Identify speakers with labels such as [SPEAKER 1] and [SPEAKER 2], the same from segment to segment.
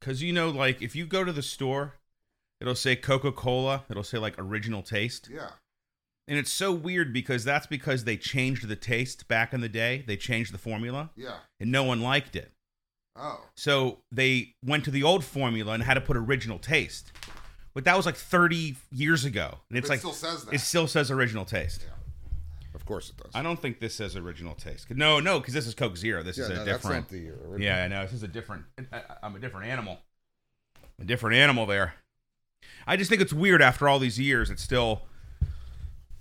[SPEAKER 1] Because, you know, like if you go to the store, it'll say Coca Cola, it'll say like original taste.
[SPEAKER 2] Yeah.
[SPEAKER 1] And it's so weird because that's because they changed the taste back in the day. They changed the formula
[SPEAKER 2] Yeah.
[SPEAKER 1] and no one liked it.
[SPEAKER 2] Oh.
[SPEAKER 1] So they went to the old formula and had to put original taste. But that was like 30 years ago. And it's
[SPEAKER 2] But it
[SPEAKER 1] like,
[SPEAKER 2] still says that.
[SPEAKER 1] it still says original taste.
[SPEAKER 2] Of course it does.
[SPEAKER 1] I don't think this says original taste. No, no, because this is Coke Zero. This
[SPEAKER 2] yeah,
[SPEAKER 1] is a
[SPEAKER 2] no, that's
[SPEAKER 1] different.
[SPEAKER 2] not the year.
[SPEAKER 1] Yeah, I know. This is a different. I, I- I'm a different animal. A different animal there. I just think it's weird after all these years, it still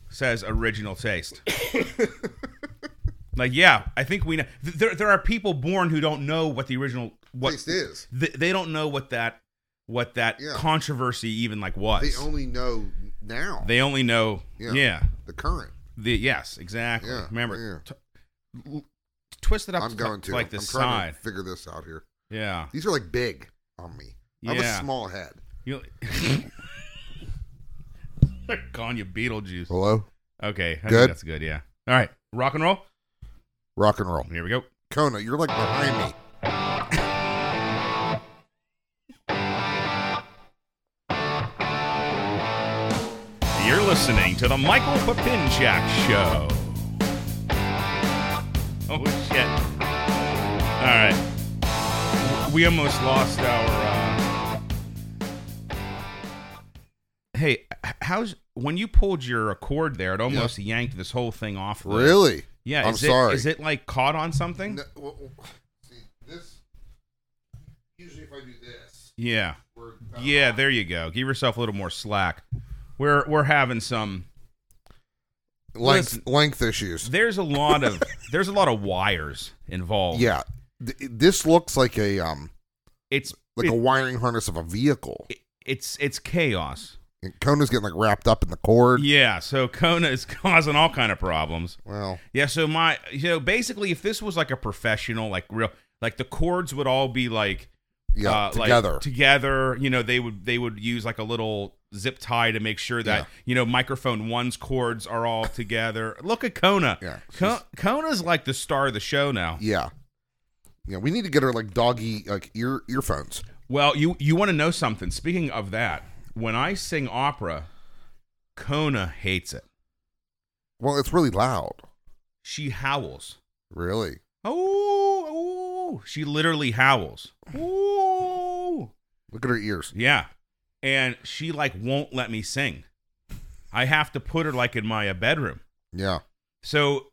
[SPEAKER 1] says original taste. like, yeah, I think we know. th- There, there are people born who don't know what the original what
[SPEAKER 2] Taste is.
[SPEAKER 1] th- they don't know what that what that
[SPEAKER 2] Yeah.
[SPEAKER 1] controversy even like was.
[SPEAKER 2] They only know now.
[SPEAKER 1] They only know.
[SPEAKER 2] Yeah.
[SPEAKER 1] Yeah.
[SPEAKER 2] the current.
[SPEAKER 1] The yes, exactly.
[SPEAKER 2] Yeah,
[SPEAKER 1] Remember, t- l- twist it up.
[SPEAKER 2] I'm
[SPEAKER 1] to,
[SPEAKER 2] going to.
[SPEAKER 1] like
[SPEAKER 2] I'm
[SPEAKER 1] the
[SPEAKER 2] trying
[SPEAKER 1] side.
[SPEAKER 2] to figure this out here.
[SPEAKER 1] Yeah.
[SPEAKER 2] These are like big on me. I have
[SPEAKER 1] Yeah.
[SPEAKER 2] a small head.
[SPEAKER 1] You They're calling you Beetlejuice.
[SPEAKER 2] Hello?
[SPEAKER 1] Okay, I think
[SPEAKER 2] Good?
[SPEAKER 1] that's good. Yeah. All right, rock and roll.
[SPEAKER 2] Rock and roll.
[SPEAKER 1] Here we go.
[SPEAKER 2] Kona, you're like behind me.
[SPEAKER 1] You're listening to the Michael Papinchak Show. Oh shit! All right, we almost lost our. Uh... Hey, h- how's when you pulled your cord there? It almost yanked this whole thing off. the-
[SPEAKER 2] Really?
[SPEAKER 1] Yeah.
[SPEAKER 2] I'm
[SPEAKER 1] is
[SPEAKER 2] sorry.
[SPEAKER 1] It, is it like caught on something?
[SPEAKER 2] No, well, well, see, this. Usually, if I do this,
[SPEAKER 1] Yeah.
[SPEAKER 2] we're
[SPEAKER 1] Yeah, there you go. Give yourself a little more slack. We're we're having some.
[SPEAKER 2] length
[SPEAKER 1] listen.
[SPEAKER 2] length issues.
[SPEAKER 1] There's a lot of there's a lot of wires involved.
[SPEAKER 2] Yeah, Th- this looks like a um
[SPEAKER 1] it's
[SPEAKER 2] like
[SPEAKER 1] it-
[SPEAKER 2] a wiring harness of a vehicle.
[SPEAKER 1] it's it's chaos.
[SPEAKER 2] And Kona's getting like wrapped up in the cord.
[SPEAKER 1] Yeah, so Kona is causing all kind of problems.
[SPEAKER 2] Well,
[SPEAKER 1] Yeah, so my you know basically if this was like a professional like real like the chords would all be like
[SPEAKER 2] yeah,
[SPEAKER 1] uh, like,
[SPEAKER 2] together.
[SPEAKER 1] together. You know, they would they would use like a little zip tie to make sure that
[SPEAKER 2] Yeah.
[SPEAKER 1] you know microphone one's cords are all together. Look at Kona.
[SPEAKER 2] Yeah,
[SPEAKER 1] Ko- Kona's like the star of the show now.
[SPEAKER 2] yeah, yeah. We need to get her like doggy like ear earphones.
[SPEAKER 1] Well, you you want to know something? Speaking of that, when I sing opera, Kona hates it.
[SPEAKER 2] Well, it's really loud.
[SPEAKER 1] She howls.
[SPEAKER 2] Really?
[SPEAKER 1] Oh, oh! She literally howls. Oh.
[SPEAKER 2] Look at her ears.
[SPEAKER 1] Yeah. And she like won't let me sing. I have to put her like in my uh, bedroom.
[SPEAKER 2] Yeah.
[SPEAKER 1] So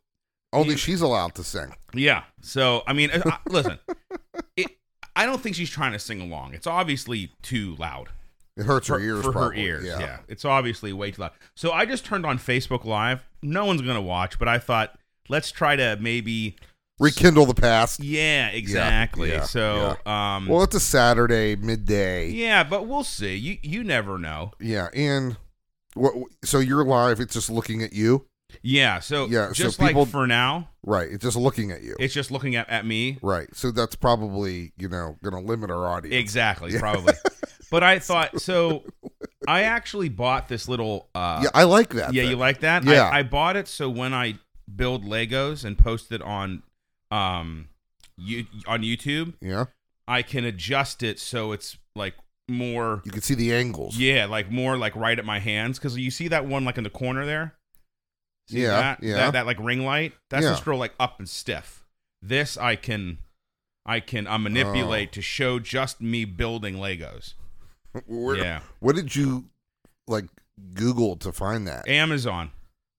[SPEAKER 2] Only
[SPEAKER 1] You-
[SPEAKER 2] she's allowed to sing.
[SPEAKER 1] yeah. So I mean, I, I- listen, it, I don't think she's trying to sing along. It's obviously too loud
[SPEAKER 2] It hurts
[SPEAKER 1] for
[SPEAKER 2] her ears.
[SPEAKER 1] for her
[SPEAKER 2] probably.
[SPEAKER 1] ears. Yeah. it's obviously way too loud. So I just turned on Facebook Live. No one's gonna watch, but I thought let's try to maybe.
[SPEAKER 2] Rekindle the past.
[SPEAKER 1] Yeah, exactly.
[SPEAKER 2] yeah,
[SPEAKER 1] so um,
[SPEAKER 2] Well, it's a Saturday midday.
[SPEAKER 1] yeah, but we'll see. You you never know.
[SPEAKER 2] Yeah, and what? So you're live. It's just looking at you,
[SPEAKER 1] Yeah. So
[SPEAKER 2] Yeah, so
[SPEAKER 1] just
[SPEAKER 2] people-
[SPEAKER 1] like for now,
[SPEAKER 2] right? It's just looking at you,
[SPEAKER 1] it's just looking at at me.
[SPEAKER 2] right? So that's probably you know going to limit our audience.
[SPEAKER 1] Exactly, probably. but I thought so. I actually bought this little. Uh,
[SPEAKER 2] yeah, I like that.
[SPEAKER 1] yeah, you
[SPEAKER 2] thing.
[SPEAKER 1] like that?
[SPEAKER 2] Yeah.
[SPEAKER 1] I, I bought it so when I build Legos and post it on, um, you on YouTube,
[SPEAKER 2] yeah.
[SPEAKER 1] I can adjust it so it's like more.
[SPEAKER 2] You can see the angles.
[SPEAKER 1] Yeah, like more like right at my hands because you see that one like in the corner there. See
[SPEAKER 2] Yeah,
[SPEAKER 1] that?
[SPEAKER 2] yeah.
[SPEAKER 1] that that like ring light. That's
[SPEAKER 2] Yeah.
[SPEAKER 1] just real like up and stiff. This I can, I can uh,
[SPEAKER 2] Oh.
[SPEAKER 1] manipulate to show just me building Legos.
[SPEAKER 2] Where,
[SPEAKER 1] yeah,
[SPEAKER 2] What did you like Google to find that?
[SPEAKER 1] Eh. Amazon.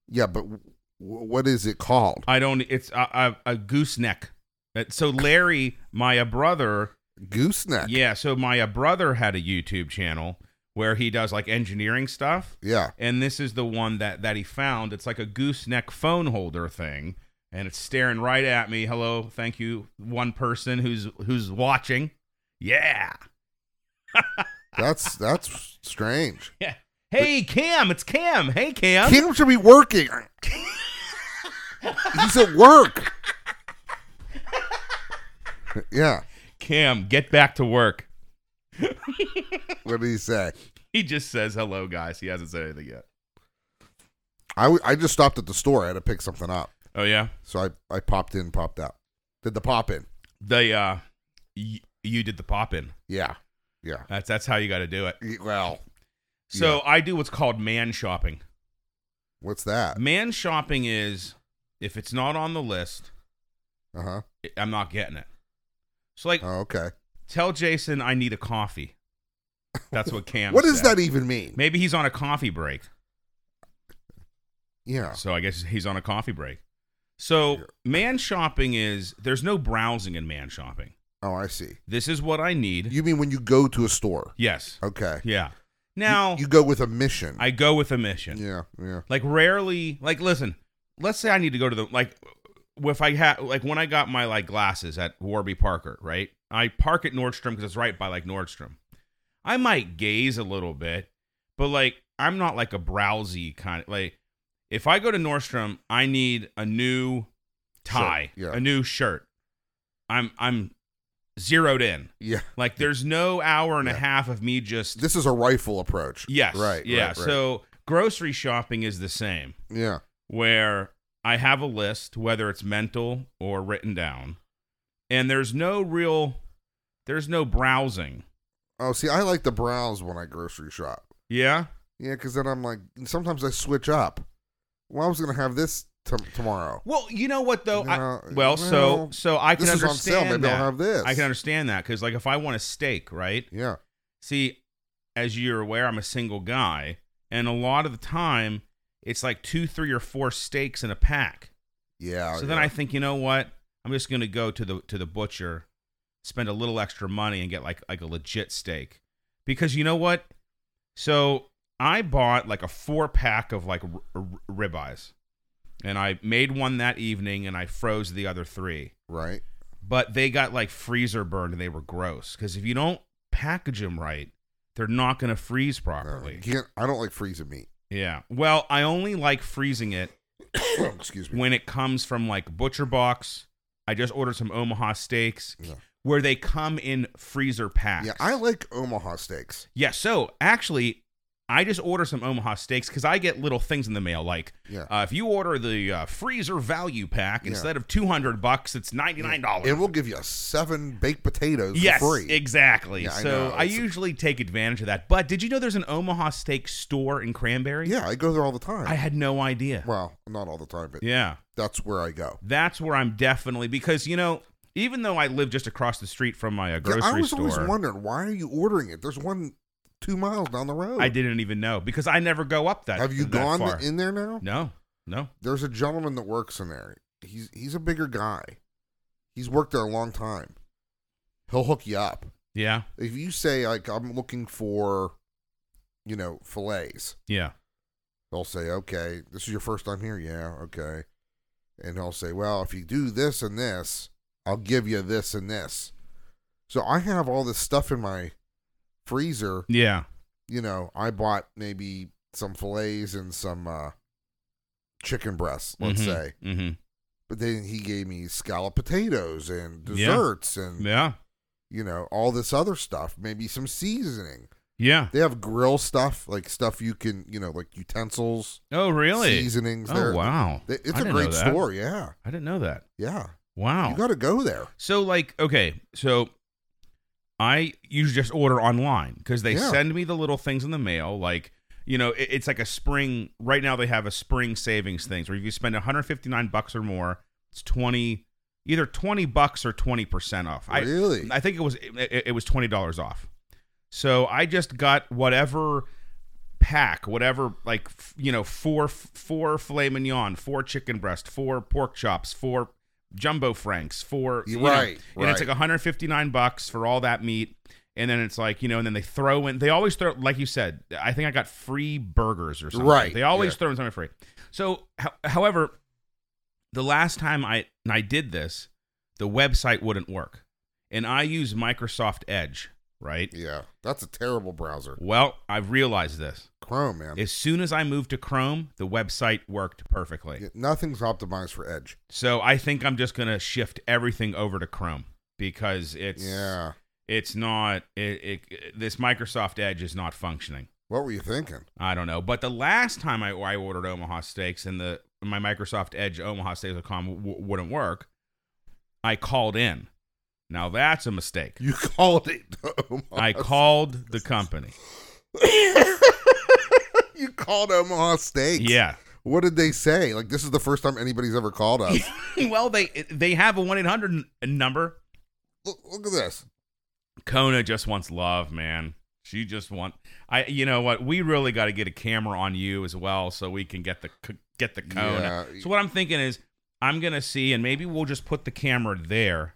[SPEAKER 2] yeah, but w- what is it called?
[SPEAKER 1] I don't. It's a, a, a gooseneck. That- So Larry, my uh, brother,
[SPEAKER 2] Gooseneck.
[SPEAKER 1] yeah. So my uh, brother had a YouTube channel where he does like engineering stuff,
[SPEAKER 2] Yeah.
[SPEAKER 1] and this is the one that that he found. It's like a gooseneck phone holder thing, and it's staring right at me. Hello, thank you, one person who's who's watching. Yeah.
[SPEAKER 2] That's that's strange.
[SPEAKER 1] Yeah. Hey Cam, it's Cam. Hey Cam.
[SPEAKER 2] Kim should be working. He's at work. yeah.
[SPEAKER 1] Cam, get back to work.
[SPEAKER 2] What did he say?
[SPEAKER 1] He just says hello, guys. He hasn't said anything yet.
[SPEAKER 2] I, w- I just stopped at the store. I had to pick something up.
[SPEAKER 1] Oh yeah.
[SPEAKER 2] So I, I popped in, popped out. Did the pop in.
[SPEAKER 1] They uh, y- you did the pop in.
[SPEAKER 2] Yeah. Yeah.
[SPEAKER 1] That's that's how you got to do it.
[SPEAKER 2] Y- Well,
[SPEAKER 1] So I do what's called man shopping.
[SPEAKER 2] what's that?
[SPEAKER 1] Man shopping is if it's not on the list,
[SPEAKER 2] Uh huh.
[SPEAKER 1] I- I'm not getting it. So like,
[SPEAKER 2] Oh, okay.
[SPEAKER 1] tell Jason I need a coffee. That's what Cam.
[SPEAKER 2] What does
[SPEAKER 1] said.
[SPEAKER 2] that e-, even mean?
[SPEAKER 1] Maybe he's on a coffee break.
[SPEAKER 2] Yeah.
[SPEAKER 1] So I guess he's on a coffee break. So
[SPEAKER 2] Yeah.
[SPEAKER 1] man shopping is there's no browsing in man shopping.
[SPEAKER 2] Oh, I see.
[SPEAKER 1] This is what I need.
[SPEAKER 2] You mean when you go to a store?
[SPEAKER 1] yes.
[SPEAKER 2] Okay.
[SPEAKER 1] Yeah.
[SPEAKER 2] You-
[SPEAKER 1] Now
[SPEAKER 2] you, go with a mission.
[SPEAKER 1] I go with a mission.
[SPEAKER 2] yeah, yeah.
[SPEAKER 1] Like rarely, like listen, let's say I need to go to the like if I had like when I got my like glasses at Warby Parker, right? I park at Nordstrom because it's right by like Nordstrom. I might gaze a little bit, but like I'm not like a browsy kind of like. If I go to Nordstrom, I need a new tie,
[SPEAKER 2] Shirt, yeah.
[SPEAKER 1] a new shirt. I'm I'm zeroed in.
[SPEAKER 2] Yeah.
[SPEAKER 1] Like there's no hour and a
[SPEAKER 2] Yeah.
[SPEAKER 1] half of me just
[SPEAKER 2] This is a rifle approach.
[SPEAKER 1] Yes.
[SPEAKER 2] Right.
[SPEAKER 1] Yeah.
[SPEAKER 2] right, right.
[SPEAKER 1] So grocery shopping is the same,
[SPEAKER 2] yeah.
[SPEAKER 1] where I have a list, whether it's mental or written down, and there's no real, there's no browsing.
[SPEAKER 2] Oh, see, I like to browse when I grocery shop.
[SPEAKER 1] Yeah.
[SPEAKER 2] Yeah, because then I'm like, sometimes I switch up. Well, I was gonna have this t- tomorrow.
[SPEAKER 1] Well, you know what though? I,
[SPEAKER 2] No,
[SPEAKER 1] well, so
[SPEAKER 2] well,
[SPEAKER 1] so I can
[SPEAKER 2] this is on
[SPEAKER 1] understand
[SPEAKER 2] sale. Maybe
[SPEAKER 1] that.
[SPEAKER 2] I'll have this.
[SPEAKER 1] I can understand that because like if I want a steak, right?
[SPEAKER 2] Yeah.
[SPEAKER 1] See, as you're aware, I'm a single guy, and a lot of the time it's like two, three, or four steaks in a pack.
[SPEAKER 2] Oh, Yeah.
[SPEAKER 1] So then I think, you know what? I'm just gonna go to the to the butcher, spend a little extra money and get like like a legit steak. Because you know what? So I bought like a four pack of like r- r- ribeyes, and I made one that evening, and I froze the other three.
[SPEAKER 2] right.
[SPEAKER 1] But they got like freezer burned, and they were gross. Because if you don't package them right, they're not gonna freeze
[SPEAKER 2] No, you
[SPEAKER 1] properly.
[SPEAKER 2] Uh, can't. I don't like freezing meat.
[SPEAKER 1] Yeah. Well, I only like freezing it
[SPEAKER 2] Excuse me.
[SPEAKER 1] when it comes from like Butcher Box. I just ordered some Omaha steaks
[SPEAKER 2] Yeah.
[SPEAKER 1] where they come in freezer packs.
[SPEAKER 2] Yeah, I like Omaha steaks.
[SPEAKER 1] Yeah, so actually, I just order some Omaha steaks because I get little things in the mail. Like,
[SPEAKER 2] Yeah.
[SPEAKER 1] uh, if you order the uh, freezer value pack
[SPEAKER 2] Yeah.
[SPEAKER 1] instead of two hundred bucks, it's ninety nine dollars.
[SPEAKER 2] And we'll give you seven baked potatoes
[SPEAKER 1] Yes,
[SPEAKER 2] for free.
[SPEAKER 1] exactly.
[SPEAKER 2] Yeah, I
[SPEAKER 1] so
[SPEAKER 2] know,
[SPEAKER 1] I
[SPEAKER 2] it's-
[SPEAKER 1] usually take advantage of that. But did you know there's an Omaha steak store in Cranberry?
[SPEAKER 2] yeah, I go there all the time.
[SPEAKER 1] I had no idea.
[SPEAKER 2] well, not all the time, but
[SPEAKER 1] Yeah.
[SPEAKER 2] that's where I go.
[SPEAKER 1] that's where I'm definitely because you know, even though I live just across the street from my uh,
[SPEAKER 2] Yeah,
[SPEAKER 1] grocery
[SPEAKER 2] I was
[SPEAKER 1] store,
[SPEAKER 2] always wondering why are you ordering it? There's one two miles down the road.
[SPEAKER 1] I didn't even know because I never go up that.
[SPEAKER 2] Have you
[SPEAKER 1] that
[SPEAKER 2] gone
[SPEAKER 1] Far.
[SPEAKER 2] in there now?
[SPEAKER 1] no, no.
[SPEAKER 2] There's a gentleman that works in there. He's he's a bigger guy. He's worked there a long time. He'll hook you up.
[SPEAKER 1] Yeah,
[SPEAKER 2] If you say like I'm looking for, you know, fillets,
[SPEAKER 1] yeah,
[SPEAKER 2] they'll say, "Okay, this is your first time here." Yeah, okay. And he'll say, "Well, if you do this and this, I'll give you this and this." So I have all this stuff in my freezer
[SPEAKER 1] yeah,
[SPEAKER 2] you know, I bought maybe some fillets and some uh, chicken breasts, let's
[SPEAKER 1] Mhm,
[SPEAKER 2] say.
[SPEAKER 1] mhm.
[SPEAKER 2] But then he gave me scallop potatoes and
[SPEAKER 1] Yeah.
[SPEAKER 2] desserts and
[SPEAKER 1] yeah,
[SPEAKER 2] you know all this other stuff. Maybe some seasoning.
[SPEAKER 1] yeah.
[SPEAKER 2] They have grill stuff, like stuff you can, you know, like utensils,
[SPEAKER 1] Oh, really?
[SPEAKER 2] seasonings.
[SPEAKER 1] Oh,
[SPEAKER 2] there.
[SPEAKER 1] wow.
[SPEAKER 2] They-
[SPEAKER 1] I
[SPEAKER 2] It's a
[SPEAKER 1] didn't know
[SPEAKER 2] great
[SPEAKER 1] that.
[SPEAKER 2] store. Yeah,
[SPEAKER 1] I didn't know that.
[SPEAKER 2] yeah.
[SPEAKER 1] Wow.
[SPEAKER 2] You got to go there.
[SPEAKER 1] so, like, okay, so I usually just order online because they
[SPEAKER 2] Yeah.
[SPEAKER 1] send me the little things in the mail, like. You know, it- it's like a spring. Right now, they have a spring savings things where if you spend 159 bucks or more, it's 20, either 20 bucks or 20 percent off. I,
[SPEAKER 2] really?
[SPEAKER 1] I think it was it, it was twenty dollars off. So I just got whatever pack, whatever like f- you know four four filet mignon, four chicken breast, four pork chops, four jumbo franks, four you know,
[SPEAKER 2] Right,
[SPEAKER 1] and it's
[SPEAKER 2] right.
[SPEAKER 1] like one hundred fifty nine bucks for all that meat. And then it's like you know, and then they throw in. They always throw, like you said. I think I got free burgers or something.
[SPEAKER 2] Right,
[SPEAKER 1] They always
[SPEAKER 2] yeah.
[SPEAKER 1] throw in something free. So, ho- however, the last time I and I did this, the website wouldn't work. And I use Microsoft Edge, right?
[SPEAKER 2] yeah, that's a terrible browser.
[SPEAKER 1] Well, I've realized this.
[SPEAKER 2] Chrome, man.
[SPEAKER 1] As soon as I moved to Chrome, the website worked perfectly.
[SPEAKER 2] Yeah, Nothing's optimized for Edge.
[SPEAKER 1] So I think I'm just gonna shift everything over to Chrome because it's
[SPEAKER 2] Yeah.
[SPEAKER 1] it's not it, it this Microsoft Edge is not functioning.
[SPEAKER 2] What were you thinking?
[SPEAKER 1] I don't know. But the last time I, I ordered Omaha Steaks and the my Microsoft Edge OmahaSteaks.com w- wouldn't work, I called in. Now that's a mistake.
[SPEAKER 2] You called it. Omaha.
[SPEAKER 1] I called the company.
[SPEAKER 2] you called Omaha Steaks.
[SPEAKER 1] Yeah.
[SPEAKER 2] What did they say? Like this is the first time anybody's ever called us.
[SPEAKER 1] well, they they have a one eight hundred number.
[SPEAKER 2] look, look at this.
[SPEAKER 1] Kona just wants love, man. She just want I. You know what? We really got to get a camera on you as well, so we can get the c- get the Kona.
[SPEAKER 2] Yeah.
[SPEAKER 1] Oh, So what I'm thinking is, I'm gonna see, and maybe we'll just put the camera there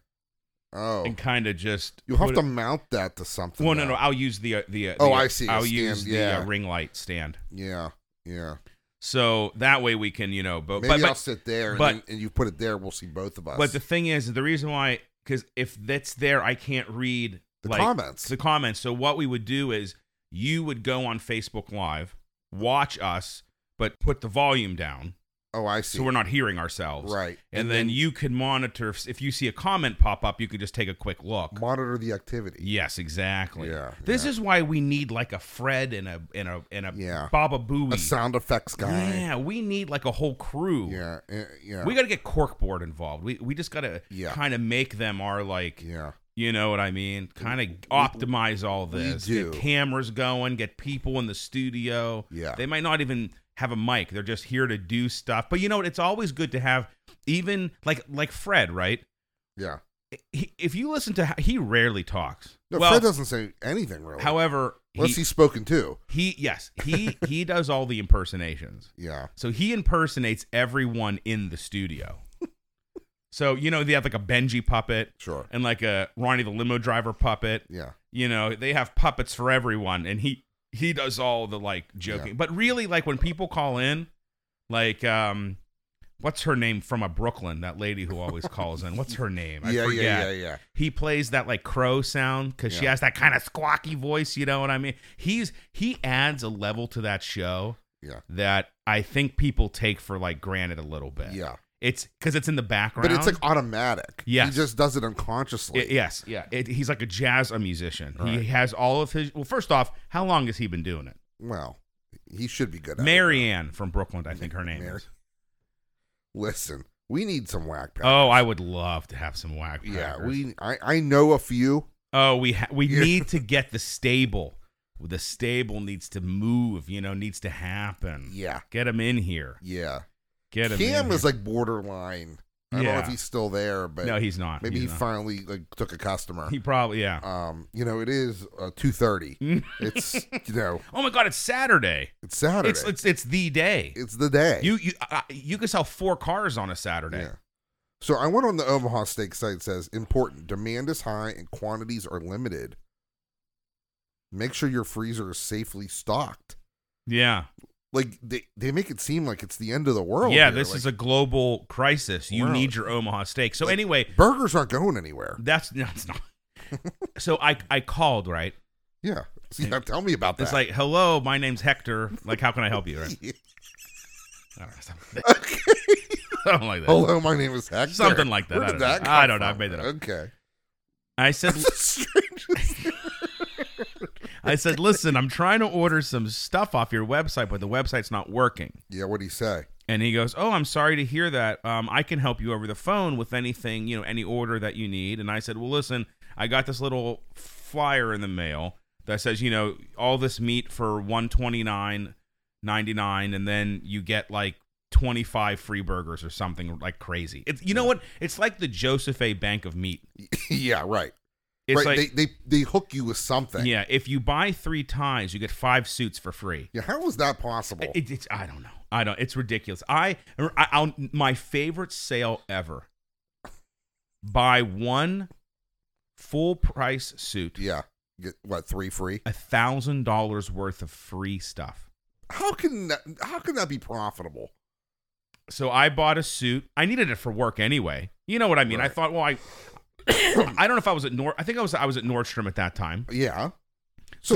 [SPEAKER 2] Oh,
[SPEAKER 1] and kind of just.
[SPEAKER 2] you'll have
[SPEAKER 1] put
[SPEAKER 2] to
[SPEAKER 1] it-
[SPEAKER 2] mount that to something.
[SPEAKER 1] Well, no,
[SPEAKER 2] though.
[SPEAKER 1] no. I'll use the uh, the. uh,
[SPEAKER 2] Oh,
[SPEAKER 1] the,
[SPEAKER 2] I see, a
[SPEAKER 1] I'll
[SPEAKER 2] stand,
[SPEAKER 1] use the
[SPEAKER 2] yeah.
[SPEAKER 1] uh, ring light stand,
[SPEAKER 2] Yeah, yeah.
[SPEAKER 1] so that way we can, you know, but
[SPEAKER 2] Maybe
[SPEAKER 1] but,
[SPEAKER 2] I'll
[SPEAKER 1] but
[SPEAKER 2] sit there, and,
[SPEAKER 1] but-
[SPEAKER 2] then- and you put it there. We'll see both of us.
[SPEAKER 1] But the thing is, the reason why, because if that's there, I can't read
[SPEAKER 2] The
[SPEAKER 1] like,
[SPEAKER 2] comments.
[SPEAKER 1] The comments. So what we would do is you would go on Facebook Live, watch us, but put the volume down
[SPEAKER 2] oh, I see.
[SPEAKER 1] so we're not hearing ourselves.
[SPEAKER 2] right,
[SPEAKER 1] And, then, you can monitor if, if you see a comment pop up, you can just take a quick look.
[SPEAKER 2] monitor the activity.
[SPEAKER 1] Yes, exactly.
[SPEAKER 2] Yeah,
[SPEAKER 1] This
[SPEAKER 2] yeah.
[SPEAKER 1] is why we need like a Fred and a and a and a
[SPEAKER 2] Yeah.
[SPEAKER 1] Baba Booey.
[SPEAKER 2] A sound effects guy.
[SPEAKER 1] Yeah, we need like a whole crew.
[SPEAKER 2] Yeah, eh, yeah.
[SPEAKER 1] We got to get corkboard involved. We we just got to
[SPEAKER 2] Yeah.
[SPEAKER 1] kind of make them our like,
[SPEAKER 2] yeah.
[SPEAKER 1] you know what I mean? Kind of optimize all
[SPEAKER 2] we
[SPEAKER 1] this.
[SPEAKER 2] do.
[SPEAKER 1] Get cameras going, get people in the studio.
[SPEAKER 2] Yeah.
[SPEAKER 1] They might not even have a mic. They're just here to do stuff. But you know what? It's always good to have even like like Fred, right?
[SPEAKER 2] Yeah.
[SPEAKER 1] He, if you listen to how, he rarely talks.
[SPEAKER 2] No,
[SPEAKER 1] well,
[SPEAKER 2] Fred doesn't say anything really.
[SPEAKER 1] however,
[SPEAKER 2] unless
[SPEAKER 1] he,
[SPEAKER 2] he's spoken to.
[SPEAKER 1] he yes, he he does all the impersonations.
[SPEAKER 2] Yeah.
[SPEAKER 1] So he impersonates everyone in the studio. so you know they have like a Benji puppet
[SPEAKER 2] Sure.
[SPEAKER 1] and like a Ronnie the limo driver puppet.
[SPEAKER 2] Yeah.
[SPEAKER 1] You know they have puppets for everyone, and he he does all the like joking.
[SPEAKER 2] Yeah.
[SPEAKER 1] But really, like when people call in, like um, what's her name from a Brooklyn? That lady who always calls in. What's her name? I
[SPEAKER 2] yeah,
[SPEAKER 1] forget.
[SPEAKER 2] yeah. Yeah. Yeah.
[SPEAKER 1] He plays that like crow sound because she
[SPEAKER 2] Yeah.
[SPEAKER 1] has that kind of squawky voice. You know what I mean? He's he adds a level to that show
[SPEAKER 2] Yeah.
[SPEAKER 1] that I think people take for like granted a little bit.
[SPEAKER 2] Yeah.
[SPEAKER 1] It's because it's in the background.
[SPEAKER 2] But it's like automatic.
[SPEAKER 1] Yes.
[SPEAKER 2] He just does it unconsciously.
[SPEAKER 1] I- yes, yeah. It, he's like a jazz a musician.
[SPEAKER 2] Right.
[SPEAKER 1] He has all of his. Well, first off, how long has he been doing it?
[SPEAKER 2] Well, he should be good at it.
[SPEAKER 1] Marianne from Brooklyn, I think her name
[SPEAKER 2] Mary-
[SPEAKER 1] is.
[SPEAKER 2] Listen, we need some whack pack.
[SPEAKER 1] Oh, I would love to have some whack.
[SPEAKER 2] yeah,
[SPEAKER 1] packers.
[SPEAKER 2] we I, I know a few.
[SPEAKER 1] Oh, we ha- we
[SPEAKER 2] Yeah.
[SPEAKER 1] need to get the stable. The stable needs to move. You know, needs to happen.
[SPEAKER 2] Yeah.
[SPEAKER 1] Get him in here.
[SPEAKER 2] Yeah.
[SPEAKER 1] Get him. in
[SPEAKER 2] Cam
[SPEAKER 1] here.
[SPEAKER 2] is like borderline. I don't know if
[SPEAKER 1] Yeah.
[SPEAKER 2] he's still there, but
[SPEAKER 1] no, he's not.
[SPEAKER 2] maybe
[SPEAKER 1] He's
[SPEAKER 2] he
[SPEAKER 1] not.
[SPEAKER 2] finally like took a customer.
[SPEAKER 1] he probably yeah.
[SPEAKER 2] um, you know, it is uh, two thirty. It's you know,
[SPEAKER 1] oh my God! It's Saturday.
[SPEAKER 2] it's Saturday.
[SPEAKER 1] It's it's it's the day.
[SPEAKER 2] It's the day.
[SPEAKER 1] You you uh, you can sell four cars on a Saturday.
[SPEAKER 2] Yeah. So I went on the Omaha Steak site. It says important demand is high and quantities are limited. Make sure your freezer is safely stocked.
[SPEAKER 1] Yeah,
[SPEAKER 2] Like they, they make it seem like it's the end of the world.
[SPEAKER 1] yeah.
[SPEAKER 2] here.
[SPEAKER 1] This
[SPEAKER 2] Like,
[SPEAKER 1] is a global crisis. You
[SPEAKER 2] World.
[SPEAKER 1] need your Omaha steak. So
[SPEAKER 2] Like-
[SPEAKER 1] anyway,
[SPEAKER 2] burgers aren't going anywhere.
[SPEAKER 1] that's no, it's not. so I I called right.
[SPEAKER 2] Yeah. See, now tell me about that.
[SPEAKER 1] It's like hello, my name's Hector. Like how can I help you? Right? I don't know, something,
[SPEAKER 2] Okay. Oh.
[SPEAKER 1] something like that.
[SPEAKER 2] Hello, my name is Hector.
[SPEAKER 1] Something like that.
[SPEAKER 2] Where
[SPEAKER 1] I
[SPEAKER 2] did
[SPEAKER 1] don't
[SPEAKER 2] that
[SPEAKER 1] know.
[SPEAKER 2] come
[SPEAKER 1] I don't know. I
[SPEAKER 2] from?
[SPEAKER 1] made that up.
[SPEAKER 2] Okay.
[SPEAKER 1] I said
[SPEAKER 2] That's the strangest thing.
[SPEAKER 1] I said listen, I'm trying to order some stuff off your website, but the website's not working.
[SPEAKER 2] Yeah, what'd he say?
[SPEAKER 1] And he goes, "Oh, I'm sorry to hear that. Um, I can help you over the phone with anything, you know, any order that you need." And I said, "Well, listen, I got this little flyer in the mail that says, you know, all this meat for 129.99 and then you get like 25 free burgers or something like crazy." It's you know what? It's like the Joseph A. Bank of Meat.
[SPEAKER 2] yeah, right.
[SPEAKER 1] It's
[SPEAKER 2] right.
[SPEAKER 1] like
[SPEAKER 2] they, they they hook you with something.
[SPEAKER 1] yeah, if you buy 3 ties, you get 5 suits for free.
[SPEAKER 2] Yeah, how is that possible?
[SPEAKER 1] It, it's I don't know. I don't. It's ridiculous. I, er, I I'll, my favorite sale ever. Buy one full price suit,
[SPEAKER 2] yeah. Get what, three free?
[SPEAKER 1] a thousand dollars worth of free stuff.
[SPEAKER 2] How can that how can that be profitable?
[SPEAKER 1] So I bought a suit. I needed it for work anyway. You know what I mean? I
[SPEAKER 2] Right.
[SPEAKER 1] thought, well, I I don't know if I was at Nord. I think I was I was at Nordstrom at that time.
[SPEAKER 2] Yeah. So,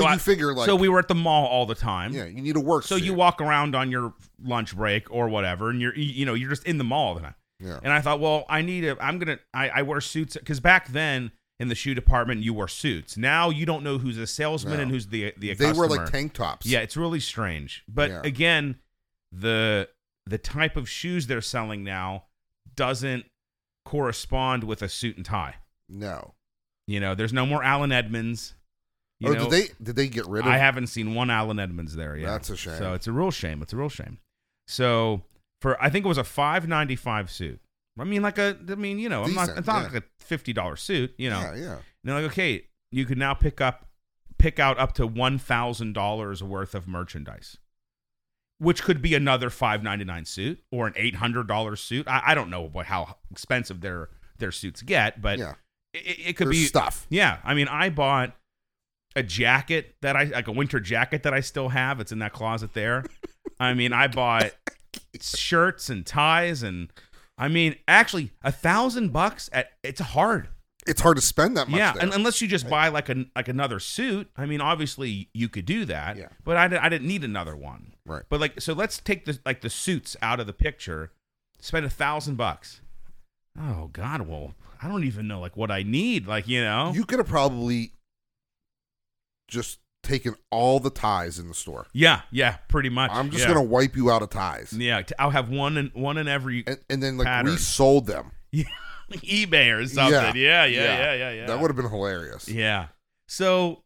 [SPEAKER 1] So
[SPEAKER 2] you
[SPEAKER 1] I-
[SPEAKER 2] figure like
[SPEAKER 1] so we were at the mall all the time.
[SPEAKER 2] Yeah, you need a work
[SPEAKER 1] So you
[SPEAKER 2] suit.
[SPEAKER 1] walk around on your lunch break or whatever, and you're you you know you're just in the mall all the time.
[SPEAKER 2] Yeah.
[SPEAKER 1] And I thought, well, I need a. I'm gonna. I, I wear suits because back then in the shoe department, you wore suits. Now you don't know who's a salesman
[SPEAKER 2] No.
[SPEAKER 1] and who's the the.
[SPEAKER 2] They
[SPEAKER 1] customer.
[SPEAKER 2] wear like tank tops.
[SPEAKER 1] Yeah, it's really strange. But
[SPEAKER 2] Yeah.
[SPEAKER 1] again, the the type of shoes they're selling now doesn't correspond with a suit and tie.
[SPEAKER 2] No.
[SPEAKER 1] You know, there's no more Allen Edmonds. You
[SPEAKER 2] oh,
[SPEAKER 1] know,
[SPEAKER 2] did they did they get rid of?
[SPEAKER 1] I haven't seen one Allen Edmonds there yet.
[SPEAKER 2] That's a shame.
[SPEAKER 1] So it's a real shame. It's a real shame. So for I think it was a five ninety five suit. I mean, like a I mean, you know, I'm not
[SPEAKER 2] Decent,
[SPEAKER 1] it's not
[SPEAKER 2] yeah.
[SPEAKER 1] like a fifty dollar suit, you know.
[SPEAKER 2] yeah, yeah.
[SPEAKER 1] And they're like, okay, you can now pick up pick out up to one thousand dollars worth of merchandise. Which could be another five ninety nine suit or an eight hundred dollar suit. I, I don't know what how expensive their their suits get, but
[SPEAKER 2] yeah.
[SPEAKER 1] it- it, it could
[SPEAKER 2] There's
[SPEAKER 1] be
[SPEAKER 2] stuff.
[SPEAKER 1] yeah, I mean, I bought a jacket that I like a winter jacket that I still have. It's in that closet there. I mean, I bought shirts and ties and I mean, actually, a thousand bucks at it's hard.
[SPEAKER 2] It's hard to spend that much.
[SPEAKER 1] Yeah,
[SPEAKER 2] there.
[SPEAKER 1] un- unless you just buy like an like another suit. I mean, obviously you could do that.
[SPEAKER 2] Yeah.
[SPEAKER 1] But I, di- I didn't need another one.
[SPEAKER 2] right.
[SPEAKER 1] But like, so let's take the like the suits out of the picture. Spend a thousand bucks. Oh God, well, I don't even know like what I need. Like you know,
[SPEAKER 2] You could have probably just taken all the ties in the store.
[SPEAKER 1] Yeah, yeah, pretty much.
[SPEAKER 2] I'm just
[SPEAKER 1] yeah.
[SPEAKER 2] gonna wipe you out of ties,
[SPEAKER 1] Yeah, t- I'll have one and one in every
[SPEAKER 2] and, and then like
[SPEAKER 1] Pattern.
[SPEAKER 2] resold them.
[SPEAKER 1] eBay or something. Yeah, yeah, yeah, yeah, yeah.
[SPEAKER 2] That would have been hilarious.
[SPEAKER 1] Yeah. So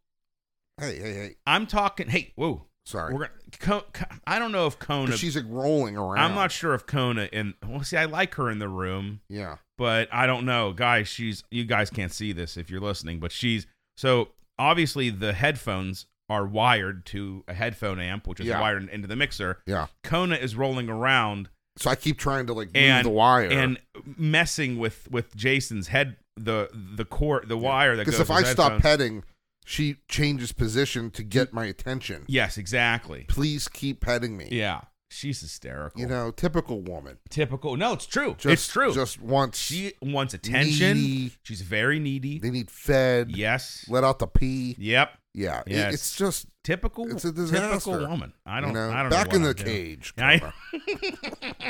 [SPEAKER 2] Hey, hey, hey!
[SPEAKER 1] I'm talking. Hey, whoa.
[SPEAKER 2] Sorry,
[SPEAKER 1] We're gonna. Co- Co- I don't know if
[SPEAKER 2] 'Cause
[SPEAKER 1] Kona.
[SPEAKER 2] she's like rolling around.
[SPEAKER 1] I'm not sure if Kona and well, see, I like her in the room,
[SPEAKER 2] Yeah,
[SPEAKER 1] but I don't know, guys. She's you guys can't see this if you're listening, but she's so obviously the headphones are wired to a headphone amp, which is
[SPEAKER 2] Yeah.
[SPEAKER 1] wired into the mixer.
[SPEAKER 2] yeah.
[SPEAKER 1] Kona is rolling around
[SPEAKER 2] So I keep trying to like move
[SPEAKER 1] And-
[SPEAKER 2] the wire,
[SPEAKER 1] and messing with with Jason's head the the cord the wire that goes
[SPEAKER 2] because if
[SPEAKER 1] to
[SPEAKER 2] I
[SPEAKER 1] his
[SPEAKER 2] stop
[SPEAKER 1] headphones-
[SPEAKER 2] petting, she changes position to get my attention.
[SPEAKER 1] yes exactly
[SPEAKER 2] Please keep petting me.
[SPEAKER 1] yeah she's hysterical
[SPEAKER 2] You know, typical woman.
[SPEAKER 1] typical no it's true
[SPEAKER 2] Just,
[SPEAKER 1] it's true
[SPEAKER 2] Just wants
[SPEAKER 1] she wants attention
[SPEAKER 2] needy.
[SPEAKER 1] she's very needy
[SPEAKER 2] They need fed.
[SPEAKER 1] yes
[SPEAKER 2] Let out the pee.
[SPEAKER 1] yep
[SPEAKER 2] Yeah. it-
[SPEAKER 1] Yes.
[SPEAKER 2] it's just
[SPEAKER 1] typical
[SPEAKER 2] It's a
[SPEAKER 1] typical
[SPEAKER 2] disaster.
[SPEAKER 1] woman I don't
[SPEAKER 2] you know,
[SPEAKER 1] I don't
[SPEAKER 2] back
[SPEAKER 1] know what
[SPEAKER 2] in the
[SPEAKER 1] I'm doing.
[SPEAKER 2] cage.
[SPEAKER 1] I-
[SPEAKER 2] Cobra.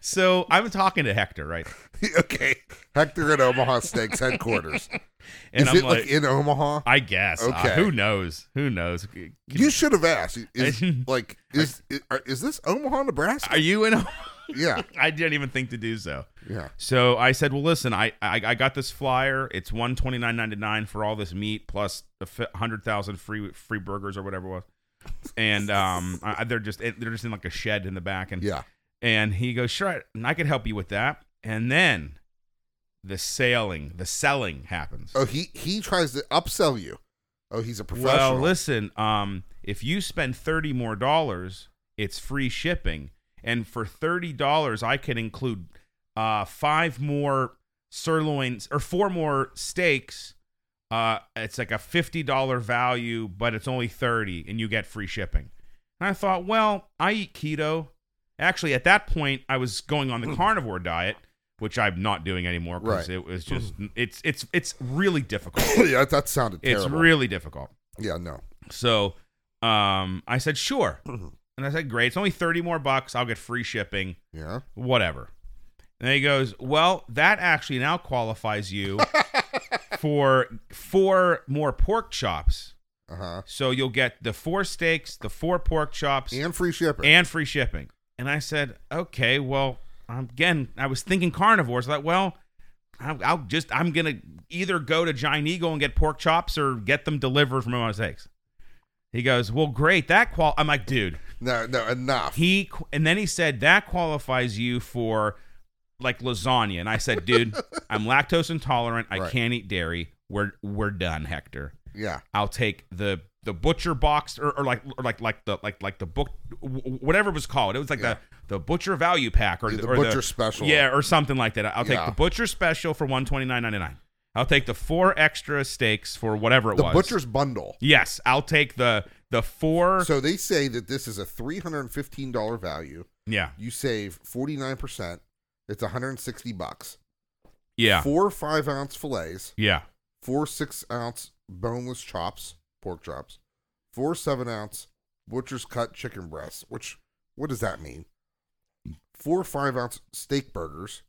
[SPEAKER 1] so I've been talking to Hector right
[SPEAKER 2] okay. Hector at Omaha Steaks headquarters.
[SPEAKER 1] and
[SPEAKER 2] Is
[SPEAKER 1] I'm
[SPEAKER 2] it like, in Omaha?
[SPEAKER 1] I guess Uh,
[SPEAKER 2] Okay.
[SPEAKER 1] who knows who knows
[SPEAKER 2] you should have asked. Is like is is, are- is this Omaha, Nebraska?
[SPEAKER 1] are you in
[SPEAKER 2] yeah.
[SPEAKER 1] I didn't even think to do so
[SPEAKER 2] Yeah.
[SPEAKER 1] So I said, "Well, listen, I I, I got this flyer. It's one twenty nine ninety nine for all this meat plus a hundred thousand free free burgers or whatever it was." And um, I, they're just they're just in like a shed in the back, and
[SPEAKER 2] Yeah.
[SPEAKER 1] and he goes, "Sure, and I could help you with that." And then the sailing, the selling happens.
[SPEAKER 2] Oh, he he tries to upsell you. Oh, he's a professional.
[SPEAKER 1] well, listen, um, if you spend thirty more dollars, it's free shipping, and for thirty dollars, I can include uh, five more sirloins or four more steaks. Uh, it's like a fifty dollar value, but it's only thirty, and you get free shipping. And I thought, well, I eat keto. Actually, at that point, I was going on the carnivore diet, which I'm not doing anymore because
[SPEAKER 2] Hmm. Right. Hmm.
[SPEAKER 1] it was just it's it's it's really difficult.
[SPEAKER 2] yeah, that, that sounded
[SPEAKER 1] it's
[SPEAKER 2] terrible.
[SPEAKER 1] really difficult.
[SPEAKER 2] yeah, no.
[SPEAKER 1] So um, I said, sure. And I said, great. It's only 30 more bucks. I'll get free shipping,
[SPEAKER 2] Yeah.
[SPEAKER 1] whatever. And he goes, well, that actually now qualifies you for four more pork chops.
[SPEAKER 2] Uh huh.
[SPEAKER 1] So you'll get the four steaks, the four pork chops,
[SPEAKER 2] And free shipping.
[SPEAKER 1] and free shipping. And I said, okay, well, um, again, I was thinking carnivores. Like, well, I'll, I'll just, I'm going to either go to Giant Eagle and get pork chops or get them delivered from Omaha Steaks. He goes, well, great. That qual, I'm like, dude,
[SPEAKER 2] no, no, enough.
[SPEAKER 1] he, qu- and then he said, that qualifies you for like lasagna. And I said, dude, I'm lactose intolerant. I
[SPEAKER 2] Right.
[SPEAKER 1] can't eat dairy. We're, we're done, Hector.
[SPEAKER 2] yeah.
[SPEAKER 1] I'll take the the butcher box or, or like or like like the like like the book w- whatever it was called. It was like
[SPEAKER 2] Yeah.
[SPEAKER 1] the the butcher value pack or
[SPEAKER 2] The
[SPEAKER 1] or
[SPEAKER 2] butcher special.
[SPEAKER 1] yeah or something like that. I'll take
[SPEAKER 2] Yeah.
[SPEAKER 1] the butcher special for one twenty nine ninety nine. I'll take the four extra steaks for whatever it
[SPEAKER 2] The
[SPEAKER 1] was.
[SPEAKER 2] butcher's bundle.
[SPEAKER 1] Yes, I'll take the the four.
[SPEAKER 2] So they say that this is a $315 value.
[SPEAKER 1] yeah,
[SPEAKER 2] You save 49%. It's 160 bucks.
[SPEAKER 1] yeah,
[SPEAKER 2] Four five ounce fillets,
[SPEAKER 1] yeah,
[SPEAKER 2] four six ounce boneless chops, pork chops, four seven ounce butcher's cut chicken breasts, which, what does that mean? Four five ounce steak burgers,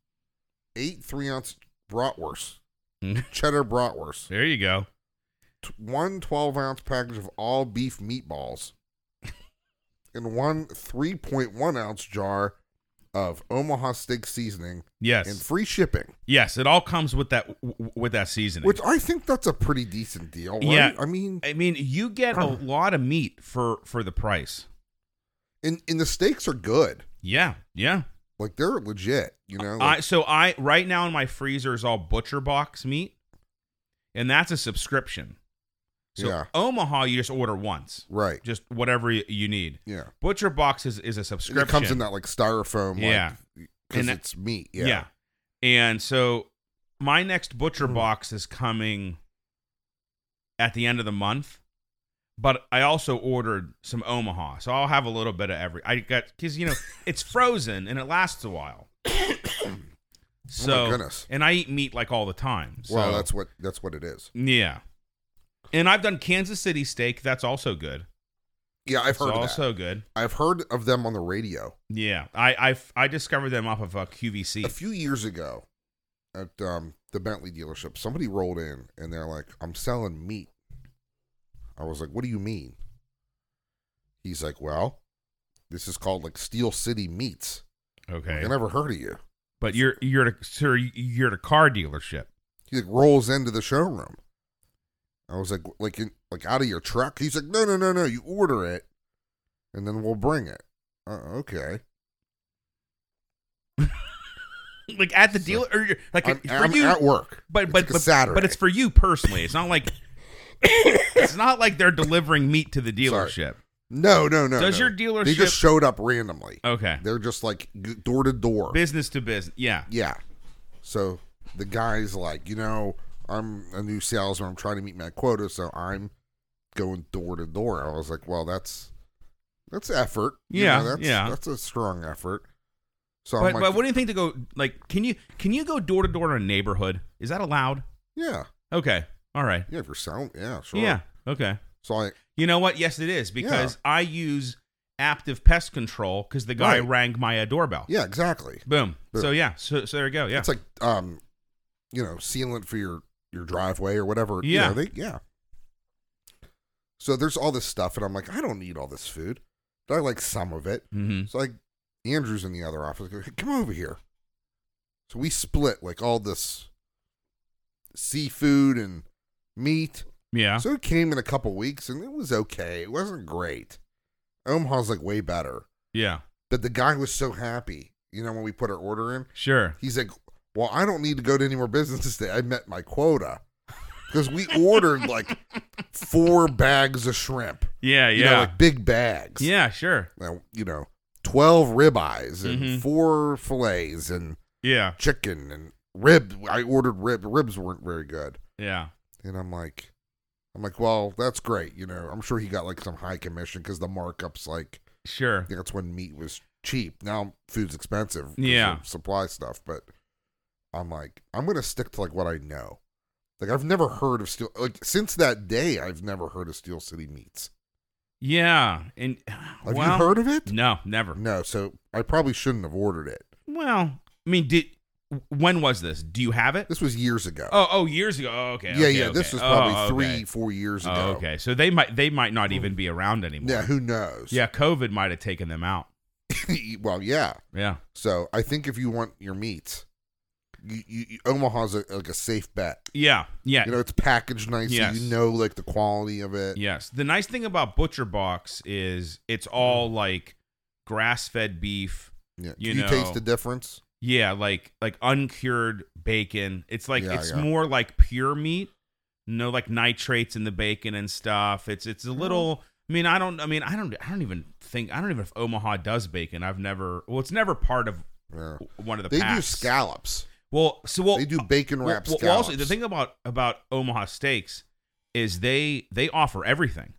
[SPEAKER 2] eight three ounce bratwurst,
[SPEAKER 1] Mm.
[SPEAKER 2] cheddar bratwurst,
[SPEAKER 1] There you go.
[SPEAKER 2] t- one 12 ounce package of all beef meatballs and one 3.1 ounce jar of Omaha Steak Seasoning
[SPEAKER 1] Yes.
[SPEAKER 2] and free shipping,
[SPEAKER 1] yes, it all comes with that w- w- with that seasoning.
[SPEAKER 2] which I think that's a pretty decent deal. Right?
[SPEAKER 1] Yeah.
[SPEAKER 2] I mean,
[SPEAKER 1] I mean, you get a lot of meat for for the price.
[SPEAKER 2] and, and the steaks are good.
[SPEAKER 1] Yeah. Yeah.
[SPEAKER 2] Like they're legit, you know.
[SPEAKER 1] I
[SPEAKER 2] Like,
[SPEAKER 1] so I right now in my freezer is all butcher box meat, and that's a subscription. So
[SPEAKER 2] Yeah.
[SPEAKER 1] Omaha, you just order once,
[SPEAKER 2] right.
[SPEAKER 1] just whatever y- you need.
[SPEAKER 2] Yeah.
[SPEAKER 1] Butcher box is, is a
[SPEAKER 2] And
[SPEAKER 1] subscription.
[SPEAKER 2] it comes in that like styrofoam,
[SPEAKER 1] Yeah.
[SPEAKER 2] like, because
[SPEAKER 1] And that-
[SPEAKER 2] it's meat.
[SPEAKER 1] yeah. and so my next butcher
[SPEAKER 2] Hmm.
[SPEAKER 1] box is coming at the end of the month, but I also ordered some Omaha, so I'll have a little bit of every. I got because you know it's frozen and it lasts a while. So
[SPEAKER 2] oh my Oh goodness.
[SPEAKER 1] and I eat meat like all the time. So
[SPEAKER 2] well, that's what that's what it is.
[SPEAKER 1] yeah. And I've done Kansas City steak. That's also good.
[SPEAKER 2] Yeah, I've
[SPEAKER 1] It's
[SPEAKER 2] heard of that.
[SPEAKER 1] also good.
[SPEAKER 2] I've heard of them on the radio
[SPEAKER 1] Yeah, I I I discovered them off of uh, QVC.
[SPEAKER 2] a few years ago at um, the Bentley dealership. Somebody rolled in and they're like, "I'm selling meat." I was like, "What do you mean?" He's like, "Well, this is called like Steel City Meats.
[SPEAKER 1] okay,
[SPEAKER 2] I never heard of you."
[SPEAKER 1] but you're you're at a, sir you're at a car dealership.
[SPEAKER 2] He like rolls into the showroom. I was like, like, in, like out of your truck. He's like, no, no, no, no. You order it, and then we'll bring it. Uh, okay.
[SPEAKER 1] like at the
[SPEAKER 2] So-
[SPEAKER 1] dealer or you're- like
[SPEAKER 2] I'm,
[SPEAKER 1] for
[SPEAKER 2] I'm
[SPEAKER 1] you
[SPEAKER 2] at work.
[SPEAKER 1] but
[SPEAKER 2] It's
[SPEAKER 1] but
[SPEAKER 2] like a
[SPEAKER 1] but,
[SPEAKER 2] Saturday.
[SPEAKER 1] but it's for you personally it's not like it's not like they're delivering meat to the
[SPEAKER 2] Sorry.
[SPEAKER 1] dealership
[SPEAKER 2] no, no, no.
[SPEAKER 1] does
[SPEAKER 2] no.
[SPEAKER 1] your dealership
[SPEAKER 2] They just showed up randomly.
[SPEAKER 1] okay
[SPEAKER 2] They're just like g- door to door.
[SPEAKER 1] business to business yeah
[SPEAKER 2] Yeah. So the guy's like, you know, I'm a new salesman. I'm trying to meet my quota, so I'm going door to door. I was like, well, that's that's effort. You
[SPEAKER 1] Yeah,
[SPEAKER 2] know, that's,
[SPEAKER 1] yeah.
[SPEAKER 2] That's a strong effort. So
[SPEAKER 1] but,
[SPEAKER 2] I'm like,
[SPEAKER 1] but what do you think to go like can you can you go door to door in a neighborhood is that allowed
[SPEAKER 2] yeah,
[SPEAKER 1] okay all right
[SPEAKER 2] yeah, if you're selling, yeah, sure.
[SPEAKER 1] yeah okay
[SPEAKER 2] So I,
[SPEAKER 1] you know what yes it is because i use active pest control because the guy
[SPEAKER 2] Right.
[SPEAKER 1] rang my uh, doorbell
[SPEAKER 2] yeah, exactly.
[SPEAKER 1] boom.
[SPEAKER 2] Boom.
[SPEAKER 1] so yeah so, so there you go yeah
[SPEAKER 2] It's like, um, you know, sealant for your your driveway or whatever. you
[SPEAKER 1] Yeah.
[SPEAKER 2] know, they, yeah. So there's all this stuff, and I'm like, I don't need all this food, but I like some of it.
[SPEAKER 1] mm-hmm.
[SPEAKER 2] So like Andrew's in the other office. Go, hey, come over here. So we split like all this seafood and meat.
[SPEAKER 1] yeah
[SPEAKER 2] So it came in a couple weeks and it was okay. It wasn't great. Omaha's like way better.
[SPEAKER 1] yeah
[SPEAKER 2] But the guy was so happy, you know, when we put our order in.
[SPEAKER 1] sure
[SPEAKER 2] He's like, Well, I don't need to go to any more businesses today. I met my quota. Because we ordered like four bags of shrimp.
[SPEAKER 1] yeah
[SPEAKER 2] You know,
[SPEAKER 1] yeah
[SPEAKER 2] like big bags
[SPEAKER 1] yeah sure
[SPEAKER 2] now you know, twelve ribeyes and
[SPEAKER 1] Mhm.
[SPEAKER 2] four fillets and
[SPEAKER 1] Yeah,
[SPEAKER 2] chicken and rib. I ordered rib. Ribs weren't very good,
[SPEAKER 1] yeah,
[SPEAKER 2] and I'm like, I'm like, well, that's great. You know, I'm sure he got like some high commission because the markups like
[SPEAKER 1] sure.
[SPEAKER 2] I think that's when meat was cheap. Now food's expensive. 'cause
[SPEAKER 1] Yeah.
[SPEAKER 2] of supply stuff. But I'm like, I'm gonna stick to like what I know. Like I've never heard of steel. Like since that day, I've never heard of Steel City Meats.
[SPEAKER 1] Yeah, and
[SPEAKER 2] Have
[SPEAKER 1] well,
[SPEAKER 2] you heard of it?
[SPEAKER 1] No, never.
[SPEAKER 2] No. So I probably shouldn't have ordered it.
[SPEAKER 1] Well, I mean, did when was this? Do you have it?
[SPEAKER 2] This was years ago.
[SPEAKER 1] Oh, oh, years ago. Oh, okay.
[SPEAKER 2] yeah,
[SPEAKER 1] okay,
[SPEAKER 2] yeah.
[SPEAKER 1] okay.
[SPEAKER 2] This was
[SPEAKER 1] Oh,
[SPEAKER 2] probably
[SPEAKER 1] okay.
[SPEAKER 2] three, four years ago. Mm.
[SPEAKER 1] Oh, okay, so they might they might not even be around anymore.
[SPEAKER 2] Yeah, who knows?
[SPEAKER 1] yeah. COVID might have taken them out.
[SPEAKER 2] well, yeah.
[SPEAKER 1] Yeah,
[SPEAKER 2] So I think if you want your meat, you, you, you- Omaha's a, like a safe bet.
[SPEAKER 1] yeah, yeah.
[SPEAKER 2] You know, it's packaged nice,
[SPEAKER 1] Yes.
[SPEAKER 2] so you know like the quality of it.
[SPEAKER 1] Yes. The nice thing about Butcher Box is it's all
[SPEAKER 2] Mm.
[SPEAKER 1] like grass fed beef.
[SPEAKER 2] Yeah.
[SPEAKER 1] You
[SPEAKER 2] Can you taste
[SPEAKER 1] know.
[SPEAKER 2] the difference?
[SPEAKER 1] Yeah, like like uncured bacon. It's like
[SPEAKER 2] Yeah,
[SPEAKER 1] it's
[SPEAKER 2] yeah.
[SPEAKER 1] more like pure meat. No like nitrates in the bacon and stuff. It's it's a
[SPEAKER 2] Oh.
[SPEAKER 1] little I mean, I don't I mean, I don't I don't even think I don't even if Omaha does bacon. I've never well, it's never part of
[SPEAKER 2] Yeah.
[SPEAKER 1] one of the
[SPEAKER 2] They do
[SPEAKER 1] packs.
[SPEAKER 2] scallops.
[SPEAKER 1] Well, so well
[SPEAKER 2] they do bacon
[SPEAKER 1] well,
[SPEAKER 2] wrap
[SPEAKER 1] well,
[SPEAKER 2] scallops.
[SPEAKER 1] well, also the thing about about Omaha steaks is they they offer everything.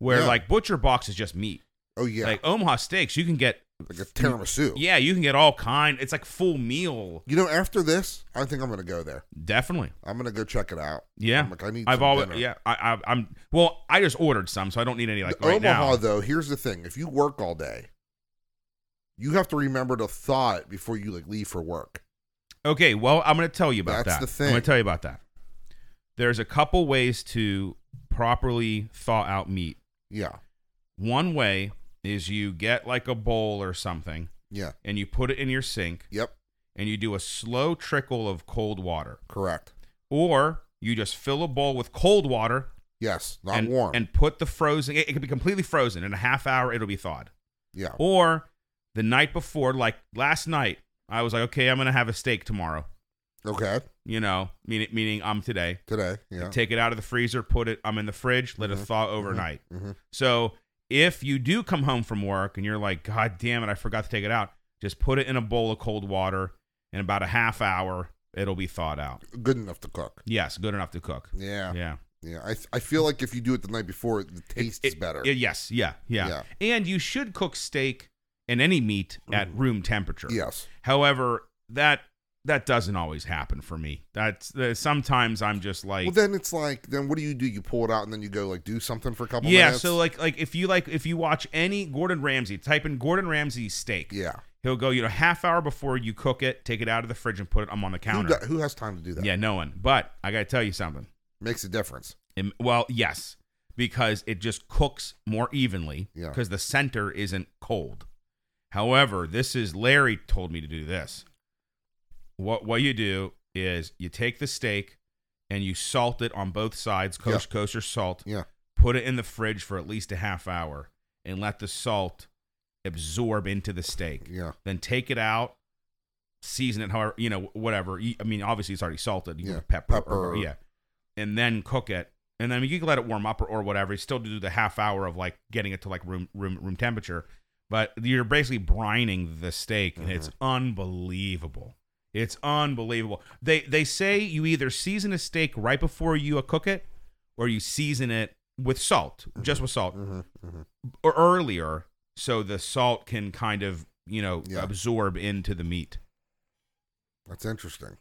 [SPEAKER 1] Where
[SPEAKER 2] Yeah.
[SPEAKER 1] like Butcher Box is just meat.
[SPEAKER 2] oh yeah, like,
[SPEAKER 1] Like Omaha steaks, you can get
[SPEAKER 2] a tiramisu.
[SPEAKER 1] yeah, you can get all kind. It's like full meal.
[SPEAKER 2] You know, after this, I think I'm gonna go there.
[SPEAKER 1] Definitely.
[SPEAKER 2] I'm gonna go check it out.
[SPEAKER 1] Yeah.
[SPEAKER 2] I'm like, I need.
[SPEAKER 1] I've
[SPEAKER 2] some
[SPEAKER 1] always
[SPEAKER 2] dinner.
[SPEAKER 1] yeah. I, I I'm well. I just ordered some, so I don't need any like
[SPEAKER 2] The
[SPEAKER 1] right
[SPEAKER 2] Omaha,
[SPEAKER 1] now.
[SPEAKER 2] though, here's the thing: if you work all day, you have to remember to thaw it before you like leave for work.
[SPEAKER 1] Okay. Well, I'm gonna tell you about
[SPEAKER 2] That's
[SPEAKER 1] that.
[SPEAKER 2] the thing.
[SPEAKER 1] I'm gonna tell you about that. There's a couple ways to properly thaw out meat.
[SPEAKER 2] Yeah,
[SPEAKER 1] One way is you get like a bowl or something,
[SPEAKER 2] Yeah.
[SPEAKER 1] and you put it in your sink
[SPEAKER 2] Yep.
[SPEAKER 1] and you do a slow trickle of cold water.
[SPEAKER 2] Correct.
[SPEAKER 1] Or you just fill a bowl with cold water
[SPEAKER 2] Yes. Not
[SPEAKER 1] and,
[SPEAKER 2] warm.
[SPEAKER 1] and put the frozen, it, it could be completely frozen. In a half hour, it'll be thawed.
[SPEAKER 2] yeah.
[SPEAKER 1] Or the night before, like last night, I was like, okay, I'm going to have a steak tomorrow,
[SPEAKER 2] Okay.
[SPEAKER 1] you know, meaning, meaning I'm today.
[SPEAKER 2] Today. Yeah.
[SPEAKER 1] Take it out of the freezer, put it, I'm in the fridge, let
[SPEAKER 2] Mhm.
[SPEAKER 1] it thaw overnight.
[SPEAKER 2] hmm
[SPEAKER 1] So if you do come home from work and you're like, God damn it, I forgot to take it out, just put it in a bowl of cold water. In about a half hour, it'll be thawed out.
[SPEAKER 2] Good enough to cook.
[SPEAKER 1] Yes, good enough to cook.
[SPEAKER 2] Yeah.
[SPEAKER 1] Yeah.
[SPEAKER 2] Yeah. I, I feel like if you do it the night before, the taste is
[SPEAKER 1] It-
[SPEAKER 2] better.
[SPEAKER 1] it- yes. Yeah, yeah.
[SPEAKER 2] Yeah.
[SPEAKER 1] And you should cook steak and any meat
[SPEAKER 2] Mm.
[SPEAKER 1] at room temperature.
[SPEAKER 2] Yes.
[SPEAKER 1] However, that that doesn't always happen for me. That's uh, sometimes I'm just like.
[SPEAKER 2] Well, then it's like, then what do you do? You pull it out and then you go like do something for a couple
[SPEAKER 1] yeah,
[SPEAKER 2] minutes.
[SPEAKER 1] so like like if you like if you watch any Gordon Ramsay, type in Gordon Ramsay steak.
[SPEAKER 2] yeah.
[SPEAKER 1] He'll go, you know, half hour before you cook it, take it out of the fridge and put it um, on the
[SPEAKER 2] Who,
[SPEAKER 1] counter.
[SPEAKER 2] do- who has time to do that?
[SPEAKER 1] Yeah, no one. But I got to tell you something.
[SPEAKER 2] Makes a difference.
[SPEAKER 1] It- well, yes, because it just cooks more evenly
[SPEAKER 2] Yeah.
[SPEAKER 1] because the center isn't cold. However, this is Larry told me to do this. What what you do is you take the steak and you salt it on both sides, coast coast or salt.
[SPEAKER 2] Yeah.
[SPEAKER 1] Put it in the fridge for at least a half hour and let the salt absorb into the steak
[SPEAKER 2] Yeah.
[SPEAKER 1] then take it out, season it however you know whatever. You- I mean, obviously it's already salted. You
[SPEAKER 2] Yeah,
[SPEAKER 1] yeah, pepper, or-
[SPEAKER 2] pepper.
[SPEAKER 1] yeah, and then cook it. And then you can let it warm up or, or whatever. You still do the half hour of like getting it to like room room room temperature, but you're basically brining the steak, and it's
[SPEAKER 2] Mm-hmm.
[SPEAKER 1] unbelievable. It's unbelievable. They they say you either season a steak right before you uh, cook it, or you season it with salt, just with salt,
[SPEAKER 2] hmm hmm
[SPEAKER 1] or earlier so the salt can kind of you know
[SPEAKER 2] Yeah.
[SPEAKER 1] absorb into the meat
[SPEAKER 2] That's interesting.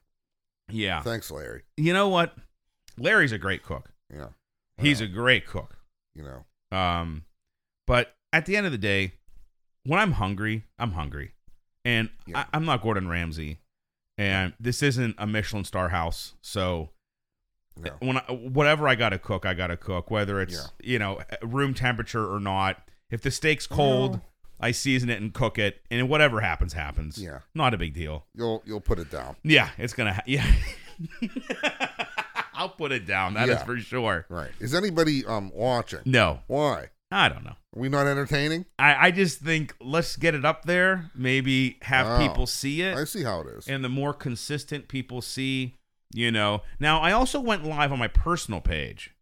[SPEAKER 1] yeah
[SPEAKER 2] Thanks, Larry.
[SPEAKER 1] you know what larry's a great cook
[SPEAKER 2] Oh, Yeah.
[SPEAKER 1] he's
[SPEAKER 2] Wow.
[SPEAKER 1] a great cook
[SPEAKER 2] you know.
[SPEAKER 1] um but at the end of the day when i'm hungry i'm hungry and
[SPEAKER 2] Yeah.
[SPEAKER 1] I, i'm not gordon ramsay and this isn't a michelin star house so
[SPEAKER 2] No.
[SPEAKER 1] when I, whatever i gotta cook i gotta cook whether it's you know room temperature or not if the steak's
[SPEAKER 2] Oh.
[SPEAKER 1] cold
[SPEAKER 2] Well-
[SPEAKER 1] i season it and cook it and whatever happens happens
[SPEAKER 2] Yeah.
[SPEAKER 1] not a big deal.
[SPEAKER 2] You'll you'll put it down.
[SPEAKER 1] Yeah, it's gonna. Ha- yeah, I'll put it down. That is
[SPEAKER 2] Yeah.
[SPEAKER 1] for sure.
[SPEAKER 2] Right. Is anybody um watching?
[SPEAKER 1] No,
[SPEAKER 2] Why? Are
[SPEAKER 1] I don't know.
[SPEAKER 2] we not entertaining?
[SPEAKER 1] I I just think let's get it up there. Maybe have
[SPEAKER 2] Wow.
[SPEAKER 1] people see
[SPEAKER 2] I
[SPEAKER 1] it,
[SPEAKER 2] see how it is.
[SPEAKER 1] and the more consistent people see, you know. Now I also went live on my personal page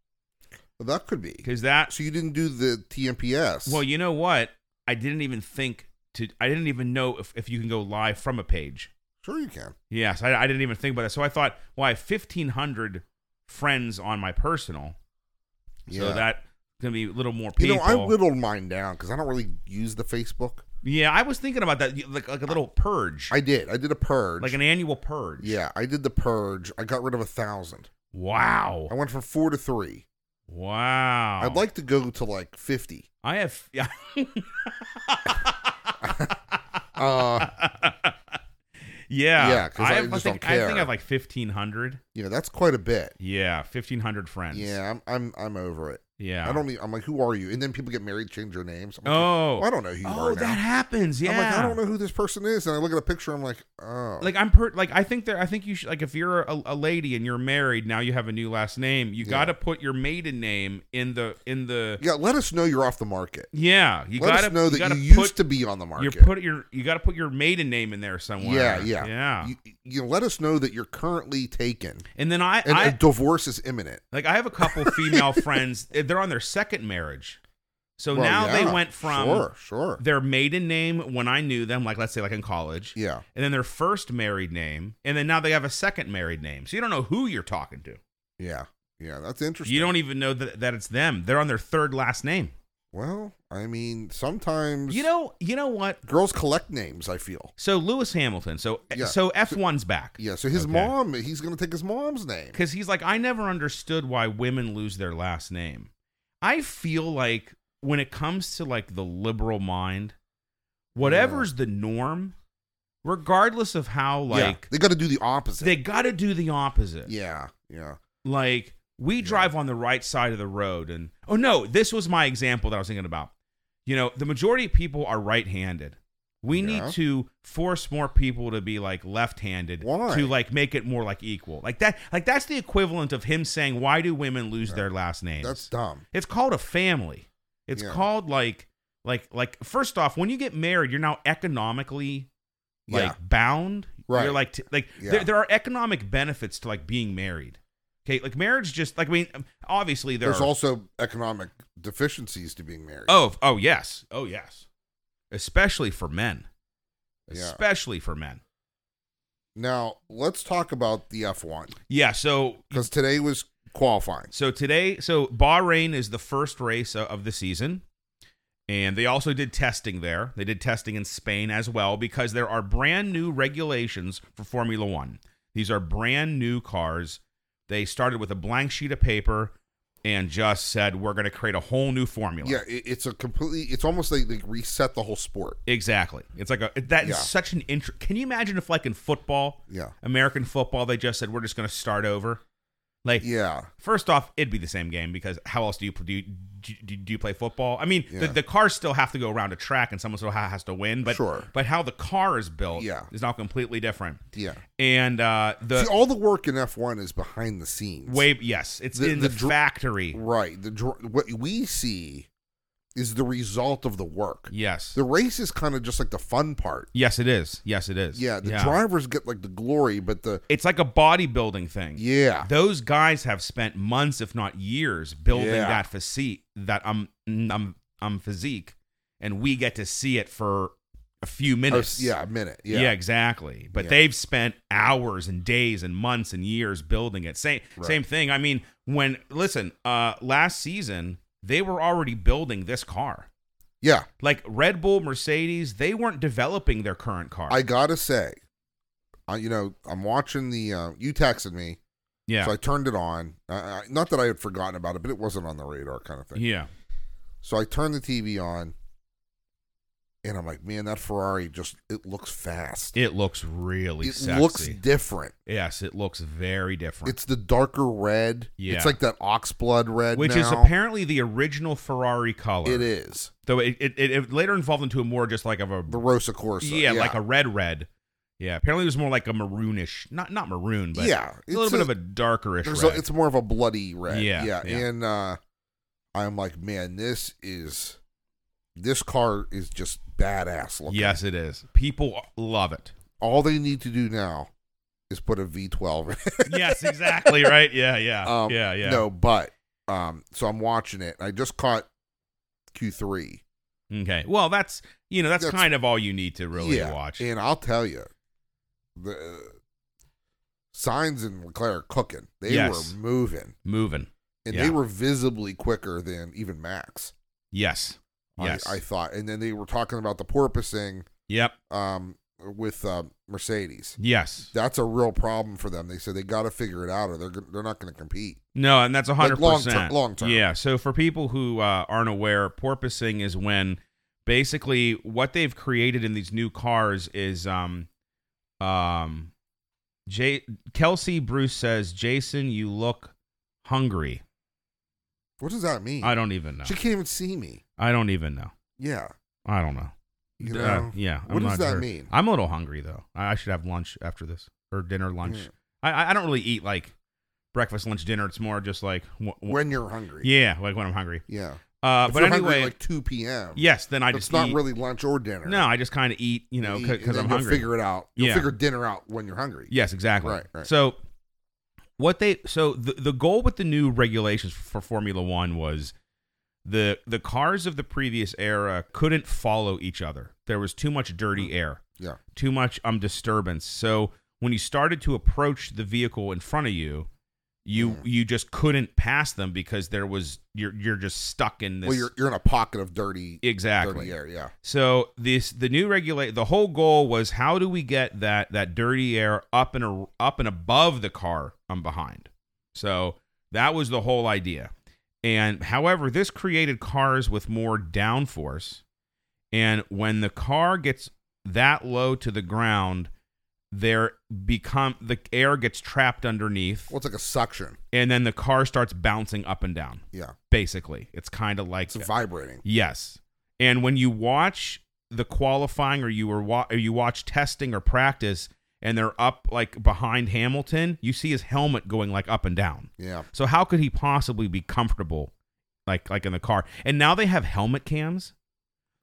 [SPEAKER 2] Well, that could be.
[SPEAKER 1] because that.
[SPEAKER 2] So you didn't do the TMPS.
[SPEAKER 1] Well, you know what? I didn't even think to. I didn't even know if if you can go live from a page.
[SPEAKER 2] sure you can.
[SPEAKER 1] Yes, I, I didn't even think about that. So I thought, well, I have 1,500 friends on my personal. So
[SPEAKER 2] Yeah.
[SPEAKER 1] that's going to be a little more
[SPEAKER 2] You
[SPEAKER 1] people.
[SPEAKER 2] know, I whittled mine down because I don't really use the Facebook.
[SPEAKER 1] yeah, I was thinking about that, you- like, like a little purge,
[SPEAKER 2] I did. I did a purge.
[SPEAKER 1] like an annual purge.
[SPEAKER 2] yeah, I did the purge. I got rid of a thousand.
[SPEAKER 1] Wow.
[SPEAKER 2] I went from four to three.
[SPEAKER 1] Wow.
[SPEAKER 2] I'd like to go to like fifty.
[SPEAKER 1] I have. Yeah.
[SPEAKER 2] Uh,
[SPEAKER 1] yeah.
[SPEAKER 2] Yeah, 'cause I
[SPEAKER 1] have-
[SPEAKER 2] just
[SPEAKER 1] think,
[SPEAKER 2] don't
[SPEAKER 1] I think I
[SPEAKER 2] care.
[SPEAKER 1] have like 1,500.
[SPEAKER 2] you know, that's quite a bit.
[SPEAKER 1] Yeah, 1,500 friends.
[SPEAKER 2] Yeah, I'm I'm I'm over it.
[SPEAKER 1] Yeah.
[SPEAKER 2] I don't. Even, I'm like, who are you? And then people get married, change their names. I'm like,
[SPEAKER 1] Oh.
[SPEAKER 2] well, I don't know who you
[SPEAKER 1] oh,
[SPEAKER 2] are now.
[SPEAKER 1] that happens. Yeah.
[SPEAKER 2] I'm like, I don't know who this person is, and I look at a picture. I'm like, oh,
[SPEAKER 1] like I'm per like I think there I think you should like if you're a, a lady and you're married now you have a new last name you
[SPEAKER 2] Yeah.
[SPEAKER 1] got to put your maiden name in the in the
[SPEAKER 2] yeah. Let us know you're off the market.
[SPEAKER 1] yeah you
[SPEAKER 2] let
[SPEAKER 1] got to
[SPEAKER 2] us know that
[SPEAKER 1] gotta
[SPEAKER 2] you
[SPEAKER 1] put,
[SPEAKER 2] used to be on the market.
[SPEAKER 1] you put your you got to put your maiden name in there somewhere
[SPEAKER 2] yeah, yeah,
[SPEAKER 1] yeah
[SPEAKER 2] You, you let us know that you're currently taken,
[SPEAKER 1] and then I
[SPEAKER 2] and a
[SPEAKER 1] I
[SPEAKER 2] divorce is imminent.
[SPEAKER 1] like I have a couple female friends eh, they're on their second marriage so
[SPEAKER 2] Well,
[SPEAKER 1] now they
[SPEAKER 2] yeah,
[SPEAKER 1] went from
[SPEAKER 2] sure, sure,
[SPEAKER 1] their maiden name when I knew them like let's say like in college
[SPEAKER 2] yeah,
[SPEAKER 1] and then their first married name and then now they have a second married name so you don't know who you're talking to.
[SPEAKER 2] yeah, yeah. That's interesting.
[SPEAKER 1] You don't e even know that, that it's them. They're on their third last name.
[SPEAKER 2] well, I mean, sometimes
[SPEAKER 1] You know, you know what?
[SPEAKER 2] girls collect names. I feel.
[SPEAKER 1] So Lewis Hamilton. So
[SPEAKER 2] Yeah.
[SPEAKER 1] so F1's back
[SPEAKER 2] Yeah, so his
[SPEAKER 1] Okay.
[SPEAKER 2] mom, he's gonna take his mom's name.
[SPEAKER 1] cuz he's like I never understood why women lose their last name. I feel like when it comes to like the liberal mind, whatever's the norm, regardless of how
[SPEAKER 2] Yeah,
[SPEAKER 1] like
[SPEAKER 2] they got to do the opposite.
[SPEAKER 1] they got to do the opposite.
[SPEAKER 2] yeah, yeah,
[SPEAKER 1] Like we drive on the right side of the road and oh no, this was my example that I was thinking about. You know, the majority of people are right-handed. We
[SPEAKER 2] Yeah.
[SPEAKER 1] need to force more people to be like left-handed
[SPEAKER 2] Why?
[SPEAKER 1] to like make it more like equal. Like that like that's the equivalent of him saying why do women lose their last names?
[SPEAKER 2] That's dumb.
[SPEAKER 1] It's called a family. It's
[SPEAKER 2] Yeah.
[SPEAKER 1] called like like like first off, when you get married, you're now economically like
[SPEAKER 2] Yeah.
[SPEAKER 1] bound.
[SPEAKER 2] Right.
[SPEAKER 1] You're like t- like
[SPEAKER 2] Yeah.
[SPEAKER 1] there, there are economic benefits to like being married. Okay, like marriage just like I mean obviously there
[SPEAKER 2] There's
[SPEAKER 1] are,
[SPEAKER 2] also economic deficiencies to being married.
[SPEAKER 1] Oh, oh yes. Oh yes. Especially for men.
[SPEAKER 2] Yeah.
[SPEAKER 1] Especially for men.
[SPEAKER 2] Now let's talk about the F1
[SPEAKER 1] Yeah, so
[SPEAKER 2] because today was qualifying.
[SPEAKER 1] so today so Bahrain is the first race o- of the season. And they also did testing there. They did testing in Spain as well because there are brand new regulations for Formula 1. These are brand new cars. They started with a blank sheet of paper and just said we're going to create a whole new formula.
[SPEAKER 2] Yeah, it, it's a completely. It's almost like they reset the whole sport.
[SPEAKER 1] Exactly. It's like a that's
[SPEAKER 2] Yeah.
[SPEAKER 1] such an intro. Can you imagine if like in football
[SPEAKER 2] Yeah,
[SPEAKER 1] American football, they just said we're just going to start over. Like,
[SPEAKER 2] yeah,
[SPEAKER 1] first off, it'd be the same game because how else do you do? You, do, do you play football? I mean,
[SPEAKER 2] Yeah.
[SPEAKER 1] the, the cars still have to go around a track, and someone still ha- has to win. But
[SPEAKER 2] Sure.
[SPEAKER 1] but how the car is built
[SPEAKER 2] Yeah.
[SPEAKER 1] is now completely different.
[SPEAKER 2] yeah.
[SPEAKER 1] And uh, the
[SPEAKER 2] See, all the work in F1 is behind the scenes.
[SPEAKER 1] way, yes, it's
[SPEAKER 2] The-
[SPEAKER 1] in
[SPEAKER 2] the
[SPEAKER 1] the,
[SPEAKER 2] dr-
[SPEAKER 1] factory.
[SPEAKER 2] right. The dr- what we see is the result of the work.
[SPEAKER 1] Yes,
[SPEAKER 2] The race is kind of just like the fun part.
[SPEAKER 1] yes, it is. Yes, it is.
[SPEAKER 2] Yeah, the drivers get like the glory, but the
[SPEAKER 1] It's like a bodybuilding thing.
[SPEAKER 2] yeah,
[SPEAKER 1] Those guys have spent months, if not years, building
[SPEAKER 2] Yeah.
[SPEAKER 1] that physique that um um um physique, and we get to see it for a few
[SPEAKER 2] or,
[SPEAKER 1] minutes.
[SPEAKER 2] yeah, a minute. Yeah,
[SPEAKER 1] yeah, exactly. But
[SPEAKER 2] Yeah.
[SPEAKER 1] they've spent hours and days and months and years building it. Same
[SPEAKER 2] Right.
[SPEAKER 1] same thing. I mean, when listen, uh, last season they were already building this car.
[SPEAKER 2] yeah.
[SPEAKER 1] Like Red Bull, Mercedes, they weren't developing their current car.
[SPEAKER 2] I gotta say, I, you know, I'm watching the. Uh, you texted me,
[SPEAKER 1] yeah,
[SPEAKER 2] so I turned it on. I, I, not that I had forgotten about it, but it wasn't on the radar, kind of thing.
[SPEAKER 1] yeah,
[SPEAKER 2] So I turned the TV on, and I'm like, man, that Ferrari just it looks fast.
[SPEAKER 1] it looks really
[SPEAKER 2] It
[SPEAKER 1] sexy.
[SPEAKER 2] looks different.
[SPEAKER 1] yes, it looks very different.
[SPEAKER 2] It's the darker red.
[SPEAKER 1] Yeah.
[SPEAKER 2] It's like that oxblood red,
[SPEAKER 1] which is
[SPEAKER 2] now.
[SPEAKER 1] apparently the original Ferrari color.
[SPEAKER 2] It is
[SPEAKER 1] Though it, it, it, it later evolved into a more just like of a
[SPEAKER 2] the Rosa Corsa.
[SPEAKER 1] yeah, like a red red. Yeah, apparently it was more like a maroonish, not not maroon, but
[SPEAKER 2] Yeah,
[SPEAKER 1] a little
[SPEAKER 2] it's
[SPEAKER 1] bit
[SPEAKER 2] a-
[SPEAKER 1] of a darkerish
[SPEAKER 2] There's
[SPEAKER 1] red.
[SPEAKER 2] a- it's more of a bloody red.
[SPEAKER 1] Yeah,
[SPEAKER 2] yeah.
[SPEAKER 1] yeah.
[SPEAKER 2] And uh, I'm like, man, this is this car is just badass looking.
[SPEAKER 1] yes, it is. People love it.
[SPEAKER 2] All they need to do now is put a V12 in.
[SPEAKER 1] yes, exactly. Right. Yeah. Yeah.
[SPEAKER 2] Um,
[SPEAKER 1] yeah. Yeah.
[SPEAKER 2] No, but um, so I'm watching it. I just caught Q3.
[SPEAKER 1] Okay. Well, that's you know that's,
[SPEAKER 2] That's-
[SPEAKER 1] kind of all you need to really watch.
[SPEAKER 2] And I'll tell you, the uh, signs and Leclerc cooking. They
[SPEAKER 1] Yes.
[SPEAKER 2] were moving,
[SPEAKER 1] Moving.
[SPEAKER 2] and
[SPEAKER 1] Yeah.
[SPEAKER 2] they were visibly quicker than even Max.
[SPEAKER 1] Yes.
[SPEAKER 2] I-
[SPEAKER 1] Yes.
[SPEAKER 2] I, thought. And then they were talking about the porpoising
[SPEAKER 1] yep.
[SPEAKER 2] um, with um, Mercedes.
[SPEAKER 1] Yes.
[SPEAKER 2] That's a real problem for them. They said they got to figure it out, or they're gon- they're not going to compete.
[SPEAKER 1] No, and that's a hundred
[SPEAKER 2] Like long term-
[SPEAKER 1] percent
[SPEAKER 2] long term.
[SPEAKER 1] Yeah. So for people who uh, aren't aware, porpoising is when basically what they've created in these new cars is um um J- Kelsey Bruce says, Jason, you look hungry.
[SPEAKER 2] What does that mean?
[SPEAKER 1] I don't even know.
[SPEAKER 2] She can't even see me.
[SPEAKER 1] I don't even know.
[SPEAKER 2] Yeah,
[SPEAKER 1] I don't know.
[SPEAKER 2] you
[SPEAKER 1] Uh,
[SPEAKER 2] know.
[SPEAKER 1] yeah. I'm
[SPEAKER 2] what does
[SPEAKER 1] not
[SPEAKER 2] that
[SPEAKER 1] sure.
[SPEAKER 2] mean?
[SPEAKER 1] I'm a little hungry though. I I should have lunch after this or dinner lunch. I- I I don't really eat like breakfast, lunch, dinner. It's more just like wh- wh-
[SPEAKER 2] when you're hungry.
[SPEAKER 1] yeah, like when I'm hungry.
[SPEAKER 2] Yeah.
[SPEAKER 1] Uh,
[SPEAKER 2] If
[SPEAKER 1] but
[SPEAKER 2] you're
[SPEAKER 1] anyway,
[SPEAKER 2] hungry at like 2 p.m.
[SPEAKER 1] Yes, then I
[SPEAKER 2] it's
[SPEAKER 1] just
[SPEAKER 2] not
[SPEAKER 1] eat.
[SPEAKER 2] really lunch or dinner.
[SPEAKER 1] No, I just kind of eat, you know,
[SPEAKER 2] Eat,
[SPEAKER 1] because
[SPEAKER 2] and then
[SPEAKER 1] I'm
[SPEAKER 2] you'll
[SPEAKER 1] hungry.
[SPEAKER 2] Figure it out. You'll
[SPEAKER 1] Yeah.
[SPEAKER 2] figure dinner out when you're hungry.
[SPEAKER 1] yes, exactly.
[SPEAKER 2] Right, right.
[SPEAKER 1] So what they so the, the goal with the new regulations for Formula 1 was the the cars of the previous era couldn't follow each other. There was too much dirty air,
[SPEAKER 2] Mm. Yeah.
[SPEAKER 1] too much um disturbance. So when you started to approach the vehicle in front of you, you
[SPEAKER 2] Mm.
[SPEAKER 1] you just couldn't pass them because there was you're you're just stuck in this
[SPEAKER 2] Well, you're you're in a pocket of dirty,
[SPEAKER 1] exactly
[SPEAKER 2] dirty air. Yeah.
[SPEAKER 1] So this the new regulate the whole goal was how do we get that that dirty air up and a, up and above the car I'm behind. So that was the whole idea. And however, this created cars with more downforce and when the car gets that low to the ground there become the air gets trapped underneath
[SPEAKER 2] Well, it's like a suction.
[SPEAKER 1] and then the car starts bouncing up and down
[SPEAKER 2] Yeah.
[SPEAKER 1] basically. It's kind of like
[SPEAKER 2] It's vibrating.
[SPEAKER 1] Yes. And when you watch the qualifying or you were wa- or you watch testing or practice and they're up like behind Hamilton, you see his helmet going like up and down.
[SPEAKER 2] Yeah.
[SPEAKER 1] So how could he possibly be comfortable like like in the car? And now they have helmet cams.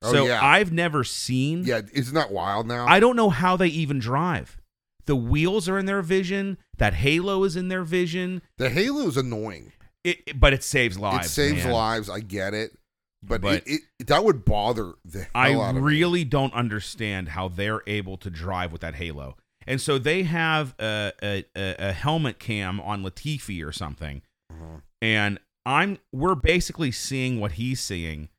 [SPEAKER 2] Oh,
[SPEAKER 1] so
[SPEAKER 2] yeah.
[SPEAKER 1] I've never seen
[SPEAKER 2] Yeah. Isn't that wild now?
[SPEAKER 1] I don't know how they even drive. The wheels are in their vision, that halo is in their vision.
[SPEAKER 2] the Halo is annoying.
[SPEAKER 1] It, it- but it saves lives.
[SPEAKER 2] it saves
[SPEAKER 1] man.
[SPEAKER 2] lives. I get it. But,
[SPEAKER 1] But-
[SPEAKER 2] it, it, that would bother the hell
[SPEAKER 1] I
[SPEAKER 2] out of me.
[SPEAKER 1] really don't understand how they're able to drive with that halo. And so they have a, a, a, a helmet cam on Latifi or something,
[SPEAKER 2] Mhm.
[SPEAKER 1] and I'm we're basically seeing what he's seeing.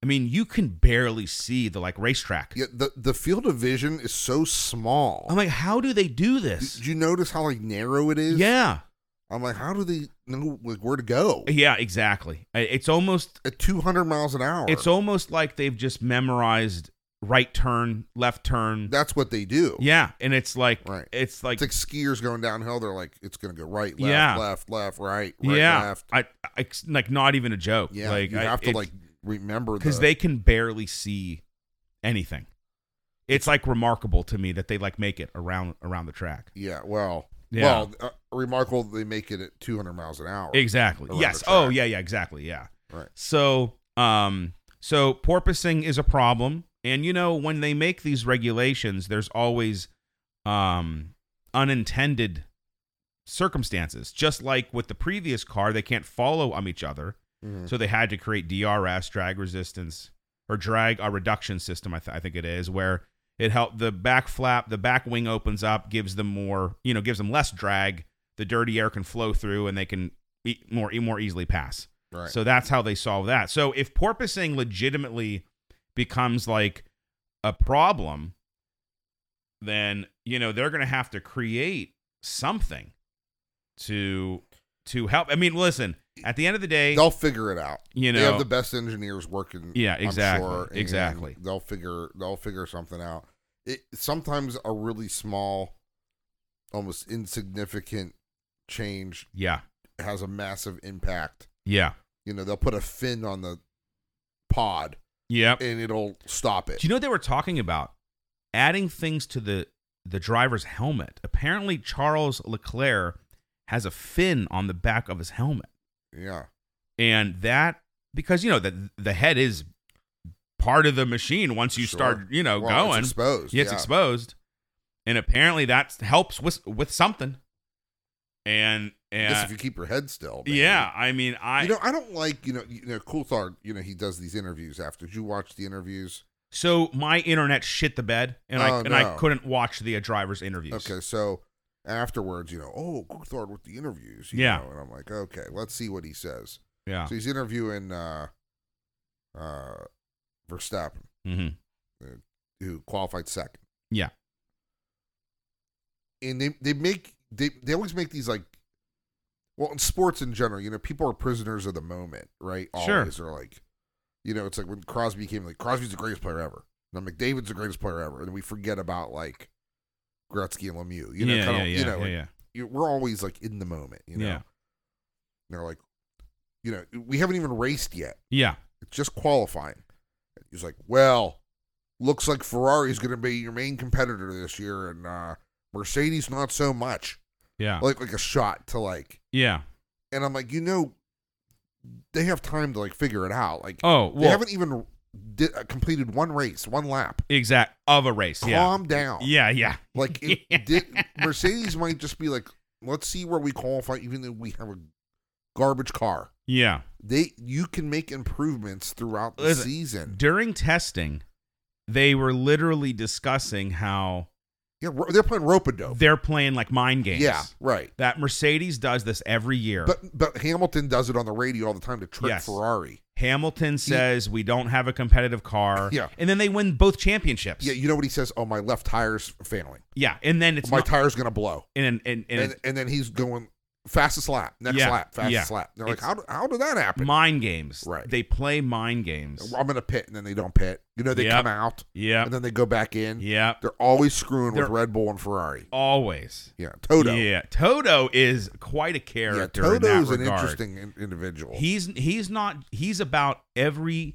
[SPEAKER 1] I mean, you can barely see the like racetrack.
[SPEAKER 2] Yeah, the the field of vision is so small.
[SPEAKER 1] I'm like, how do they do
[SPEAKER 2] Did
[SPEAKER 1] this?
[SPEAKER 2] you notice how like narrow it is?
[SPEAKER 1] Yeah,
[SPEAKER 2] I'm like, how do they know like where to go
[SPEAKER 1] yeah, exactly. I- It's almost
[SPEAKER 2] at 200 miles an hour?
[SPEAKER 1] It's almost like they've just memorized right turn, left turn.
[SPEAKER 2] that's what they do.
[SPEAKER 1] yeah, and it's like
[SPEAKER 2] Right.
[SPEAKER 1] it's like
[SPEAKER 2] It's like skiers going downhill. They're like, it's gonna go right, left,
[SPEAKER 1] Yeah.
[SPEAKER 2] left, left, right, right,
[SPEAKER 1] yeah,
[SPEAKER 2] left.
[SPEAKER 1] I, I like not even a joke.
[SPEAKER 2] Yeah,
[SPEAKER 1] like
[SPEAKER 2] you
[SPEAKER 1] I-
[SPEAKER 2] have to
[SPEAKER 1] it-
[SPEAKER 2] like remember
[SPEAKER 1] because
[SPEAKER 2] the-
[SPEAKER 1] they can barely see anything. It's like remarkable to me that they like make it around around the track.
[SPEAKER 2] Yeah, well,
[SPEAKER 1] Yeah.
[SPEAKER 2] well, uh, remarkable. They make it at 200 miles an hour.
[SPEAKER 1] Exactly.
[SPEAKER 2] Around
[SPEAKER 1] yes.
[SPEAKER 2] the
[SPEAKER 1] Oh
[SPEAKER 2] track.
[SPEAKER 1] yeah. Yeah. Exactly. Yeah.
[SPEAKER 2] Right.
[SPEAKER 1] So um so porpoising is a problem, and you know when they make these regulations, there's always um unintended circumstances. Just like with the previous car, they can't follow on each other,
[SPEAKER 2] Mhm.
[SPEAKER 1] so they had to create DRS drag resistance or drag a reduction system. I, th- I think it is where it helped the back flap, the back wing opens up, gives them more, you know, gives them less drag. The dirty air can flow through, and they can e- more e- more easily pass.
[SPEAKER 2] Right.
[SPEAKER 1] So that's how they solve that. So if porpoising legitimately becomes like a problem, then you know they're going to have to create something to to help. I mean, listen. At the end of the day,
[SPEAKER 2] they'll figure it out.
[SPEAKER 1] you
[SPEAKER 2] they
[SPEAKER 1] know,
[SPEAKER 2] have the best engineers working.
[SPEAKER 1] Yeah,
[SPEAKER 2] I'm
[SPEAKER 1] exactly,
[SPEAKER 2] sure, and
[SPEAKER 1] exactly.
[SPEAKER 2] They'll figure. They'll figure something out. It sometimes a really small, almost insignificant change
[SPEAKER 1] yeah,
[SPEAKER 2] has a massive impact.
[SPEAKER 1] yeah,
[SPEAKER 2] You know, they'll put a fin on the pod
[SPEAKER 1] yeah.
[SPEAKER 2] and it'll stop it.
[SPEAKER 1] Do you know what they were talking about? Adding things to the the driver's helmet. Apparently, Charles Leclerc has a fin on the back of his helmet,
[SPEAKER 2] yeah,
[SPEAKER 1] and that because you know that the head is part of the machine. Once you
[SPEAKER 2] Sure.
[SPEAKER 1] start, you know,
[SPEAKER 2] Well,
[SPEAKER 1] going,
[SPEAKER 2] it's exposed.
[SPEAKER 1] Yeah, it's
[SPEAKER 2] yeah.
[SPEAKER 1] exposed, and apparently that helps with with something. And
[SPEAKER 2] Just if
[SPEAKER 1] and
[SPEAKER 2] you keep your head still. maybe.
[SPEAKER 1] yeah, I mean, I
[SPEAKER 2] you know, I don't like you know, you know, Coulthard. You know, he does these interviews after. Did you watch the interviews?
[SPEAKER 1] so my internet shit the bed, and I
[SPEAKER 2] Oh,
[SPEAKER 1] and I
[SPEAKER 2] no.
[SPEAKER 1] couldn't watch the uh, driver's interviews.
[SPEAKER 2] Okay, so afterwards, you know, oh, Coulthard with the interviews. you
[SPEAKER 1] Yeah.
[SPEAKER 2] know, and I'm like, okay, let's see what he says.
[SPEAKER 1] yeah,
[SPEAKER 2] So he's interviewing uh, uh, Verstappen,
[SPEAKER 1] hmm
[SPEAKER 2] who qualified second.
[SPEAKER 1] yeah,
[SPEAKER 2] and they they make they they always make these like well in sports in general you know people are prisoners of the moment right
[SPEAKER 1] Sure.
[SPEAKER 2] always they're like you know it's like when crosby came like crosby's the greatest player ever now mcdavid's the greatest player ever and we forget about like gretzky and lemieux you know
[SPEAKER 1] yeah,
[SPEAKER 2] kind
[SPEAKER 1] yeah,
[SPEAKER 2] of
[SPEAKER 1] yeah,
[SPEAKER 2] you know
[SPEAKER 1] yeah,
[SPEAKER 2] like,
[SPEAKER 1] yeah.
[SPEAKER 2] you- we're always like in the moment you know
[SPEAKER 1] Yeah.
[SPEAKER 2] and they're like you know we haven't even raced yet
[SPEAKER 1] yeah.
[SPEAKER 2] it's just qualifying he's like well looks like ferrari's going to be your main competitor this year and uh mercedes not so much
[SPEAKER 1] Yeah.
[SPEAKER 2] like like a shot to like
[SPEAKER 1] Yeah.
[SPEAKER 2] and i'm like you know they have time to like figure it out like
[SPEAKER 1] Oh,
[SPEAKER 2] they
[SPEAKER 1] well,
[SPEAKER 2] haven't even di- uh, completed one race one lap
[SPEAKER 1] exact of a race. Yeah.
[SPEAKER 2] calm down
[SPEAKER 1] Yeah. Yeah.
[SPEAKER 2] like it, di- mercedes might just be like let's see where we qualify even though we have a garbage car
[SPEAKER 1] Yeah.
[SPEAKER 2] they you can make improvements throughout the
[SPEAKER 1] Listen,
[SPEAKER 2] season
[SPEAKER 1] During testing, they were literally discussing how
[SPEAKER 2] yeah ro- they're playing rope a dope
[SPEAKER 1] they're playing like mind games.
[SPEAKER 2] Oh. yeah right
[SPEAKER 1] That Mercedes does this every year.
[SPEAKER 2] but but hamilton does it on the radio all the time to trick
[SPEAKER 1] Yes.
[SPEAKER 2] ferrari
[SPEAKER 1] Hamilton says we don't have a competitive car.
[SPEAKER 2] Yeah.
[SPEAKER 1] And then they win both championships.
[SPEAKER 2] yeah you know what he says oh my left tire's failing
[SPEAKER 1] Yeah. And then it's
[SPEAKER 2] my
[SPEAKER 1] not-
[SPEAKER 2] tire's gonna blow
[SPEAKER 1] and and, and,
[SPEAKER 2] and, and then he's going fastest lap, next
[SPEAKER 1] Yeah,
[SPEAKER 2] lap, fastest
[SPEAKER 1] yeah.
[SPEAKER 2] lap. They're like,
[SPEAKER 1] It's-
[SPEAKER 2] how, do- how did that
[SPEAKER 1] it's
[SPEAKER 2] happen?
[SPEAKER 1] mind games.
[SPEAKER 2] Right.
[SPEAKER 1] They play mind games.
[SPEAKER 2] I'm gonna pit, and then they don't pit. You know, they
[SPEAKER 1] Yep.
[SPEAKER 2] come out
[SPEAKER 1] Yeah.
[SPEAKER 2] and then they go back in.
[SPEAKER 1] Yeah.
[SPEAKER 2] They're always screwing
[SPEAKER 1] They're-
[SPEAKER 2] with Red Bull and Ferrari.
[SPEAKER 1] Always.
[SPEAKER 2] Yeah, Toto.
[SPEAKER 1] Yeah, Toto is quite a
[SPEAKER 2] Yeah,
[SPEAKER 1] character. in that
[SPEAKER 2] Toto's an
[SPEAKER 1] regard.
[SPEAKER 2] interesting in- individual.
[SPEAKER 1] He's he's not he's about every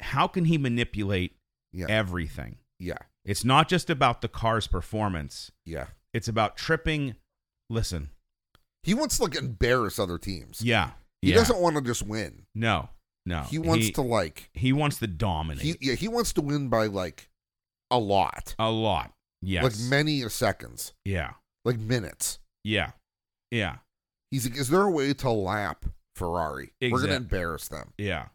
[SPEAKER 1] how can he manipulate
[SPEAKER 2] Yeah.
[SPEAKER 1] everything.
[SPEAKER 2] Yeah.
[SPEAKER 1] It's not just about the car's performance.
[SPEAKER 2] Yeah.
[SPEAKER 1] It's about tripping. Listen,
[SPEAKER 2] He wants to like embarrass other teams.
[SPEAKER 1] yeah,
[SPEAKER 2] He
[SPEAKER 1] yeah.
[SPEAKER 2] doesn't want to just win.
[SPEAKER 1] No, no.
[SPEAKER 2] He wants to like
[SPEAKER 1] He wants to dominate
[SPEAKER 2] he yeah, he wants to win by like a lot.
[SPEAKER 1] a lot. Yes.
[SPEAKER 2] Like many a seconds.
[SPEAKER 1] yeah.
[SPEAKER 2] Like minutes.
[SPEAKER 1] Yeah. Yeah.
[SPEAKER 2] He's like, is there a way to lap Ferrari? We're
[SPEAKER 1] Exact-
[SPEAKER 2] gonna embarrass them.
[SPEAKER 1] Yeah.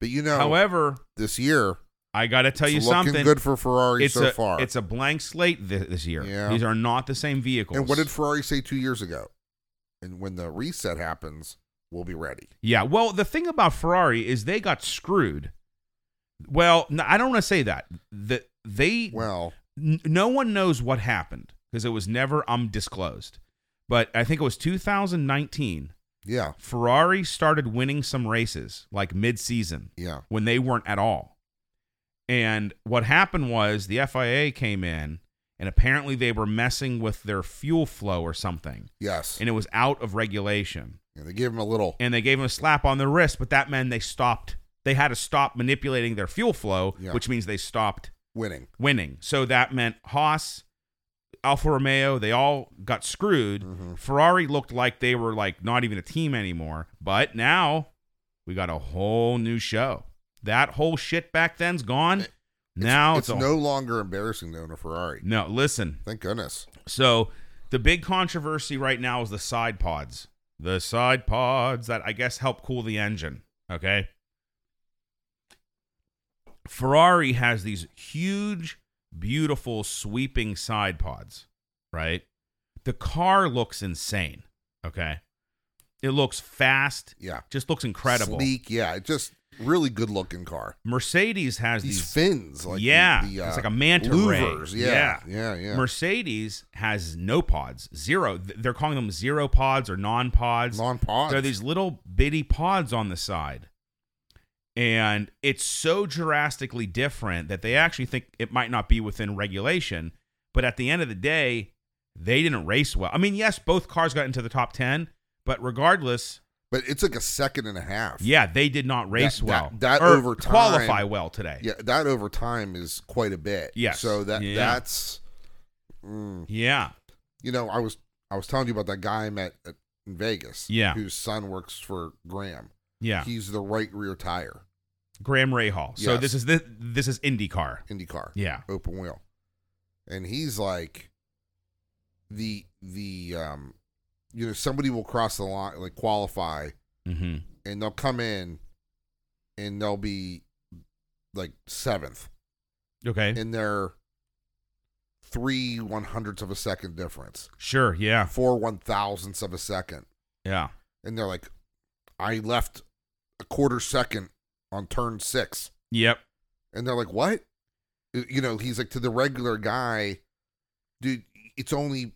[SPEAKER 2] But you know
[SPEAKER 1] However,
[SPEAKER 2] this year
[SPEAKER 1] I got to tell you
[SPEAKER 2] it's looking
[SPEAKER 1] something.
[SPEAKER 2] good for Ferrari
[SPEAKER 1] it's
[SPEAKER 2] so
[SPEAKER 1] a
[SPEAKER 2] far.
[SPEAKER 1] it's a blank slate thi- this year.
[SPEAKER 2] Yeah.
[SPEAKER 1] These are not the same vehicles.
[SPEAKER 2] and what did Ferrari say two years ago? And when the reset happens, we'll be ready.
[SPEAKER 1] Yeah. Well, the thing about Ferrari is they got screwed. Well, no, I don't want to say that. The, they
[SPEAKER 2] Well,
[SPEAKER 1] n- no one knows what happened because it was never um disclosed. But I think it was 2019.
[SPEAKER 2] yeah,
[SPEAKER 1] Ferrari started winning some races like mid-season
[SPEAKER 2] yeah,
[SPEAKER 1] when they weren't at all. And what happened was the FIA came in and apparently they were messing with their fuel flow or something
[SPEAKER 2] yes.
[SPEAKER 1] and it was out of regulation.
[SPEAKER 2] And they gave him a little.
[SPEAKER 1] And they gave them a slap on the wrist, but that meant they stopped they had to stop manipulating their fuel flow,
[SPEAKER 2] Yeah.
[SPEAKER 1] which means they stopped
[SPEAKER 2] winning.
[SPEAKER 1] winning. So that meant Haas, Alfa Romeo, they all got screwed.
[SPEAKER 2] Mhm.
[SPEAKER 1] Ferrari looked like they were like not even a team anymore. But now we got a whole new show. That whole shit back then's gone.
[SPEAKER 2] It-
[SPEAKER 1] now
[SPEAKER 2] it's
[SPEAKER 1] it's, a,
[SPEAKER 2] no longer embarrassing to own a Ferrari.
[SPEAKER 1] no. Listen,
[SPEAKER 2] Thank goodness.
[SPEAKER 1] so the big controversy right now is the side pods. The side pods that I guess help cool the engine. Okay. Ferrari has these huge, beautiful, sweeping side pods, right? The car looks insane. Okay. It looks fast,
[SPEAKER 2] Yeah.
[SPEAKER 1] just looks incredible.
[SPEAKER 2] Sleek. Yeah. it Just really good looking car.
[SPEAKER 1] Mercedes has
[SPEAKER 2] These
[SPEAKER 1] these,
[SPEAKER 2] fins. Like
[SPEAKER 1] yeah,
[SPEAKER 2] The, the, uh,
[SPEAKER 1] it's like a manta ray.
[SPEAKER 2] louvers. Yeah. Yeah. Yeah.
[SPEAKER 1] Mercedes has no pods, zero. Th- They're calling them zero pods or non pods.
[SPEAKER 2] Non pods.
[SPEAKER 1] They're these little bitty pods on the side. And it's so drastically different that they actually think it might not be within regulation. But at the end of the day, they didn't race well. I mean, yes, both cars got into the top 10, but regardless,
[SPEAKER 2] but it's like a second and a half.
[SPEAKER 1] yeah, they did not race
[SPEAKER 2] That- that-
[SPEAKER 1] well.
[SPEAKER 2] that
[SPEAKER 1] or
[SPEAKER 2] over time-
[SPEAKER 1] Qualify well today.
[SPEAKER 2] Yeah. That over time is quite a bit.
[SPEAKER 1] Yes.
[SPEAKER 2] So that
[SPEAKER 1] Yeah.
[SPEAKER 2] that's, mm,
[SPEAKER 1] Yeah.
[SPEAKER 2] you know, I was I was telling you about that guy I met at, in Vegas.
[SPEAKER 1] Yeah.
[SPEAKER 2] Whose son works for Graham.
[SPEAKER 1] Yeah.
[SPEAKER 2] He's the right rear tire
[SPEAKER 1] Graham Ray Hall. So
[SPEAKER 2] Yes.
[SPEAKER 1] this is this, this is IndyCar.
[SPEAKER 2] IndyCar.
[SPEAKER 1] Yeah.
[SPEAKER 2] open wheel and he's like the the um you know somebody will cross the line like qualify
[SPEAKER 1] Mm-hmm.
[SPEAKER 2] and they'll come in and they'll be like seventh
[SPEAKER 1] Okay.
[SPEAKER 2] and they're three one hundredths of a second difference
[SPEAKER 1] Sure. Yeah.
[SPEAKER 2] four one thousandths of a second
[SPEAKER 1] Yeah.
[SPEAKER 2] and they're like i left a quarter second on turn six
[SPEAKER 1] Yep.
[SPEAKER 2] And they're like, "What?" You know, he's like to the regular guy, dude. It's only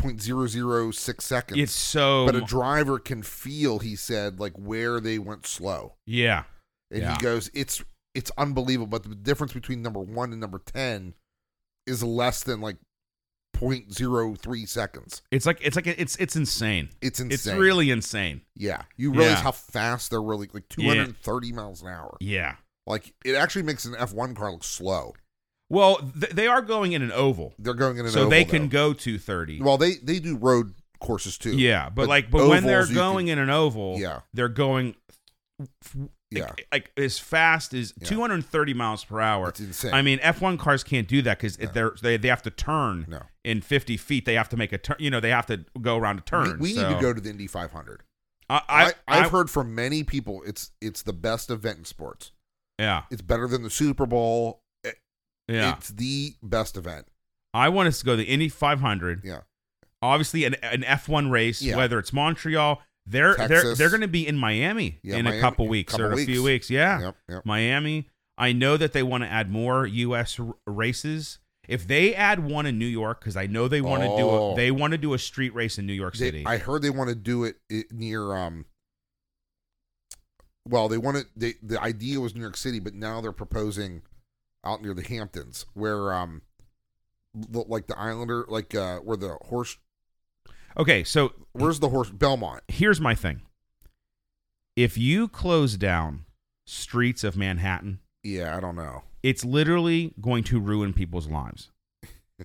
[SPEAKER 2] 0.006 seconds,
[SPEAKER 1] It's so.
[SPEAKER 2] but a driver can feel. He said, like where they went slow,
[SPEAKER 1] yeah.
[SPEAKER 2] and
[SPEAKER 1] Yeah.
[SPEAKER 2] he goes, "It's it's unbelievable." But the difference between number one and number ten is less than like 0.03 seconds.
[SPEAKER 1] It's like it's like it's it's insane.
[SPEAKER 2] It's insane.
[SPEAKER 1] It's really insane.
[SPEAKER 2] yeah. You realize
[SPEAKER 1] Yeah.
[SPEAKER 2] how fast they're really like 230 miles an hour.
[SPEAKER 1] Yeah.
[SPEAKER 2] Like it actually makes an F1 car look slow.
[SPEAKER 1] Well, th- they are going in an oval,
[SPEAKER 2] They're going in an
[SPEAKER 1] so they
[SPEAKER 2] oval,
[SPEAKER 1] can
[SPEAKER 2] though.
[SPEAKER 1] go to thirty.
[SPEAKER 2] Well, they they do road courses too.
[SPEAKER 1] yeah, but,
[SPEAKER 2] but
[SPEAKER 1] like, but when they're
[SPEAKER 2] ovals you
[SPEAKER 1] going in an oval,
[SPEAKER 2] Yeah.
[SPEAKER 1] they're going
[SPEAKER 2] Yeah.
[SPEAKER 1] like, like as fast as
[SPEAKER 2] Yeah.
[SPEAKER 1] 230 miles per hour.
[SPEAKER 2] It's insane.
[SPEAKER 1] I mean, F1 cars can't do that because
[SPEAKER 2] No.
[SPEAKER 1] they're they, they have to turn
[SPEAKER 2] no.
[SPEAKER 1] in 50 feet. They have to make a turn. You know, they have to go around a turn.
[SPEAKER 2] we, we
[SPEAKER 1] so-
[SPEAKER 2] need to go to the Indy 500.
[SPEAKER 1] I, I,
[SPEAKER 2] I, I, have heard from many people it's it's the best event in sports.
[SPEAKER 1] yeah,
[SPEAKER 2] It's better than the Super Bowl. It-
[SPEAKER 1] yeah.
[SPEAKER 2] It's the best event.
[SPEAKER 1] I want us to go to the Indy 500.
[SPEAKER 2] Yeah.
[SPEAKER 1] Obviously, an, an F1 race,
[SPEAKER 2] Yeah.
[SPEAKER 1] whether it's Montreal, they're they're
[SPEAKER 2] Texas.
[SPEAKER 1] they're going to be in Miami
[SPEAKER 2] Yeah,
[SPEAKER 1] in
[SPEAKER 2] Miami-
[SPEAKER 1] a couple
[SPEAKER 2] in a
[SPEAKER 1] weeks
[SPEAKER 2] couple
[SPEAKER 1] or a few weeks. Yeah,
[SPEAKER 2] Yep, yep.
[SPEAKER 1] Miami. I know that they want to add more U.S. r- races. If they add one in New York, because I know they want to do
[SPEAKER 2] Oh.
[SPEAKER 1] a, they want to do a street race in New York
[SPEAKER 2] They-
[SPEAKER 1] City.
[SPEAKER 2] I heard they want to do it, it near um well, they want to they the idea was New York City, but now they're proposing out near the Hamptons where um l- like the Islander like uh where the horse
[SPEAKER 1] okay, so
[SPEAKER 2] where's the horse Belmont.
[SPEAKER 1] here's my thing. If you close down streets of Manhattan,
[SPEAKER 2] Yeah, I don't know.
[SPEAKER 1] It's literally going to ruin people's lives.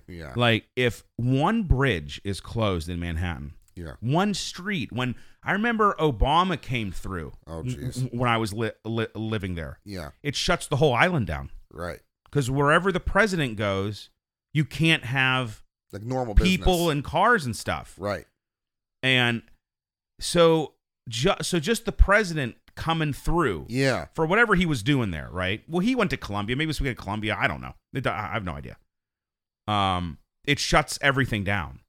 [SPEAKER 2] yeah.
[SPEAKER 1] Like if one bridge is closed in Manhattan,
[SPEAKER 2] Yeah.
[SPEAKER 1] one street. When I remember Obama came through
[SPEAKER 2] Oh,
[SPEAKER 1] w-
[SPEAKER 2] jeez.
[SPEAKER 1] when I was li- li- living there,
[SPEAKER 2] Yeah.
[SPEAKER 1] it shuts the whole island down
[SPEAKER 2] Right.
[SPEAKER 1] because wherever the president goes, you can't have
[SPEAKER 2] Like normal
[SPEAKER 1] people
[SPEAKER 2] business.
[SPEAKER 1] and cars and stuff.
[SPEAKER 2] right.
[SPEAKER 1] And so, ju- so just the president coming through
[SPEAKER 2] Yeah.
[SPEAKER 1] for whatever he was doing there, right? Well, he went to Columbia. Maybe it was to Columbia. I don't know. It- I I have no idea. Um, it shuts everything down.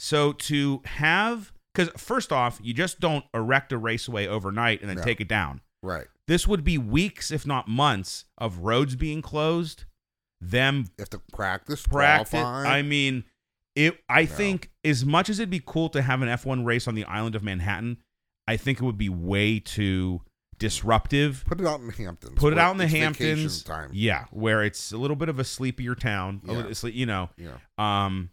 [SPEAKER 1] So to have, because first off, you just don't erect a raceway overnight and then
[SPEAKER 2] No.
[SPEAKER 1] take it down.
[SPEAKER 2] Right.
[SPEAKER 1] This would be weeks, if not months, of roads being closed, them
[SPEAKER 2] You have to practice.
[SPEAKER 1] practice.
[SPEAKER 2] qualify.
[SPEAKER 1] I mean, it. I
[SPEAKER 2] No.
[SPEAKER 1] think as much as it'd be cool to have an F1 race on the island of Manhattan, I think it would be way too disruptive
[SPEAKER 2] Put it out in the Hamptons.
[SPEAKER 1] put it
[SPEAKER 2] where
[SPEAKER 1] out in the
[SPEAKER 2] it's vacation
[SPEAKER 1] Hamptons.
[SPEAKER 2] Time.
[SPEAKER 1] Yeah, where it's a little bit of a sleepier town. a
[SPEAKER 2] Yeah.
[SPEAKER 1] little sle- you know,
[SPEAKER 2] Yeah.
[SPEAKER 1] um,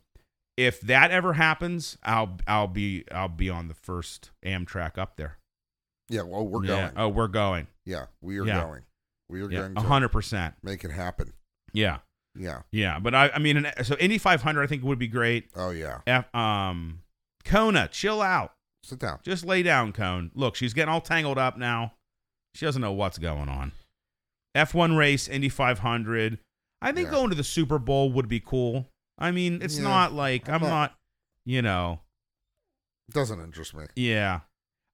[SPEAKER 1] if that ever happens, I'll I'll be I'll be on the first Amtrak up there.
[SPEAKER 2] Yeah. Well, we're
[SPEAKER 1] Yeah.
[SPEAKER 2] going.
[SPEAKER 1] Oh, we're going.
[SPEAKER 2] yeah. We are
[SPEAKER 1] Yeah.
[SPEAKER 2] going. We are
[SPEAKER 1] Yeah,
[SPEAKER 2] going to
[SPEAKER 1] a hundred percent.
[SPEAKER 2] make it happen.
[SPEAKER 1] Yeah,
[SPEAKER 2] Yeah.
[SPEAKER 1] yeah. But I I mean, an- so Indy 500 I think would be great.
[SPEAKER 2] Oh yeah.
[SPEAKER 1] F, um, Kona, chill out.
[SPEAKER 2] Sit down.
[SPEAKER 1] Just lay down, Cone. Look, she's getting all tangled up now. She doesn't know what's going on. F1 race, Indy 500. I think
[SPEAKER 2] Yeah.
[SPEAKER 1] going to the Super Bowl would be cool. I mean, it's
[SPEAKER 2] Yeah,
[SPEAKER 1] not like
[SPEAKER 2] I'm
[SPEAKER 1] I'm,
[SPEAKER 2] not-
[SPEAKER 1] not, you know,
[SPEAKER 2] Doesn't interest me.
[SPEAKER 1] yeah.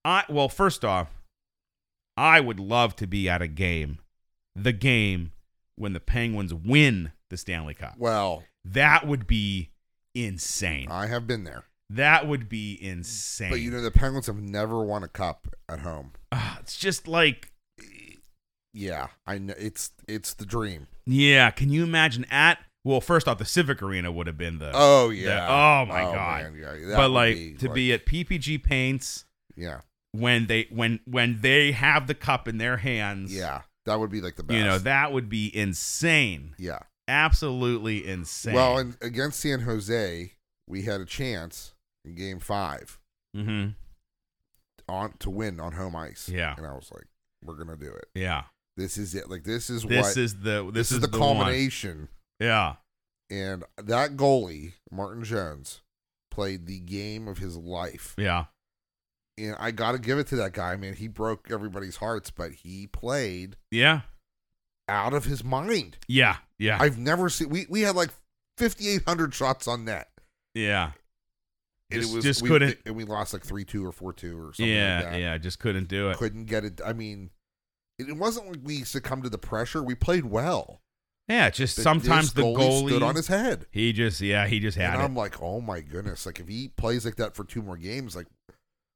[SPEAKER 1] I well, first off, I would love to be at a game, the game when the Penguins win the Stanley Cup.
[SPEAKER 2] Well,
[SPEAKER 1] That would be insane.
[SPEAKER 2] I have been there,
[SPEAKER 1] That would be insane.
[SPEAKER 2] but you know the Penguins have never won a cup at home.
[SPEAKER 1] Ah, it's just like
[SPEAKER 2] Yeah, I know. It's it's the dream.
[SPEAKER 1] Yeah, can you imagine at well, first off, the Civic Arena would have been the,
[SPEAKER 2] Oh
[SPEAKER 1] the-
[SPEAKER 2] yeah.
[SPEAKER 1] oh my god.
[SPEAKER 2] man, yeah, that
[SPEAKER 1] but
[SPEAKER 2] would
[SPEAKER 1] like to
[SPEAKER 2] like-
[SPEAKER 1] be at PPG Paints
[SPEAKER 2] yeah,
[SPEAKER 1] when they when when they have the cup in their hands,
[SPEAKER 2] yeah, that would be like the best.
[SPEAKER 1] you know that would be insane,
[SPEAKER 2] yeah.
[SPEAKER 1] absolutely insane.
[SPEAKER 2] Well, and against San Jose, we had a chance in Game Five
[SPEAKER 1] hmm
[SPEAKER 2] on to win on home ice.
[SPEAKER 1] Yeah.
[SPEAKER 2] and I was like, we're gonna do it.
[SPEAKER 1] yeah,
[SPEAKER 2] This is it. Like this is
[SPEAKER 1] this
[SPEAKER 2] what
[SPEAKER 1] is the this,
[SPEAKER 2] is, the,
[SPEAKER 1] one.
[SPEAKER 2] culmination.
[SPEAKER 1] Yeah,
[SPEAKER 2] And that goalie, Martin Jones, played the game of his life.
[SPEAKER 1] yeah,
[SPEAKER 2] And I got to give it to that guy, man. He broke everybody's hearts, but he played
[SPEAKER 1] yeah,
[SPEAKER 2] out of his mind.
[SPEAKER 1] yeah, yeah,
[SPEAKER 2] I've never seen. We we had like fifty eight hundred shots on net.
[SPEAKER 1] yeah,
[SPEAKER 2] And
[SPEAKER 1] Just-
[SPEAKER 2] it was
[SPEAKER 1] just
[SPEAKER 2] we,
[SPEAKER 1] couldn't-
[SPEAKER 2] And we lost like three two or four two or something.
[SPEAKER 1] yeah,
[SPEAKER 2] like that.
[SPEAKER 1] yeah. Just couldn't do it.
[SPEAKER 2] Couldn't get it. I mean, it it wasn't like we succumbed to the pressure. We played well.
[SPEAKER 1] Yeah, just
[SPEAKER 2] But
[SPEAKER 1] sometimes the
[SPEAKER 2] this
[SPEAKER 1] goalie,
[SPEAKER 2] stood on his head.
[SPEAKER 1] he just yeah he just had
[SPEAKER 2] and
[SPEAKER 1] it.
[SPEAKER 2] I'm like, oh my goodness! Like if he plays like that for two more games, like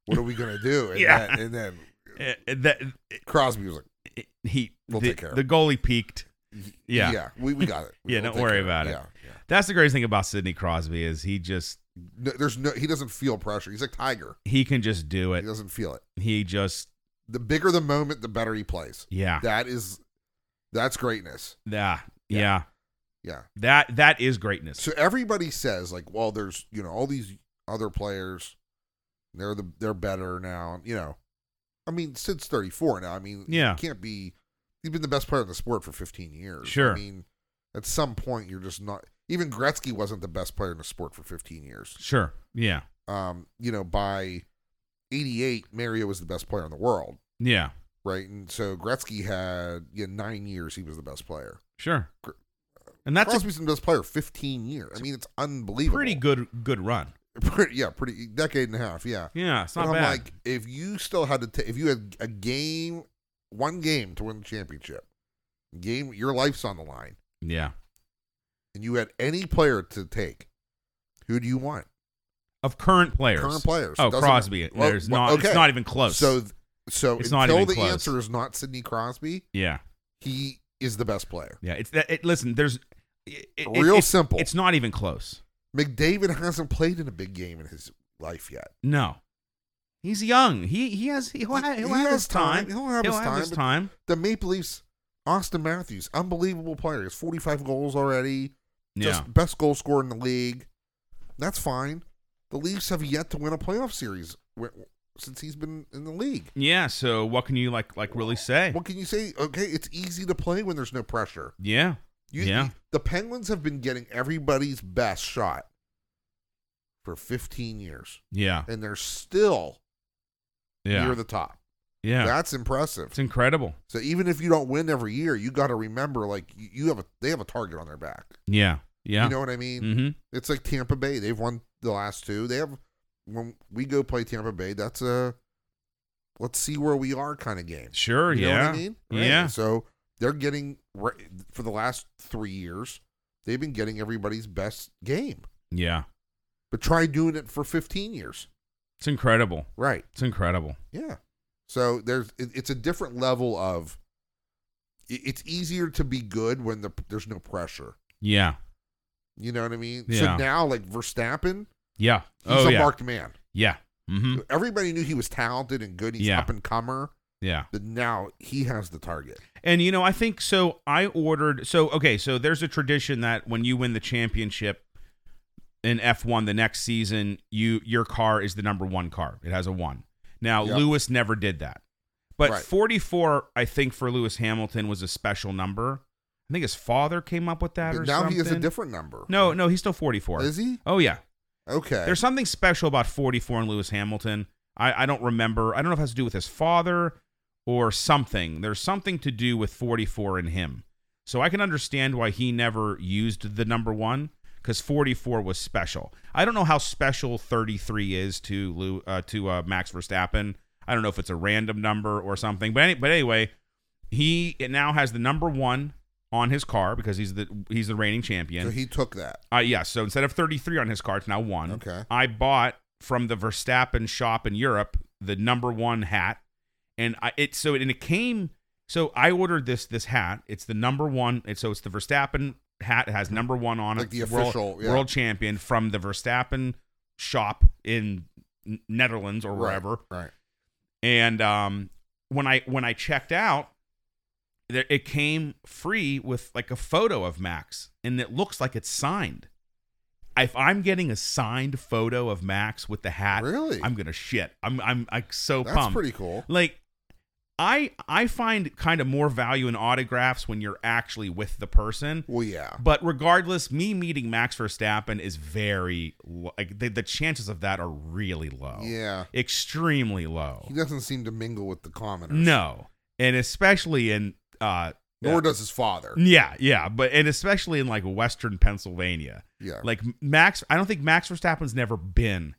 [SPEAKER 2] what are we gonna do? And
[SPEAKER 1] Yeah.
[SPEAKER 2] Then, and then
[SPEAKER 1] Eh, eh, that
[SPEAKER 2] Crosby was like,
[SPEAKER 1] it- he
[SPEAKER 2] We'll
[SPEAKER 1] the,
[SPEAKER 2] take care of
[SPEAKER 1] the goalie peaked.
[SPEAKER 2] yeah,
[SPEAKER 1] Yeah.
[SPEAKER 2] yeah, we, we got it. We-
[SPEAKER 1] Yeah,
[SPEAKER 2] we'll
[SPEAKER 1] don't
[SPEAKER 2] take
[SPEAKER 1] worry
[SPEAKER 2] care of
[SPEAKER 1] about it.
[SPEAKER 2] Yeah, yeah.
[SPEAKER 1] That's the greatest thing about Sidney Crosby is he just
[SPEAKER 2] No, there's no. He doesn't feel pressure. He's like Tiger.
[SPEAKER 1] he can just do
[SPEAKER 2] He
[SPEAKER 1] it.
[SPEAKER 2] doesn't feel it.
[SPEAKER 1] He just
[SPEAKER 2] The bigger the moment, the better he plays.
[SPEAKER 1] yeah
[SPEAKER 2] That is, that's greatness.
[SPEAKER 1] yeah
[SPEAKER 2] Yeah.
[SPEAKER 1] yeah,
[SPEAKER 2] Yeah.
[SPEAKER 1] that that is greatness.
[SPEAKER 2] So everybody says like, well, there's you know all these other players, they're the they're better now. You know, I mean, Sid's 34 now. I mean,
[SPEAKER 1] Yeah.
[SPEAKER 2] you can't be. He's been the best player in the sport for 15 years. I
[SPEAKER 1] Sure.
[SPEAKER 2] mean, at some point, you're just not. Even Gretzky wasn't the best player in the sport for 15 years.
[SPEAKER 1] Sure yeah
[SPEAKER 2] Um, you know, by 88, Mario was the best player in the world,
[SPEAKER 1] yeah
[SPEAKER 2] right? And so Gretzky had yeah nine years. He was the best player.
[SPEAKER 1] sure,
[SPEAKER 2] Gr-
[SPEAKER 1] and that's
[SPEAKER 2] Crosby's been the best player 15 years. I mean, it's
[SPEAKER 1] a
[SPEAKER 2] unbelievable.
[SPEAKER 1] pretty good good run.
[SPEAKER 2] Pretty, yeah, pretty decade and a half. Yeah.
[SPEAKER 1] Yeah, it's
[SPEAKER 2] But
[SPEAKER 1] not
[SPEAKER 2] I'm
[SPEAKER 1] bad.
[SPEAKER 2] like, if you still had to, ta- if you had a game, one game to win the championship, game, your life's on the line,
[SPEAKER 1] yeah,
[SPEAKER 2] and you had any player to take, who do you want?
[SPEAKER 1] of current players.
[SPEAKER 2] Current players.
[SPEAKER 1] Oh,
[SPEAKER 2] Doesn't-
[SPEAKER 1] Crosby.
[SPEAKER 2] Well,
[SPEAKER 1] There's
[SPEAKER 2] well,
[SPEAKER 1] not.
[SPEAKER 2] okay.
[SPEAKER 1] It's not even close.
[SPEAKER 2] So, so
[SPEAKER 1] It's not
[SPEAKER 2] until
[SPEAKER 1] even
[SPEAKER 2] the
[SPEAKER 1] close.
[SPEAKER 2] answer is not Sidney Crosby,
[SPEAKER 1] yeah,
[SPEAKER 2] he is the best player.
[SPEAKER 1] yeah. It's that. It, listen, there's it, it-
[SPEAKER 2] Real
[SPEAKER 1] it's-
[SPEAKER 2] simple.
[SPEAKER 1] It's not even close.
[SPEAKER 2] McDavid hasn't played in a big game in his life yet.
[SPEAKER 1] No, he's young. He he has he'll,
[SPEAKER 2] He-
[SPEAKER 1] ha- he'll
[SPEAKER 2] he
[SPEAKER 1] have
[SPEAKER 2] has
[SPEAKER 1] his time.
[SPEAKER 2] time. He'll have his time, but-
[SPEAKER 1] time.
[SPEAKER 2] The Maple Leafs, Austin Matthews, unbelievable player. He has 45 goals already.
[SPEAKER 1] Yeah,
[SPEAKER 2] just best goal scorer in the league. That's fine. The Leafs have yet to win a playoff series. Wi- since he's been in the league.
[SPEAKER 1] Yeah. So what can you like like really say?
[SPEAKER 2] What can you say? Okay, it's easy to play when there's no pressure.
[SPEAKER 1] Yeah.
[SPEAKER 2] You,
[SPEAKER 1] Yeah.
[SPEAKER 2] The Penguins have been getting everybody's best shot for 15 years,
[SPEAKER 1] Yeah.
[SPEAKER 2] and they're still
[SPEAKER 1] Yeah.
[SPEAKER 2] near the top.
[SPEAKER 1] Yeah.
[SPEAKER 2] That's impressive.
[SPEAKER 1] it's incredible.
[SPEAKER 2] So even if you don't win every year, you got to remember like you, you have a they have a target on their back.
[SPEAKER 1] Yeah. Yeah.
[SPEAKER 2] You know what I mean?
[SPEAKER 1] mm-hmm.
[SPEAKER 2] It's like Tampa Bay. They've won the last two. They have when we go play Tampa Bay, that's a let's see where we are kind of game.
[SPEAKER 1] Sure.
[SPEAKER 2] You know
[SPEAKER 1] yeah.
[SPEAKER 2] what I mean? Right.
[SPEAKER 1] Yeah.
[SPEAKER 2] So they're getting re- for the last three years, they've been getting everybody's best game.
[SPEAKER 1] Yeah.
[SPEAKER 2] But try doing it for 15 years.
[SPEAKER 1] It's incredible.
[SPEAKER 2] Right.
[SPEAKER 1] It's incredible.
[SPEAKER 2] Yeah. So there's it, it's a different level of. i- It's easier to be good when the, there's no pressure.
[SPEAKER 1] Yeah.
[SPEAKER 2] You know what I mean?
[SPEAKER 1] Yeah.
[SPEAKER 2] So now, like Verstappen,
[SPEAKER 1] Yeah.
[SPEAKER 2] he's
[SPEAKER 1] oh
[SPEAKER 2] a
[SPEAKER 1] yeah.
[SPEAKER 2] marked man.
[SPEAKER 1] yeah. Mm-hmm.
[SPEAKER 2] Everybody knew he was talented and good. He's
[SPEAKER 1] Yeah.
[SPEAKER 2] up and comer.
[SPEAKER 1] Yeah.
[SPEAKER 2] But now he has the target.
[SPEAKER 1] And you know, I think so. I ordered so okay. So there's a tradition that when you win the championship in F1 the next season, you your car is the number one car. It has a one. Now
[SPEAKER 2] Yep.
[SPEAKER 1] Lewis never did that, but
[SPEAKER 2] Right.
[SPEAKER 1] 44, I think for Lewis Hamilton was a special number. I think his father came up with that, or
[SPEAKER 2] But now
[SPEAKER 1] something.
[SPEAKER 2] he has a different number.
[SPEAKER 1] No, no, he's still 44.
[SPEAKER 2] Is he?
[SPEAKER 1] oh yeah,
[SPEAKER 2] Okay.
[SPEAKER 1] there's something special about 44 and Lewis Hamilton. I, I don't remember. I don't know if it has to do with his father or something. There's something to do with 44 and him. So I can understand why he never used the number one because 44 was special. I don't know how special 33 is to Lou, uh, to uh, Max Verstappen. I don't know if it's a random number or something. But any, but anyway, he it now has the number one on his car because he's the he's the reigning champion.
[SPEAKER 2] so he took that.
[SPEAKER 1] Uh, yeah. So instead of 33 on his car, it's now one.
[SPEAKER 2] Okay.
[SPEAKER 1] I bought from the Verstappen shop in Europe the number one hat, and I it so and it came. So I ordered this this hat. It's the number one. It so it's the Verstappen hat. It has number one on
[SPEAKER 2] Like
[SPEAKER 1] it.
[SPEAKER 2] the
[SPEAKER 1] world-
[SPEAKER 2] official,
[SPEAKER 1] world,
[SPEAKER 2] yeah.
[SPEAKER 1] champion from the Verstappen shop in N- Netherlands or
[SPEAKER 2] Right,
[SPEAKER 1] wherever.
[SPEAKER 2] Right.
[SPEAKER 1] And um, when I when I checked out, there, it came free with like a photo of Max, and it looks like it's signed. If I'm getting a signed photo of Max with the hat,
[SPEAKER 2] Really?
[SPEAKER 1] I'm gonna shit. I'm I'm like so
[SPEAKER 2] That's
[SPEAKER 1] pumped.
[SPEAKER 2] pretty cool.
[SPEAKER 1] like, I I find kind of more value in autographs when you're actually with the person.
[SPEAKER 2] Well, yeah.
[SPEAKER 1] But regardless, me meeting Max Verstappen is very lo- like the, the chances of that are really low.
[SPEAKER 2] Yeah.
[SPEAKER 1] extremely low.
[SPEAKER 2] He doesn't seem to mingle with the commoners.
[SPEAKER 1] No, and especially in uh,
[SPEAKER 2] Nor does his father.
[SPEAKER 1] yeah, yeah, but and especially in like Western Pennsylvania,
[SPEAKER 2] Yeah.
[SPEAKER 1] like Max. I don't think Max Verstappen's never been,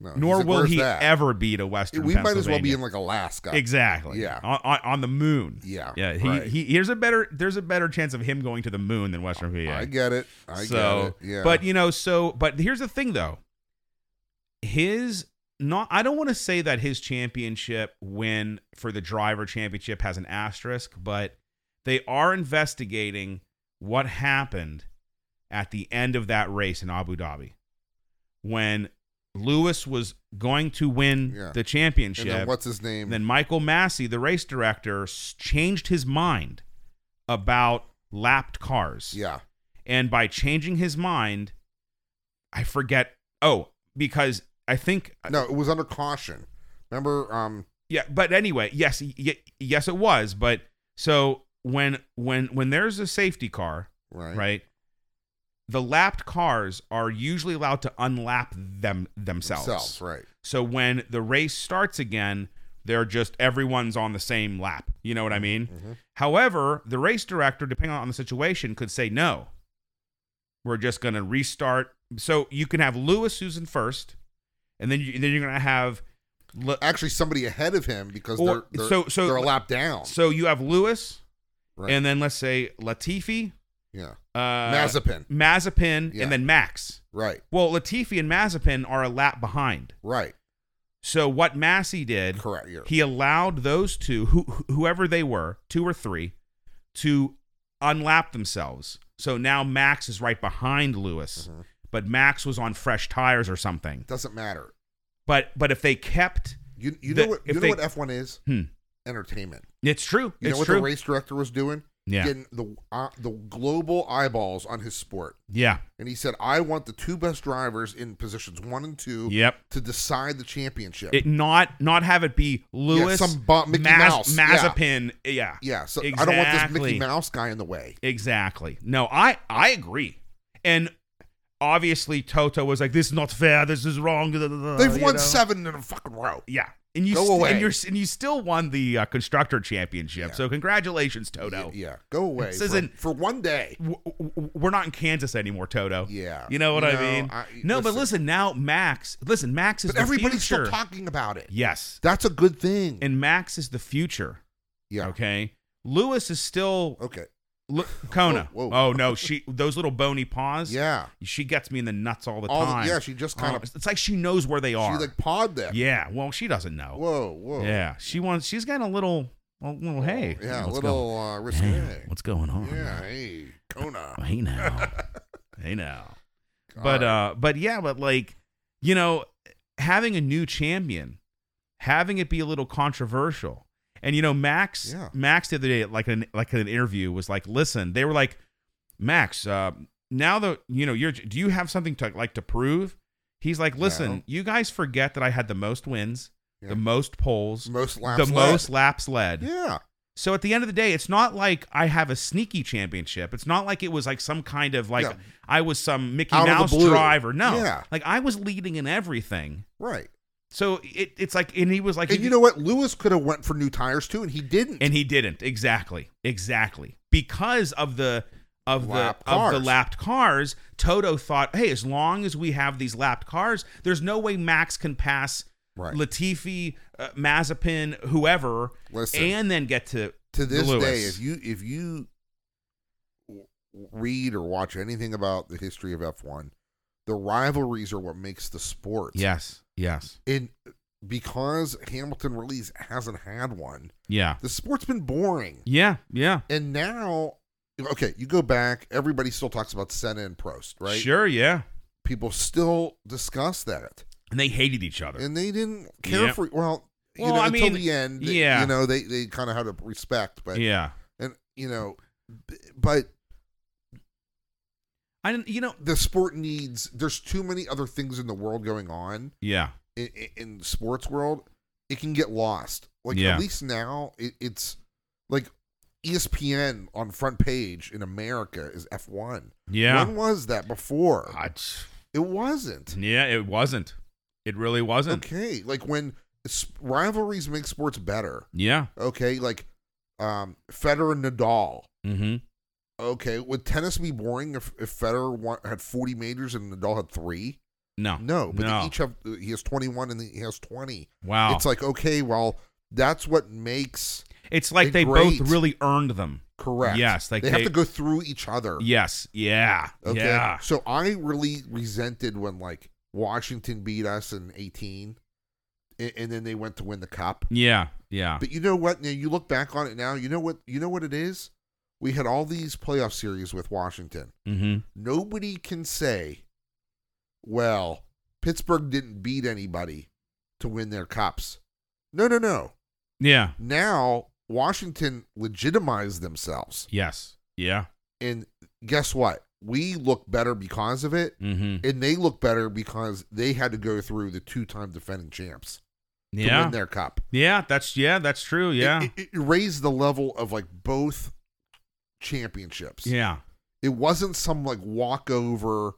[SPEAKER 2] no. He's
[SPEAKER 1] nor
[SPEAKER 2] like,
[SPEAKER 1] will
[SPEAKER 2] "Where's
[SPEAKER 1] he
[SPEAKER 2] that?"
[SPEAKER 1] ever be to Western.
[SPEAKER 2] We might as well be in
[SPEAKER 1] Pennsylvania.
[SPEAKER 2] like Alaska.
[SPEAKER 1] exactly,
[SPEAKER 2] Yeah.
[SPEAKER 1] on, on, on the moon.
[SPEAKER 2] Yeah.
[SPEAKER 1] Yeah, he,
[SPEAKER 2] right.
[SPEAKER 1] he here's a better there's a better chance of him going to the moon than Western PA.
[SPEAKER 2] I get it. I
[SPEAKER 1] so,
[SPEAKER 2] get it. Yeah.
[SPEAKER 1] but you know, so but here's the thing though. His not I don't want to say that his championship win for the driver championship has an asterisk, but they are investigating what happened at the end of that race in Abu Dhabi when Lewis was going to win
[SPEAKER 2] Yeah.
[SPEAKER 1] the
[SPEAKER 2] and
[SPEAKER 1] championship.
[SPEAKER 2] then what's his name?
[SPEAKER 1] And then Michael Massey, the race director, s- changed his mind about lapped cars.
[SPEAKER 2] yeah.
[SPEAKER 1] And by changing his mind, I forget. Oh, because I think
[SPEAKER 2] No, it was under caution. Remember? Um.
[SPEAKER 1] yeah. But anyway, yes, y- y- yes, it was. But so when when when there's a safety car,
[SPEAKER 2] Right.
[SPEAKER 1] right? the lapped cars are usually allowed to unlap them themselves.
[SPEAKER 2] Themselves. Right.
[SPEAKER 1] So when the race starts again, they're just everyone's on the same lap. You know what I mean?
[SPEAKER 2] Mhm.
[SPEAKER 1] However, the race director, depending on the situation, could say no. We're just going to restart. So you can have Lewis who's in first, and then you, then you're going to have Le-
[SPEAKER 2] Actually, somebody ahead of him because
[SPEAKER 1] Or-
[SPEAKER 2] they're, they're
[SPEAKER 1] so- so-
[SPEAKER 2] they're a lap down.
[SPEAKER 1] so you have Lewis,
[SPEAKER 2] Right.
[SPEAKER 1] and then let's say Latifi,
[SPEAKER 2] yeah.
[SPEAKER 1] uh,
[SPEAKER 2] Mazepin.
[SPEAKER 1] Mazepin,
[SPEAKER 2] Yeah.
[SPEAKER 1] and then Max.
[SPEAKER 2] Right.
[SPEAKER 1] Well, Latifi and Mazepin are a lap behind.
[SPEAKER 2] Right.
[SPEAKER 1] So what Massey did
[SPEAKER 2] Correct. Yeah.
[SPEAKER 1] he allowed those two who whoever they were two or three to unlap themselves so now max is right behind lewis
[SPEAKER 2] Mhm.
[SPEAKER 1] but max was on fresh tires or something
[SPEAKER 2] Doesn't matter.
[SPEAKER 1] but but if they kept
[SPEAKER 2] You you
[SPEAKER 1] The-
[SPEAKER 2] know what
[SPEAKER 1] if
[SPEAKER 2] you know
[SPEAKER 1] they-
[SPEAKER 2] what F one is?
[SPEAKER 1] hmm,
[SPEAKER 2] Entertainment.
[SPEAKER 1] it's true
[SPEAKER 2] You know
[SPEAKER 1] it's
[SPEAKER 2] what
[SPEAKER 1] true
[SPEAKER 2] the race director was doing?
[SPEAKER 1] Yeah.
[SPEAKER 2] getting the uh, the global eyeballs on his sport.
[SPEAKER 1] yeah.
[SPEAKER 2] And he said, "I want the two best drivers in positions one and two
[SPEAKER 1] Yep.
[SPEAKER 2] to decide the championship."
[SPEAKER 1] It not not have it be Lewis
[SPEAKER 2] some bu- Mickey Mouse, yeah.
[SPEAKER 1] Mazepin. Yeah.
[SPEAKER 2] yeah, so I don't want this
[SPEAKER 1] Exactly.
[SPEAKER 2] Mickey Mouse guy in the way.
[SPEAKER 1] Exactly. No, I I agree. And obviously Toto was like, "This is not fair. This is wrong." They've
[SPEAKER 2] They've won seven in a fucking row.
[SPEAKER 1] Yeah. And you
[SPEAKER 2] Go
[SPEAKER 1] st-
[SPEAKER 2] away.
[SPEAKER 1] and you're and you still won the uh, constructor championship.
[SPEAKER 2] Yeah.
[SPEAKER 1] So congratulations, Toto.
[SPEAKER 2] Y- Yeah, go away
[SPEAKER 1] This
[SPEAKER 2] for,
[SPEAKER 1] isn't-
[SPEAKER 2] for one day.
[SPEAKER 1] W- w- We're not in Kansas anymore, Toto.
[SPEAKER 2] Yeah,
[SPEAKER 1] You know what I mean?
[SPEAKER 2] I-
[SPEAKER 1] no, but listen now, Max. Listen, Max is
[SPEAKER 2] but
[SPEAKER 1] the
[SPEAKER 2] everybody's
[SPEAKER 1] future.
[SPEAKER 2] still talking about it.
[SPEAKER 1] yes,
[SPEAKER 2] That's a good thing.
[SPEAKER 1] and Max is the future.
[SPEAKER 2] yeah.
[SPEAKER 1] Okay, Lewis is still
[SPEAKER 2] Okay.
[SPEAKER 1] Lu- Kona.
[SPEAKER 2] Whoa, whoa.
[SPEAKER 1] Oh no, she those little bony paws.
[SPEAKER 2] Yeah.
[SPEAKER 1] she gets me in the nuts all the
[SPEAKER 2] All the-
[SPEAKER 1] time.
[SPEAKER 2] yeah, she just
[SPEAKER 1] Oh,
[SPEAKER 2] kind of
[SPEAKER 1] it's like she knows where they are.
[SPEAKER 2] she like pawed that.
[SPEAKER 1] yeah, well, she doesn't know.
[SPEAKER 2] Whoa, whoa.
[SPEAKER 1] Yeah, she wants. She's got a little, a little. Hey,
[SPEAKER 2] Yeah,
[SPEAKER 1] what's
[SPEAKER 2] little uh,
[SPEAKER 1] Going,
[SPEAKER 2] risque.
[SPEAKER 1] Damn, what's going on?
[SPEAKER 2] Yeah, hey, Kona.
[SPEAKER 1] Oh, hey now, hey now.
[SPEAKER 2] All
[SPEAKER 1] But
[SPEAKER 2] right.
[SPEAKER 1] uh, but yeah, but like, you know, having a new champion, having it be a little controversial, and you know, Max,
[SPEAKER 2] Yeah.
[SPEAKER 1] Max the other day, at like an like an interview was like, listen, they were like, Max, uh, now that you know, you're, do you have something to like to prove? He's like, listen,
[SPEAKER 2] No.
[SPEAKER 1] you guys forget that I had the most wins,
[SPEAKER 2] Yeah.
[SPEAKER 1] the most polls,
[SPEAKER 2] most laps
[SPEAKER 1] the
[SPEAKER 2] led.
[SPEAKER 1] most laps led.
[SPEAKER 2] Yeah.
[SPEAKER 1] So at the end of the day, it's not like I have a sneaky championship. It's not like it was like some kind of like
[SPEAKER 2] Yeah.
[SPEAKER 1] I was some Mickey
[SPEAKER 2] Out of the
[SPEAKER 1] Mouse
[SPEAKER 2] blue.
[SPEAKER 1] driver. No,
[SPEAKER 2] Yeah.
[SPEAKER 1] like I was leading in everything.
[SPEAKER 2] Right.
[SPEAKER 1] So it, it's like, and he was like,
[SPEAKER 2] And you know what? Lewis could have went for new tires too, and he didn't.
[SPEAKER 1] and he didn't exactly, exactly because of the of the
[SPEAKER 2] Lap
[SPEAKER 1] of the
[SPEAKER 2] cars.
[SPEAKER 1] lapped cars. Toto thought, hey, as long as we have these lapped cars, there's no way Max can pass
[SPEAKER 2] right.
[SPEAKER 1] Latifi, uh, Mazepin, whoever,
[SPEAKER 2] Listen.
[SPEAKER 1] and then get to
[SPEAKER 2] to this
[SPEAKER 1] Lewis.
[SPEAKER 2] day, if you if you w- read or watch anything about the history of F one, the rivalries are what makes the sport.
[SPEAKER 1] yes, yes,
[SPEAKER 2] And because Hamilton really hasn't had one,
[SPEAKER 1] yeah,
[SPEAKER 2] the sport's been boring.
[SPEAKER 1] yeah, yeah.
[SPEAKER 2] And now, okay, you go back. Everybody still talks about Senna and Prost, right?
[SPEAKER 1] Sure, yeah.
[SPEAKER 2] People still discuss that,
[SPEAKER 1] And they hated each other.
[SPEAKER 2] and they didn't care
[SPEAKER 1] Uh, Yeah.
[SPEAKER 2] for well. You
[SPEAKER 1] Well,
[SPEAKER 2] know,
[SPEAKER 1] I
[SPEAKER 2] until
[SPEAKER 1] mean,
[SPEAKER 2] the end,
[SPEAKER 1] yeah.
[SPEAKER 2] You know, they they kind of had a respect, but
[SPEAKER 1] yeah.
[SPEAKER 2] and you know, b- but
[SPEAKER 1] I didn't, you know,
[SPEAKER 2] the sport needs there's too many other things in the world going on
[SPEAKER 1] yeah.
[SPEAKER 2] in, in, in the sports world it can get lost like
[SPEAKER 1] Yeah.
[SPEAKER 2] at least now it, it's like E espn on front page in america is f1
[SPEAKER 1] Yeah.
[SPEAKER 2] when was that before
[SPEAKER 1] I t-
[SPEAKER 2] it wasn't
[SPEAKER 1] yeah, it wasn't. It really wasn't.
[SPEAKER 2] okay like when s- rivalries make sports better
[SPEAKER 1] Yeah.
[SPEAKER 2] okay like um federer and nadal
[SPEAKER 1] Mm-hmm.
[SPEAKER 2] okay would tennis be boring if, if federer won, had 40 majors and nadal had three
[SPEAKER 1] No.
[SPEAKER 2] No, but
[SPEAKER 1] No. Oh.
[SPEAKER 2] they each have. He has twenty one and he has twenty.
[SPEAKER 1] Wow.
[SPEAKER 2] It's
[SPEAKER 1] It's,
[SPEAKER 2] like okay, well, that's what makes
[SPEAKER 1] like they
[SPEAKER 2] they're great.
[SPEAKER 1] both really earned them.
[SPEAKER 2] correct.
[SPEAKER 1] Yes, like
[SPEAKER 2] they, have
[SPEAKER 1] they-
[SPEAKER 2] to go through each other.
[SPEAKER 1] Yes. Yeah.
[SPEAKER 2] Okay.
[SPEAKER 1] Yeah.
[SPEAKER 2] So I really resented when like Washington beat us in eighteen, and, and then they went to win the cup.
[SPEAKER 1] Yeah. Yeah.
[SPEAKER 2] But you know what? Now you look back on it now. You know what? You know what it is. We had all these playoff series with Washington.
[SPEAKER 1] Mm-hmm.
[SPEAKER 2] Nobody can say, well, Pittsburgh didn't beat anybody to win their cups. No, no, no.
[SPEAKER 1] Yeah.
[SPEAKER 2] now Washington legitimized themselves.
[SPEAKER 1] Yes. Yeah.
[SPEAKER 2] And guess what? We look better because of it,
[SPEAKER 1] Mm-hmm.
[SPEAKER 2] and they look better because they had to go through the two time defending champs to
[SPEAKER 1] Yeah.
[SPEAKER 2] win their cup.
[SPEAKER 1] Yeah. That's yeah. That's true.
[SPEAKER 2] It-
[SPEAKER 1] Yeah.
[SPEAKER 2] It, it raised the level of like both championships.
[SPEAKER 1] yeah.
[SPEAKER 2] It wasn't some like walkover,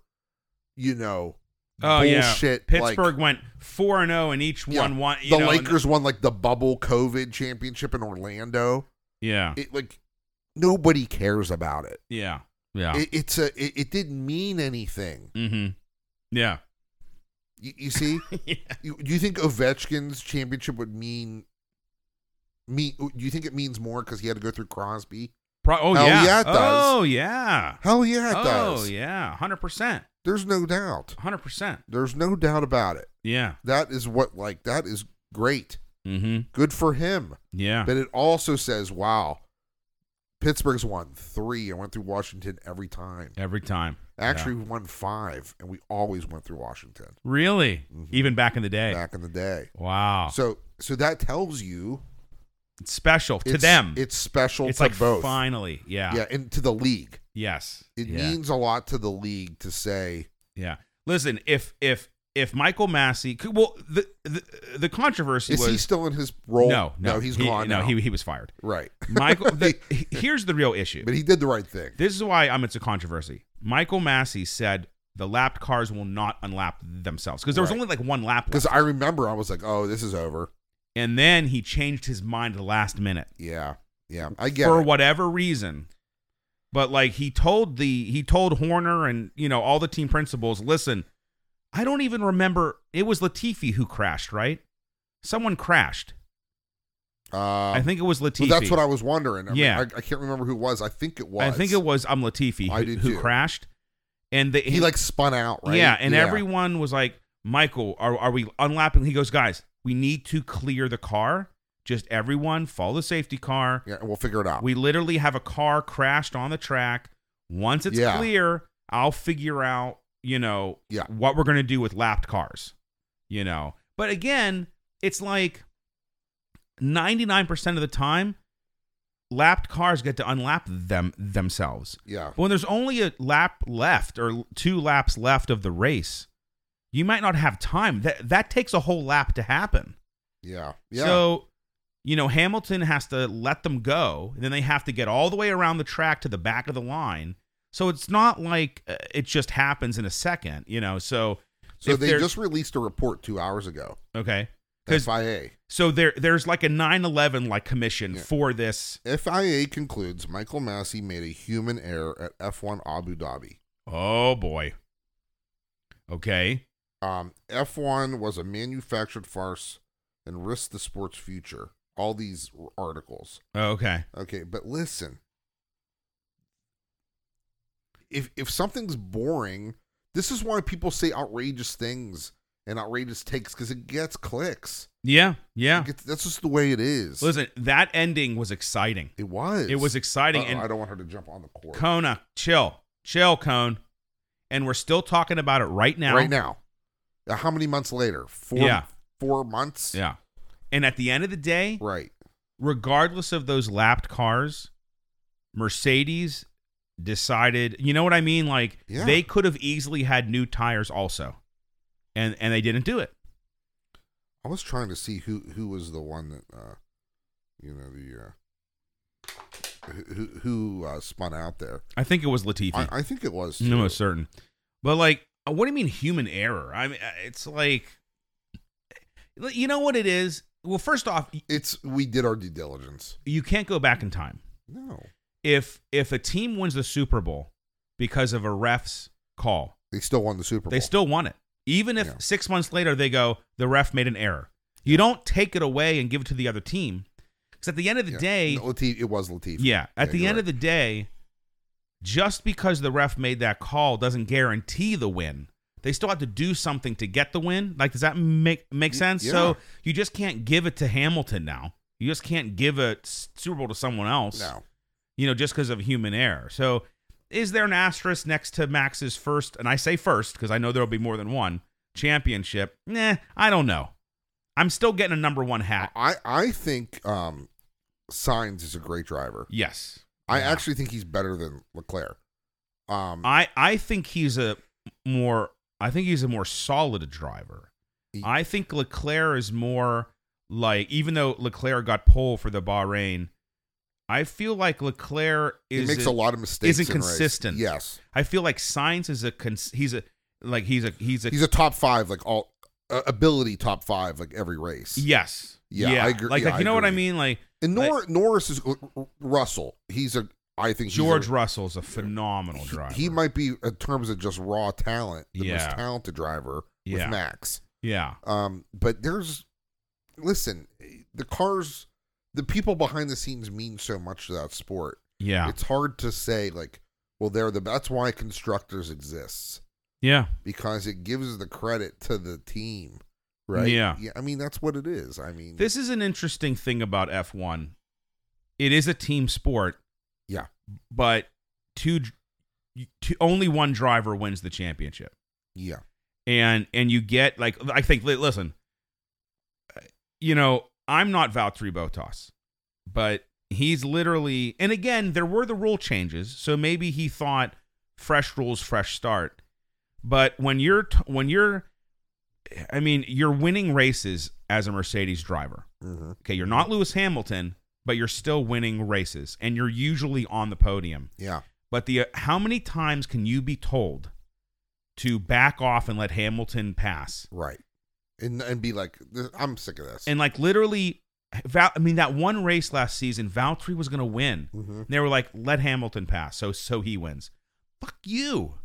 [SPEAKER 2] you know,
[SPEAKER 1] Oh yeah.
[SPEAKER 2] bullshit. like-
[SPEAKER 1] Pittsburgh went four and zero, and each
[SPEAKER 2] Yeah.
[SPEAKER 1] one won. You
[SPEAKER 2] the
[SPEAKER 1] know, and-
[SPEAKER 2] Lakers won like the bubble COVID championship in Orlando.
[SPEAKER 1] Yeah.
[SPEAKER 2] It like nobody cares about it.
[SPEAKER 1] Yeah. Yeah.
[SPEAKER 2] it, it's a it, it didn't mean anything.
[SPEAKER 1] mm-hmm. Yeah.
[SPEAKER 2] You, you see, you, do you think Ovechkin's championship would mean? Mean? Do you think it means more because he had to go through Crosby?
[SPEAKER 1] Pro- oh
[SPEAKER 2] Hell
[SPEAKER 1] yeah.
[SPEAKER 2] yeah, it does.
[SPEAKER 1] Oh yeah.
[SPEAKER 2] Hell yeah, it
[SPEAKER 1] oh
[SPEAKER 2] does.
[SPEAKER 1] yeah. Hundred percent.
[SPEAKER 2] There's no doubt.
[SPEAKER 1] Hundred percent.
[SPEAKER 2] There's no doubt about it.
[SPEAKER 1] Yeah.
[SPEAKER 2] That is what like that is great.
[SPEAKER 1] Mm-hmm.
[SPEAKER 2] Good for him.
[SPEAKER 1] Yeah.
[SPEAKER 2] But it also says, wow, Pittsburgh's won three and went through Washington every time.
[SPEAKER 1] Every time.
[SPEAKER 2] Actually, we won five, and we always went through Washington
[SPEAKER 1] Yeah. Really?
[SPEAKER 2] Mhm.
[SPEAKER 1] Even back in the day.
[SPEAKER 2] back in the day.
[SPEAKER 1] Wow.
[SPEAKER 2] So so that tells you
[SPEAKER 1] It's special to
[SPEAKER 2] It's-
[SPEAKER 1] them.
[SPEAKER 2] It's special
[SPEAKER 1] It's
[SPEAKER 2] to
[SPEAKER 1] like
[SPEAKER 2] both.
[SPEAKER 1] finally. Yeah.
[SPEAKER 2] Yeah, and to the league.
[SPEAKER 1] Yes.
[SPEAKER 2] It
[SPEAKER 1] yeah.
[SPEAKER 2] means a lot to the league to say
[SPEAKER 1] yeah. Listen, if if if Michael Massey, could- well, the the, the controversy
[SPEAKER 2] is
[SPEAKER 1] was
[SPEAKER 2] he still in his role?
[SPEAKER 1] no, no,
[SPEAKER 2] he's
[SPEAKER 1] he,
[SPEAKER 2] gone.
[SPEAKER 1] No,
[SPEAKER 2] now.
[SPEAKER 1] he he was fired.
[SPEAKER 2] right.
[SPEAKER 1] Michael, the, he- here's the real issue.
[SPEAKER 2] But he did the right thing.
[SPEAKER 1] This is why I'm it's a controversy. Michael Massey said the lapped cars will not unlap themselves because there was
[SPEAKER 2] Right.
[SPEAKER 1] only like one lap
[SPEAKER 2] Because
[SPEAKER 1] left.
[SPEAKER 2] I remember I was like, oh, this is over.
[SPEAKER 1] and then he changed his mind at the last minute
[SPEAKER 2] Yeah. Yeah. I get
[SPEAKER 1] for
[SPEAKER 2] it.
[SPEAKER 1] whatever reason. But like he told the he told Horner and you know all the team principals, listen, I don't even remember it was Latifi who crashed, right? Someone crashed.
[SPEAKER 2] Uh,
[SPEAKER 1] I think it was Latifi.
[SPEAKER 2] well, that's what I was wondering. I mean,
[SPEAKER 1] Yeah.
[SPEAKER 2] I, I can't remember who it was. I think it was.
[SPEAKER 1] I think it was um Latifi
[SPEAKER 2] I
[SPEAKER 1] who,
[SPEAKER 2] did
[SPEAKER 1] who
[SPEAKER 2] too.
[SPEAKER 1] crashed, and the,
[SPEAKER 2] He like spun out, right?
[SPEAKER 1] Yeah, and everyone was like, Michael, are, are we unlapping? He goes, guys, we need to clear the car. Just everyone follow the safety car.
[SPEAKER 2] Yeah, and we'll figure it out.
[SPEAKER 1] We literally have a car crashed on the track. Once it's
[SPEAKER 2] Yeah.
[SPEAKER 1] clear, I'll figure out, you know,
[SPEAKER 2] Yeah.
[SPEAKER 1] what we're going to do with lapped cars, you know. But again, it's like 99% of the time, lapped cars get to unlap them themselves.
[SPEAKER 2] yeah.
[SPEAKER 1] But when there's only a lap left or two laps left of the race, you might not have time. That that takes a whole lap to happen.
[SPEAKER 2] Yeah. Yeah.
[SPEAKER 1] So, you know, Hamilton has to let them go, and then they have to get all the way around the track to the back of the line. So it's not like uh, it just happens in a second, you know. So,
[SPEAKER 2] so
[SPEAKER 1] if
[SPEAKER 2] they
[SPEAKER 1] there-
[SPEAKER 2] just released a report two hours ago.
[SPEAKER 1] okay. 'Cause-
[SPEAKER 2] FIA.
[SPEAKER 1] So there there's like a 9/11 like commission
[SPEAKER 2] Yeah.
[SPEAKER 1] for this.
[SPEAKER 2] FIA concludes Michael Massey made a human error at F1 Abu Dhabi.
[SPEAKER 1] Oh boy. Okay.
[SPEAKER 2] Um, F1 was a manufactured farce and risked the sport's future. All these articles.
[SPEAKER 1] Okay.
[SPEAKER 2] Okay, but listen. If if something's boring, this is why people say outrageous things and outrageous takes because it gets clicks.
[SPEAKER 1] Yeah. Yeah.
[SPEAKER 2] It gets- that's just the way it is.
[SPEAKER 1] Listen, that ending was exciting.
[SPEAKER 2] it Uh, was.
[SPEAKER 1] It was exciting.
[SPEAKER 2] Uh-oh, I
[SPEAKER 1] and
[SPEAKER 2] don't want her to jump on the court
[SPEAKER 1] Kona, chill, chill, Cone. And we're still talking about it right now.
[SPEAKER 2] right now. Uh, How many months later? Four.
[SPEAKER 1] Yeah.
[SPEAKER 2] Four months.
[SPEAKER 1] Yeah. And at the end of the day,
[SPEAKER 2] Right.
[SPEAKER 1] regardless of those lapped cars, Mercedes decided, you know what I mean? Like
[SPEAKER 2] Yeah.
[SPEAKER 1] they could have easily had new tires also. And and they didn't do it.
[SPEAKER 2] I was trying to see who who was the one that uh, you know the uh, who- who who uh, spun out there.
[SPEAKER 1] I think it was Latifi.
[SPEAKER 2] I, I think it was.
[SPEAKER 1] No,
[SPEAKER 2] too.
[SPEAKER 1] most certain. But like, uh, what do you mean human error? I mean, uh, it's like, you know what it is. Well, first off, y-
[SPEAKER 2] it's we did our due diligence.
[SPEAKER 1] you can't go back in time.
[SPEAKER 2] No,
[SPEAKER 1] If if a team wins the Super Bowl because of a ref's call,
[SPEAKER 2] they still won the Super Bowl.
[SPEAKER 1] they still won it. Even if
[SPEAKER 2] Yeah.
[SPEAKER 1] six months later they go, the ref made an error. You don't take it away and give it to the other team. Because at the end of the
[SPEAKER 2] Yeah.
[SPEAKER 1] day,
[SPEAKER 2] No, Latif- it was Latif.
[SPEAKER 1] yeah, at the
[SPEAKER 2] you're
[SPEAKER 1] end of
[SPEAKER 2] right.
[SPEAKER 1] the day, just because the ref made that call doesn't guarantee the win. They still have to do something to get the win. Like, does that make make
[SPEAKER 2] Y-
[SPEAKER 1] sense?
[SPEAKER 2] yeah.
[SPEAKER 1] So you just can't give it to Hamilton now. You just can't give a S- Super Bowl to someone else.
[SPEAKER 2] no,
[SPEAKER 1] You know, just because of human error. So is there an asterisk next to Max's first, and I say first because I know there'll be more than one championship? Nah, I don't know. I'm still getting a number one hat.
[SPEAKER 2] I I think um, Signs is a great driver.
[SPEAKER 1] Yes.
[SPEAKER 2] I
[SPEAKER 1] Yeah.
[SPEAKER 2] actually think he's better than Leclerc. Um,
[SPEAKER 1] I I think he's a more I think he's a more solid driver.
[SPEAKER 2] He-
[SPEAKER 1] I think Leclerc is more like even though Leclerc got pole for the Bahrain, I feel like Leclerc
[SPEAKER 2] he
[SPEAKER 1] is
[SPEAKER 2] makes
[SPEAKER 1] a-
[SPEAKER 2] a lot of mistakes.
[SPEAKER 1] isn't
[SPEAKER 2] in race.
[SPEAKER 1] consistent.
[SPEAKER 2] Yes,
[SPEAKER 1] I feel like Science is a cons- he's a like he's a he's a
[SPEAKER 2] he's a top five, like all uh, ability top five, like every race.
[SPEAKER 1] yes
[SPEAKER 2] Yeah, I agree-
[SPEAKER 1] like,
[SPEAKER 2] yeah,
[SPEAKER 1] like
[SPEAKER 2] I
[SPEAKER 1] you know what I
[SPEAKER 2] agree.
[SPEAKER 1] mean like
[SPEAKER 2] And Nor- Norris is uh, Russell. He's a I think he's
[SPEAKER 1] George
[SPEAKER 2] a-
[SPEAKER 1] Russell's a phenomenal
[SPEAKER 2] he-
[SPEAKER 1] driver
[SPEAKER 2] He, might be in terms of just raw talent, the
[SPEAKER 1] Yeah.
[SPEAKER 2] most talented driver with
[SPEAKER 1] Yeah.
[SPEAKER 2] Max.
[SPEAKER 1] yeah
[SPEAKER 2] Um, but there's, listen, the cars, the people behind the scenes mean so much to that sport.
[SPEAKER 1] yeah
[SPEAKER 2] It's hard to say like, well, they're the. That's why constructors exists
[SPEAKER 1] yeah
[SPEAKER 2] because it gives the credit to the team, right?
[SPEAKER 1] Yeah.
[SPEAKER 2] Yeah. I mean, that's what it is. I mean,
[SPEAKER 1] This is an interesting thing about F1. It is a team sport.
[SPEAKER 2] Yeah.
[SPEAKER 1] But two, two only one driver wins the championship.
[SPEAKER 2] Yeah.
[SPEAKER 1] And and you get like I think li- listen, you know, I'm not Valtteri Botas. but he's literally and again there were the rule changes so maybe he thought fresh rules fresh start but when you're t- when you're i mean you're winning races as a mercedes driver
[SPEAKER 2] hmm
[SPEAKER 1] okay you're not lewis hamilton but you're still winning races and you're usually on the podium
[SPEAKER 2] Yeah.
[SPEAKER 1] but the uh, how many times can you be told to back off and let hamilton pass
[SPEAKER 2] Right. And and be like, "Th- I'm sick of this.
[SPEAKER 1] and like literally Val, i mean that one race last season valtteri was going to win
[SPEAKER 2] hmm
[SPEAKER 1] And they were like, let Hamilton pass, so so he wins. Fuck you.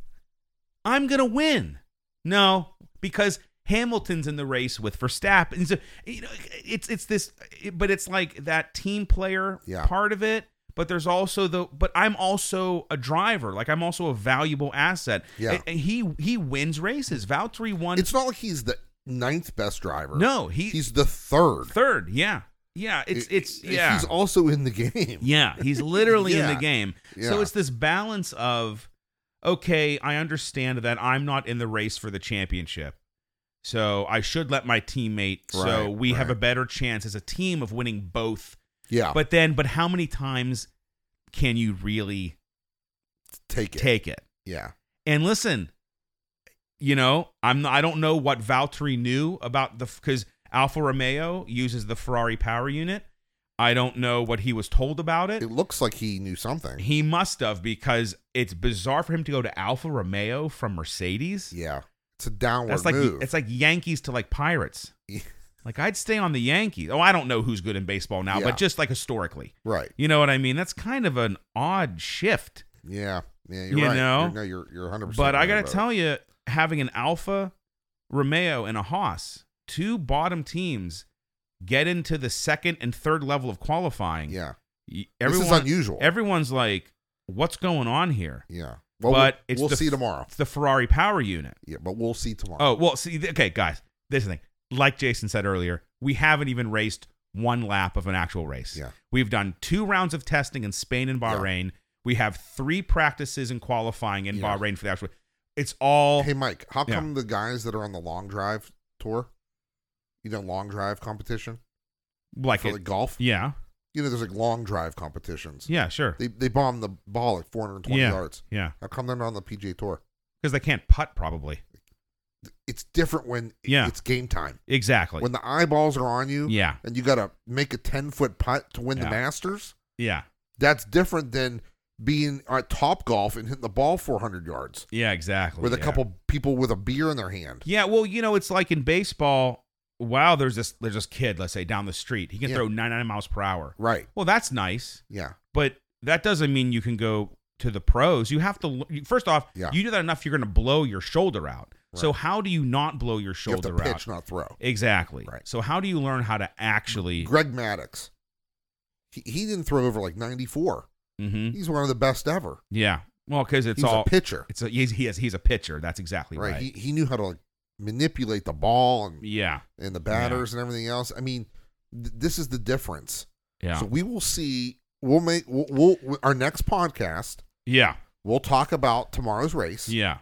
[SPEAKER 1] I'm gonna win. No, because Hamilton's in the race with Verstappen. And so, you know, it's it's this, but it's like that team player
[SPEAKER 2] Yeah.
[SPEAKER 1] part of it. But there's also the, but I'm also a driver. Like I'm also a valuable asset.
[SPEAKER 2] Yeah.
[SPEAKER 1] And- and he he wins races. Valtteri won.
[SPEAKER 2] It's not like he's the ninth best driver.
[SPEAKER 1] no, he, he's
[SPEAKER 2] he's the third.
[SPEAKER 1] third. Yeah, yeah. It's
[SPEAKER 2] It-
[SPEAKER 1] it's
[SPEAKER 2] it-
[SPEAKER 1] yeah.
[SPEAKER 2] He's also in the game.
[SPEAKER 1] Yeah, he's literally in
[SPEAKER 2] Yeah.
[SPEAKER 1] the game.
[SPEAKER 2] Yeah.
[SPEAKER 1] So it's this balance of okay, I understand that I'm not in the race for the championship. So I should let my teammate so
[SPEAKER 2] Right,
[SPEAKER 1] we have a
[SPEAKER 2] right. Oh.
[SPEAKER 1] better chance as a team of winning both.
[SPEAKER 2] Yeah.
[SPEAKER 1] But then but how many times can you really
[SPEAKER 2] take it.
[SPEAKER 1] take it?
[SPEAKER 2] yeah.
[SPEAKER 1] And listen, you know, I'm I don't know what Valtteri knew about the because Alfa Romeo uses the Ferrari power unit. I don't know what he was told about it.
[SPEAKER 2] It looks like he knew something.
[SPEAKER 1] He must have because it's bizarre for him to go to Alfa Romeo from Mercedes.
[SPEAKER 2] yeah. It's a downward
[SPEAKER 1] That's like
[SPEAKER 2] move.
[SPEAKER 1] it's like Yankees to like Pirates.
[SPEAKER 2] Yeah.
[SPEAKER 1] Like I'd stay on the Yankees. Oh, I don't know who's good in baseball now,
[SPEAKER 2] Yeah.
[SPEAKER 1] but just like historically,
[SPEAKER 2] right.
[SPEAKER 1] you know what I mean. That's kind of an odd shift.
[SPEAKER 2] Yeah. Yeah. You're
[SPEAKER 1] You
[SPEAKER 2] right.
[SPEAKER 1] know?
[SPEAKER 2] You're, no, you're you're 100.
[SPEAKER 1] But I gotta tell you, having an Alfa Romeo and a Haas, two bottom teams, get into the second and third level of qualifying.
[SPEAKER 2] Yeah.
[SPEAKER 1] y-
[SPEAKER 2] This
[SPEAKER 1] Everyone,
[SPEAKER 2] is unusual.
[SPEAKER 1] everyone's like, "What's going on here?"
[SPEAKER 2] yeah. Well,
[SPEAKER 1] but
[SPEAKER 2] we'll,
[SPEAKER 1] it's
[SPEAKER 2] we'll
[SPEAKER 1] the-
[SPEAKER 2] see tomorrow.
[SPEAKER 1] It's the Ferrari power unit.
[SPEAKER 2] Yeah, but we'll see tomorrow.
[SPEAKER 1] Oh, well, see, th- okay, guys, this is the thing. Like Jason said earlier, we haven't even raced one lap of an actual race.
[SPEAKER 2] Yeah.
[SPEAKER 1] We've done two rounds of testing in Spain and
[SPEAKER 2] Yeah.
[SPEAKER 1] Bahrain. We have three practices in qualifying in
[SPEAKER 2] Yeah.
[SPEAKER 1] Bahrain for the actual. It's all
[SPEAKER 2] Hey, Mike, how
[SPEAKER 1] Yeah.
[SPEAKER 2] come the guys that are on the long drive tour, you know, long drive competition
[SPEAKER 1] like
[SPEAKER 2] for
[SPEAKER 1] it.
[SPEAKER 2] like golf?
[SPEAKER 1] yeah.
[SPEAKER 2] You know, there's like long drive competitions.
[SPEAKER 1] Yeah, sure.
[SPEAKER 2] They they bomb the ball at 420
[SPEAKER 1] Yeah.
[SPEAKER 2] yards.
[SPEAKER 1] Yeah.
[SPEAKER 2] How come they're not on the PJ tour?
[SPEAKER 1] Because they can't putt, probably.
[SPEAKER 2] It's different when
[SPEAKER 1] Yeah.
[SPEAKER 2] it's game time.
[SPEAKER 1] Exactly.
[SPEAKER 2] When the eyeballs are on you,
[SPEAKER 1] yeah.
[SPEAKER 2] and you got to make a 10 foot putt to win the
[SPEAKER 1] Yeah.
[SPEAKER 2] Masters.
[SPEAKER 1] Yeah.
[SPEAKER 2] That's different than being at Top Golf and hitting the ball 400 yards
[SPEAKER 1] Yeah, exactly.
[SPEAKER 2] with a
[SPEAKER 1] Oh, yeah.
[SPEAKER 2] couple people with a beer in their hand.
[SPEAKER 1] Yeah, well, you know, it's like in baseball. Wow, there's this there's this kid, let's say, down the street. He can
[SPEAKER 2] Yeah.
[SPEAKER 1] throw 99 miles per hour.
[SPEAKER 2] Right.
[SPEAKER 1] Well, that's nice.
[SPEAKER 2] Yeah.
[SPEAKER 1] but that doesn't mean you can go to the pros. You have to you- first off,
[SPEAKER 2] Yeah.
[SPEAKER 1] you do that enough, you're going to blow your shoulder out. So how do you not blow your
[SPEAKER 2] You have
[SPEAKER 1] shoulder
[SPEAKER 2] to pitch,
[SPEAKER 1] out?
[SPEAKER 2] not throw.
[SPEAKER 1] Exactly.
[SPEAKER 2] Right.
[SPEAKER 1] So how do you learn how to actually?
[SPEAKER 2] Greg Maddox. He, he didn't throw over like 94.
[SPEAKER 1] hmm
[SPEAKER 2] He's one of the best ever.
[SPEAKER 1] Yeah. Well, because it's
[SPEAKER 2] He's
[SPEAKER 1] all
[SPEAKER 2] a pitcher,
[SPEAKER 1] it's a, he's, he is, he's a pitcher. That's exactly
[SPEAKER 2] right?
[SPEAKER 1] right.
[SPEAKER 2] He, he knew how to like manipulate the ball and,
[SPEAKER 1] yeah.
[SPEAKER 2] and the batters and everything else. I mean, th- this is the difference.
[SPEAKER 1] Yeah.
[SPEAKER 2] So we will see. We'll make we'll, we'll our next podcast.
[SPEAKER 1] yeah.
[SPEAKER 2] We'll talk about tomorrow's race.
[SPEAKER 1] Yeah.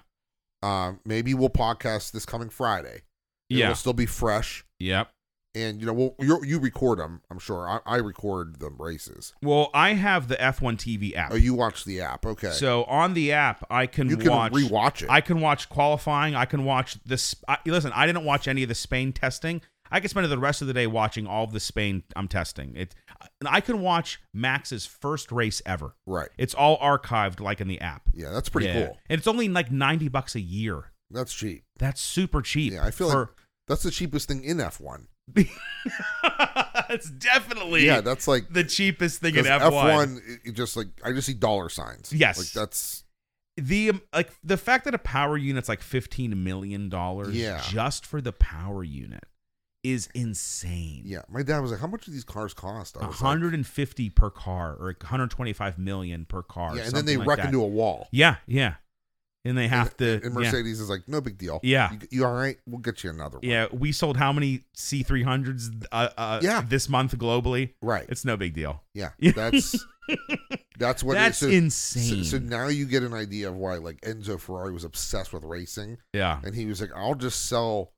[SPEAKER 2] Um, maybe we'll podcast this coming Friday.
[SPEAKER 1] Yeah.
[SPEAKER 2] It'll still be fresh.
[SPEAKER 1] Yep.
[SPEAKER 2] And you know, we'll you you record them. I'm sure I, I record them races.
[SPEAKER 1] Well, I have the F1 TV app.
[SPEAKER 2] Oh, you watch the app, okay?
[SPEAKER 1] So on the app, I can
[SPEAKER 2] you can
[SPEAKER 1] watch
[SPEAKER 2] rewatch it.
[SPEAKER 1] I can watch qualifying. I can watch this. I, listen, I didn't watch any of the Spain testing. I could spend the rest of the day watching all of the Spain I'm testing. It, and I can watch Max's first race ever.
[SPEAKER 2] right?
[SPEAKER 1] It's all archived like in the app.
[SPEAKER 2] Yeah, that's pretty
[SPEAKER 1] Yeah.
[SPEAKER 2] cool.
[SPEAKER 1] And it's only like 90 bucks a year.
[SPEAKER 2] That's cheap.
[SPEAKER 1] That's super cheap.
[SPEAKER 2] Yeah, I feel
[SPEAKER 1] for-
[SPEAKER 2] That's the cheapest thing in F1.
[SPEAKER 1] it's definitely
[SPEAKER 2] Yeah, that's like
[SPEAKER 1] the cheapest thing in
[SPEAKER 2] 'cause
[SPEAKER 1] F1.
[SPEAKER 2] it- it just like I just see dollar signs.
[SPEAKER 1] Yes.
[SPEAKER 2] like that's
[SPEAKER 1] The um, like the fact that a power unit's like 15 million dollars
[SPEAKER 2] Yeah.
[SPEAKER 1] just for the power unit is insane.
[SPEAKER 2] yeah. My dad was like, "How much do these cars cost?" I was like,
[SPEAKER 1] 150 per car or 125 million per car.
[SPEAKER 2] Yeah, and then they
[SPEAKER 1] something like
[SPEAKER 2] wreck
[SPEAKER 1] that.
[SPEAKER 2] into a wall.
[SPEAKER 1] Yeah, yeah. And they have to.
[SPEAKER 2] And
[SPEAKER 1] yeah.
[SPEAKER 2] Mercedes is like, "No big deal.
[SPEAKER 1] Yeah.
[SPEAKER 2] you, you all right? We'll get you another one."
[SPEAKER 1] Yeah, we sold how many C300s uh, uh,
[SPEAKER 2] Yeah.
[SPEAKER 1] this month globally?
[SPEAKER 2] right.
[SPEAKER 1] It's no big deal.
[SPEAKER 2] Yeah,
[SPEAKER 1] Yeah.
[SPEAKER 2] that's that's what. it is.
[SPEAKER 1] That's
[SPEAKER 2] So- so,
[SPEAKER 1] insane.
[SPEAKER 2] so now you get an idea of why like Enzo Ferrari was obsessed with racing,
[SPEAKER 1] yeah,
[SPEAKER 2] and he was like, "I'll just sell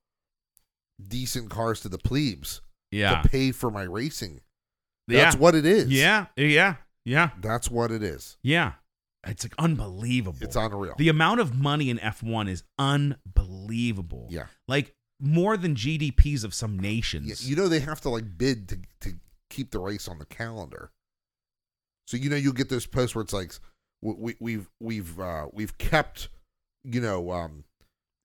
[SPEAKER 2] decent cars to the plebes
[SPEAKER 1] yeah,
[SPEAKER 2] to pay for my racing That's
[SPEAKER 1] yeah.
[SPEAKER 2] what it is.
[SPEAKER 1] yeah, yeah, yeah,
[SPEAKER 2] That's what it is.
[SPEAKER 1] yeah. It's like unbelievable.
[SPEAKER 2] It's unreal.
[SPEAKER 1] the amount of money in F1 is unbelievable.
[SPEAKER 2] yeah.
[SPEAKER 1] Like more than GDPs of some
[SPEAKER 2] Y-
[SPEAKER 1] nations.
[SPEAKER 2] You know they have to like bid to to keep the race on the calendar. So you know you'll get those posts where it's like we, we we've we've uh we've kept you know um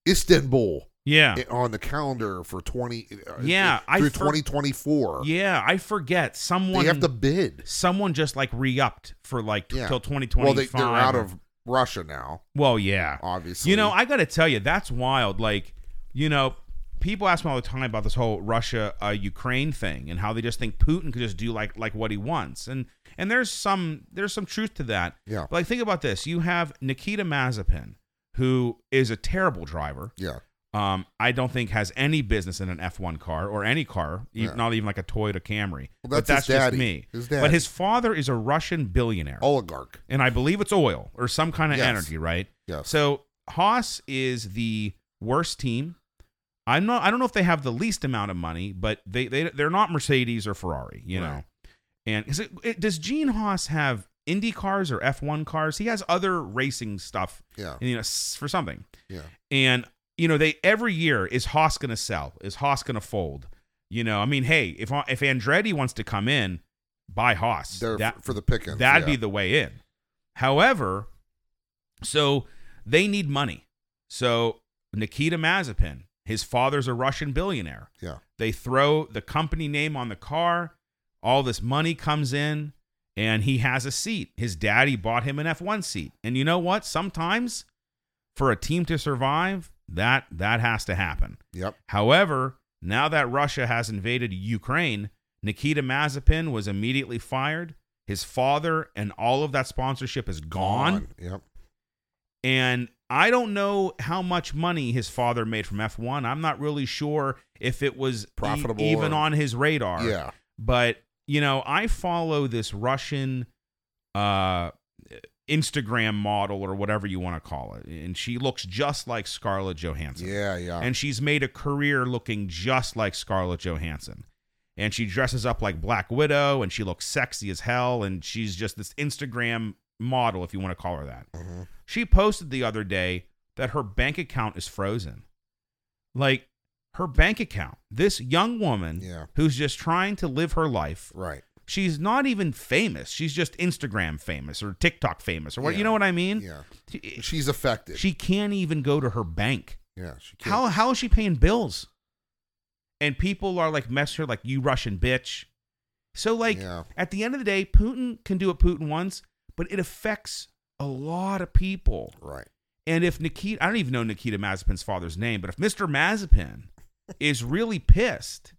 [SPEAKER 2] Istanbul
[SPEAKER 1] yeah.
[SPEAKER 2] i- on the calendar for 20 uh,
[SPEAKER 1] Yeah, I
[SPEAKER 2] through
[SPEAKER 1] for-
[SPEAKER 2] 2024.
[SPEAKER 1] yeah, I forget someone
[SPEAKER 2] They have to bid.
[SPEAKER 1] someone just like re-upped for like t-
[SPEAKER 2] Yeah.
[SPEAKER 1] till 2025.
[SPEAKER 2] Well, they, they're out of Russia now,
[SPEAKER 1] Well, yeah.
[SPEAKER 2] obviously.
[SPEAKER 1] You know, I got to tell you, that's wild. Like, you know, people ask me all the time about this whole Russia uh, Ukraine thing and how they just think Putin could just do like like what he wants. And and there's some there's some truth to that.
[SPEAKER 2] yeah,
[SPEAKER 1] But like think about this. You have Nikita Mazepin who is a terrible driver.
[SPEAKER 2] yeah,
[SPEAKER 1] Um, I don't think has any business in an F1 car or any car, e-
[SPEAKER 2] Yeah.
[SPEAKER 1] not even like a Toyota Camry.
[SPEAKER 2] Well,
[SPEAKER 1] but
[SPEAKER 2] that's his
[SPEAKER 1] that's just
[SPEAKER 2] daddy.
[SPEAKER 1] me.
[SPEAKER 2] His
[SPEAKER 1] But
[SPEAKER 2] daddy.
[SPEAKER 1] his father is a Russian billionaire
[SPEAKER 2] oligarch.
[SPEAKER 1] and I believe it's oil or some kind of
[SPEAKER 2] Yes.
[SPEAKER 1] energy, right?
[SPEAKER 2] Yes.
[SPEAKER 1] So Haas is the worst team. I'm not. I don't know if they have the least amount of money, but they they they're not Mercedes or Ferrari, you know.
[SPEAKER 2] Right.
[SPEAKER 1] And is it, it- does Gene Haas have Indy cars or F1 cars? He has other racing stuff,
[SPEAKER 2] Yeah,
[SPEAKER 1] you know, s- for something.
[SPEAKER 2] yeah.
[SPEAKER 1] And you know, they every year is Haas going to sell? Is Haas going to fold? You know, I mean, hey, if if Andretti wants to come in, buy Haas.
[SPEAKER 2] They're
[SPEAKER 1] That-
[SPEAKER 2] f- for the pickings.
[SPEAKER 1] That'd
[SPEAKER 2] yeah.
[SPEAKER 1] be the way in. However, so they need money. So Nikita Mazepin, his father's a Russian billionaire.
[SPEAKER 2] Yeah.
[SPEAKER 1] They throw the company name on the car. All this money comes in, and he has a seat. His daddy bought him an F1 seat. And you know what? Sometimes for a team to survive, that that has to happen.
[SPEAKER 2] Yep.
[SPEAKER 1] However, now that Russia has invaded Ukraine, Nikita Mazepin was immediately fired. His father and all of that sponsorship is gone.
[SPEAKER 2] Yep.
[SPEAKER 1] And I don't know how much money his father made from F1. I'm not really sure if it was e-
[SPEAKER 2] Profitable
[SPEAKER 1] even
[SPEAKER 2] or-
[SPEAKER 1] on his radar.
[SPEAKER 2] Yeah.
[SPEAKER 1] But, you know, I follow this Russian uh, Instagram model or whatever you want to call it. And she looks just like Scarlett Johansson
[SPEAKER 2] Yeah. Yeah.
[SPEAKER 1] and she's made a career looking just like Scarlett Johansson. And she dresses up like Black Widow and she looks sexy as hell and she's just this Instagram model if you want to call her that.
[SPEAKER 2] Mhm.
[SPEAKER 1] She posted the other day that her bank account is frozen. Like her bank account. This young woman
[SPEAKER 2] Yeah.
[SPEAKER 1] who's just trying to live her life.
[SPEAKER 2] Right.
[SPEAKER 1] She's not even famous. She's just Instagram famous or TikTok famous or what you
[SPEAKER 2] Yeah.
[SPEAKER 1] know what I mean?
[SPEAKER 2] Yeah.
[SPEAKER 1] She,
[SPEAKER 2] She's affected.
[SPEAKER 1] she can't even go to her bank.
[SPEAKER 2] yeah. She can't.
[SPEAKER 1] How how is she paying bills? And people are like mess her like you Russian bitch. So like
[SPEAKER 2] Yeah.
[SPEAKER 1] at the end of the day, Putin can do what Putin wants, but it affects a lot of people.
[SPEAKER 2] Right.
[SPEAKER 1] And if Nikita, I don't even know Nikita Mazepin's father's name, but if Mr. Mazepin is really pissed,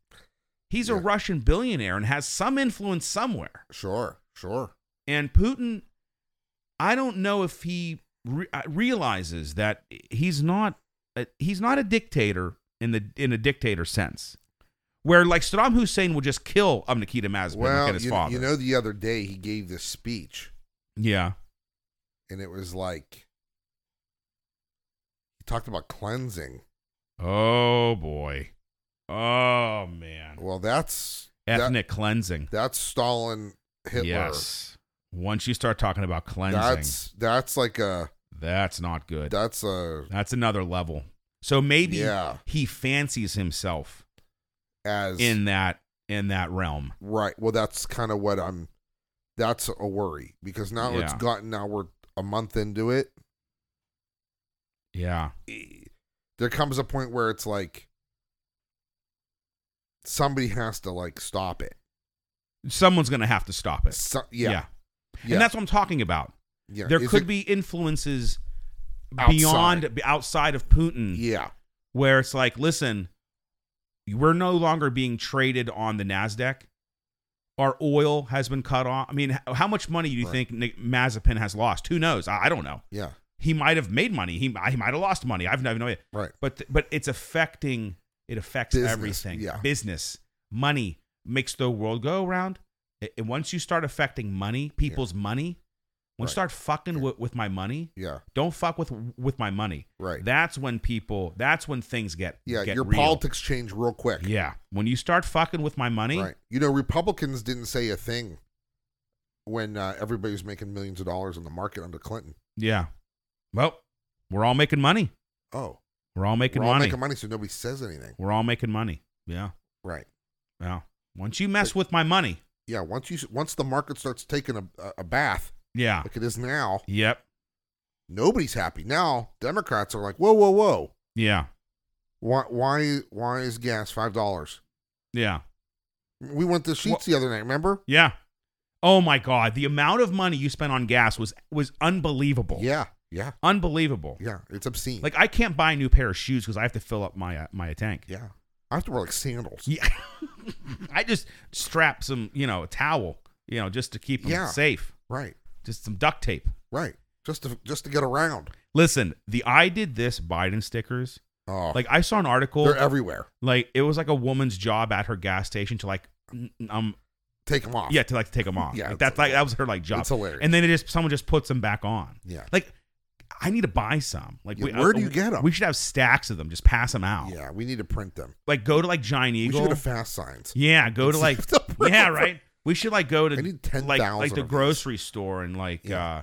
[SPEAKER 1] he's a
[SPEAKER 2] Yeah.
[SPEAKER 1] Russian billionaire and has some influence somewhere.
[SPEAKER 2] Sure. Sure.
[SPEAKER 1] And Putin, I don't know if he re- uh, realizes that he's not a, he's not a dictator in the in a dictator sense, where like Saddam Hussein would just kill um, Nikita Mazepin
[SPEAKER 2] well,
[SPEAKER 1] like his
[SPEAKER 2] you,
[SPEAKER 1] father.
[SPEAKER 2] you know, the other day he gave this speech,
[SPEAKER 1] yeah,
[SPEAKER 2] and it was like he talked about cleansing.
[SPEAKER 1] Oh boy. Oh man.
[SPEAKER 2] Well, that's that-
[SPEAKER 1] Ethnic cleansing.
[SPEAKER 2] that's Stalin, Hitler.
[SPEAKER 1] Yes. Once you start talking about cleansing, that's,
[SPEAKER 2] That's that's like a
[SPEAKER 1] not good.
[SPEAKER 2] that's a
[SPEAKER 1] that's another level. So maybe
[SPEAKER 2] Yeah.
[SPEAKER 1] he fancies himself
[SPEAKER 2] as
[SPEAKER 1] in that in that realm.
[SPEAKER 2] right. Well, that's kind of what I'm. That's a worry because now it's
[SPEAKER 1] Yeah.
[SPEAKER 2] gotten now we're a month into it. e,
[SPEAKER 1] Yeah.
[SPEAKER 2] There comes a point where it's like somebody has to like stop it.
[SPEAKER 1] Someone's going to have to stop it.
[SPEAKER 2] So, yeah, yeah,
[SPEAKER 1] And that's what I'm talking about.
[SPEAKER 2] yeah.
[SPEAKER 1] There
[SPEAKER 2] Is
[SPEAKER 1] could
[SPEAKER 2] it-
[SPEAKER 1] be influences
[SPEAKER 2] Outside.
[SPEAKER 1] beyond outside of Putin
[SPEAKER 2] yeah,
[SPEAKER 1] where it's like, listen, we're no longer being traded on the Nasdaq. Our oil has been cut off. I mean, h- how much money do you
[SPEAKER 2] Right.
[SPEAKER 1] think Nick Mazepin has lost? Who knows? I, I don't know.
[SPEAKER 2] yeah,
[SPEAKER 1] He might have made money. He I- he might have lost money. I've never no idea.
[SPEAKER 2] right.
[SPEAKER 1] But th- but it's affecting. It affects
[SPEAKER 2] Business,
[SPEAKER 1] everything.
[SPEAKER 2] yeah.
[SPEAKER 1] Business, money makes the world go around. A- And once you start affecting money, people's money, When you
[SPEAKER 2] Right.
[SPEAKER 1] start fucking with, with my money,
[SPEAKER 2] Yeah.
[SPEAKER 1] don't fuck with with my money.
[SPEAKER 2] Right.
[SPEAKER 1] That's when people. That's when things get
[SPEAKER 2] yeah.
[SPEAKER 1] get
[SPEAKER 2] Your
[SPEAKER 1] real.
[SPEAKER 2] politics change real quick.
[SPEAKER 1] Yeah, when you start fucking with my money,
[SPEAKER 2] Right. You know, Republicans didn't say a thing when uh, everybody was making millions of dollars on the market under Clinton.
[SPEAKER 1] yeah. Well, we're all making money.
[SPEAKER 2] Oh,
[SPEAKER 1] We're all making
[SPEAKER 2] we're all
[SPEAKER 1] money.
[SPEAKER 2] making money, so nobody says anything.
[SPEAKER 1] we're all making money. Yeah,
[SPEAKER 2] Right.
[SPEAKER 1] yeah. Once you mess with my money,
[SPEAKER 2] Yeah. Once you once the market starts taking a, a- a bath
[SPEAKER 1] yeah,
[SPEAKER 2] like it is now,
[SPEAKER 1] yep,
[SPEAKER 2] nobody's happy. Now Democrats are like, whoa, whoa, whoa.
[SPEAKER 1] yeah,
[SPEAKER 2] Why why why is gas five dollars?
[SPEAKER 1] yeah,
[SPEAKER 2] We went to sheets the other night. Remember?
[SPEAKER 1] yeah. Oh my God, the amount of money you spent on gas was was unbelievable.
[SPEAKER 2] Yeah. Yeah.
[SPEAKER 1] unbelievable.
[SPEAKER 2] Yeah. It's obscene.
[SPEAKER 1] Like I can't buy a new pair of shoes because I have to fill up my uh, my tank.
[SPEAKER 2] yeah. I have to wear like sandals.
[SPEAKER 1] Yeah. I just strap some, you know, a towel, you know, just to keep them
[SPEAKER 2] Yeah.
[SPEAKER 1] safe.
[SPEAKER 2] Right.
[SPEAKER 1] Just some duct tape.
[SPEAKER 2] Right. Just to just to get around.
[SPEAKER 1] Listen, the I did this Biden stickers.
[SPEAKER 2] Oh.
[SPEAKER 1] Like I saw an article,
[SPEAKER 2] they're everywhere.
[SPEAKER 1] like it was like a woman's job at her gas station to like, n- n- um,
[SPEAKER 2] Take them off.
[SPEAKER 1] yeah, to like take them off.
[SPEAKER 2] Yeah,
[SPEAKER 1] like,
[SPEAKER 2] it's-
[SPEAKER 1] that's like that was her like job.
[SPEAKER 2] It's hilarious.
[SPEAKER 1] And then it just someone just puts them back on.
[SPEAKER 2] yeah.
[SPEAKER 1] Like I need to buy some. Like
[SPEAKER 2] Yeah, where do you get 'em?
[SPEAKER 1] We should have stacks of them. Just pass them out.
[SPEAKER 2] Yeah. We need to print them.
[SPEAKER 1] Like go to like Giant
[SPEAKER 2] We
[SPEAKER 1] Eagle.
[SPEAKER 2] should go to fast signs.
[SPEAKER 1] Yeah, go to like
[SPEAKER 2] The proper-
[SPEAKER 1] yeah, right. We should like go to
[SPEAKER 2] I need
[SPEAKER 1] like
[SPEAKER 2] 10,000
[SPEAKER 1] like the
[SPEAKER 2] of these.
[SPEAKER 1] grocery store and like
[SPEAKER 2] Yeah.
[SPEAKER 1] uh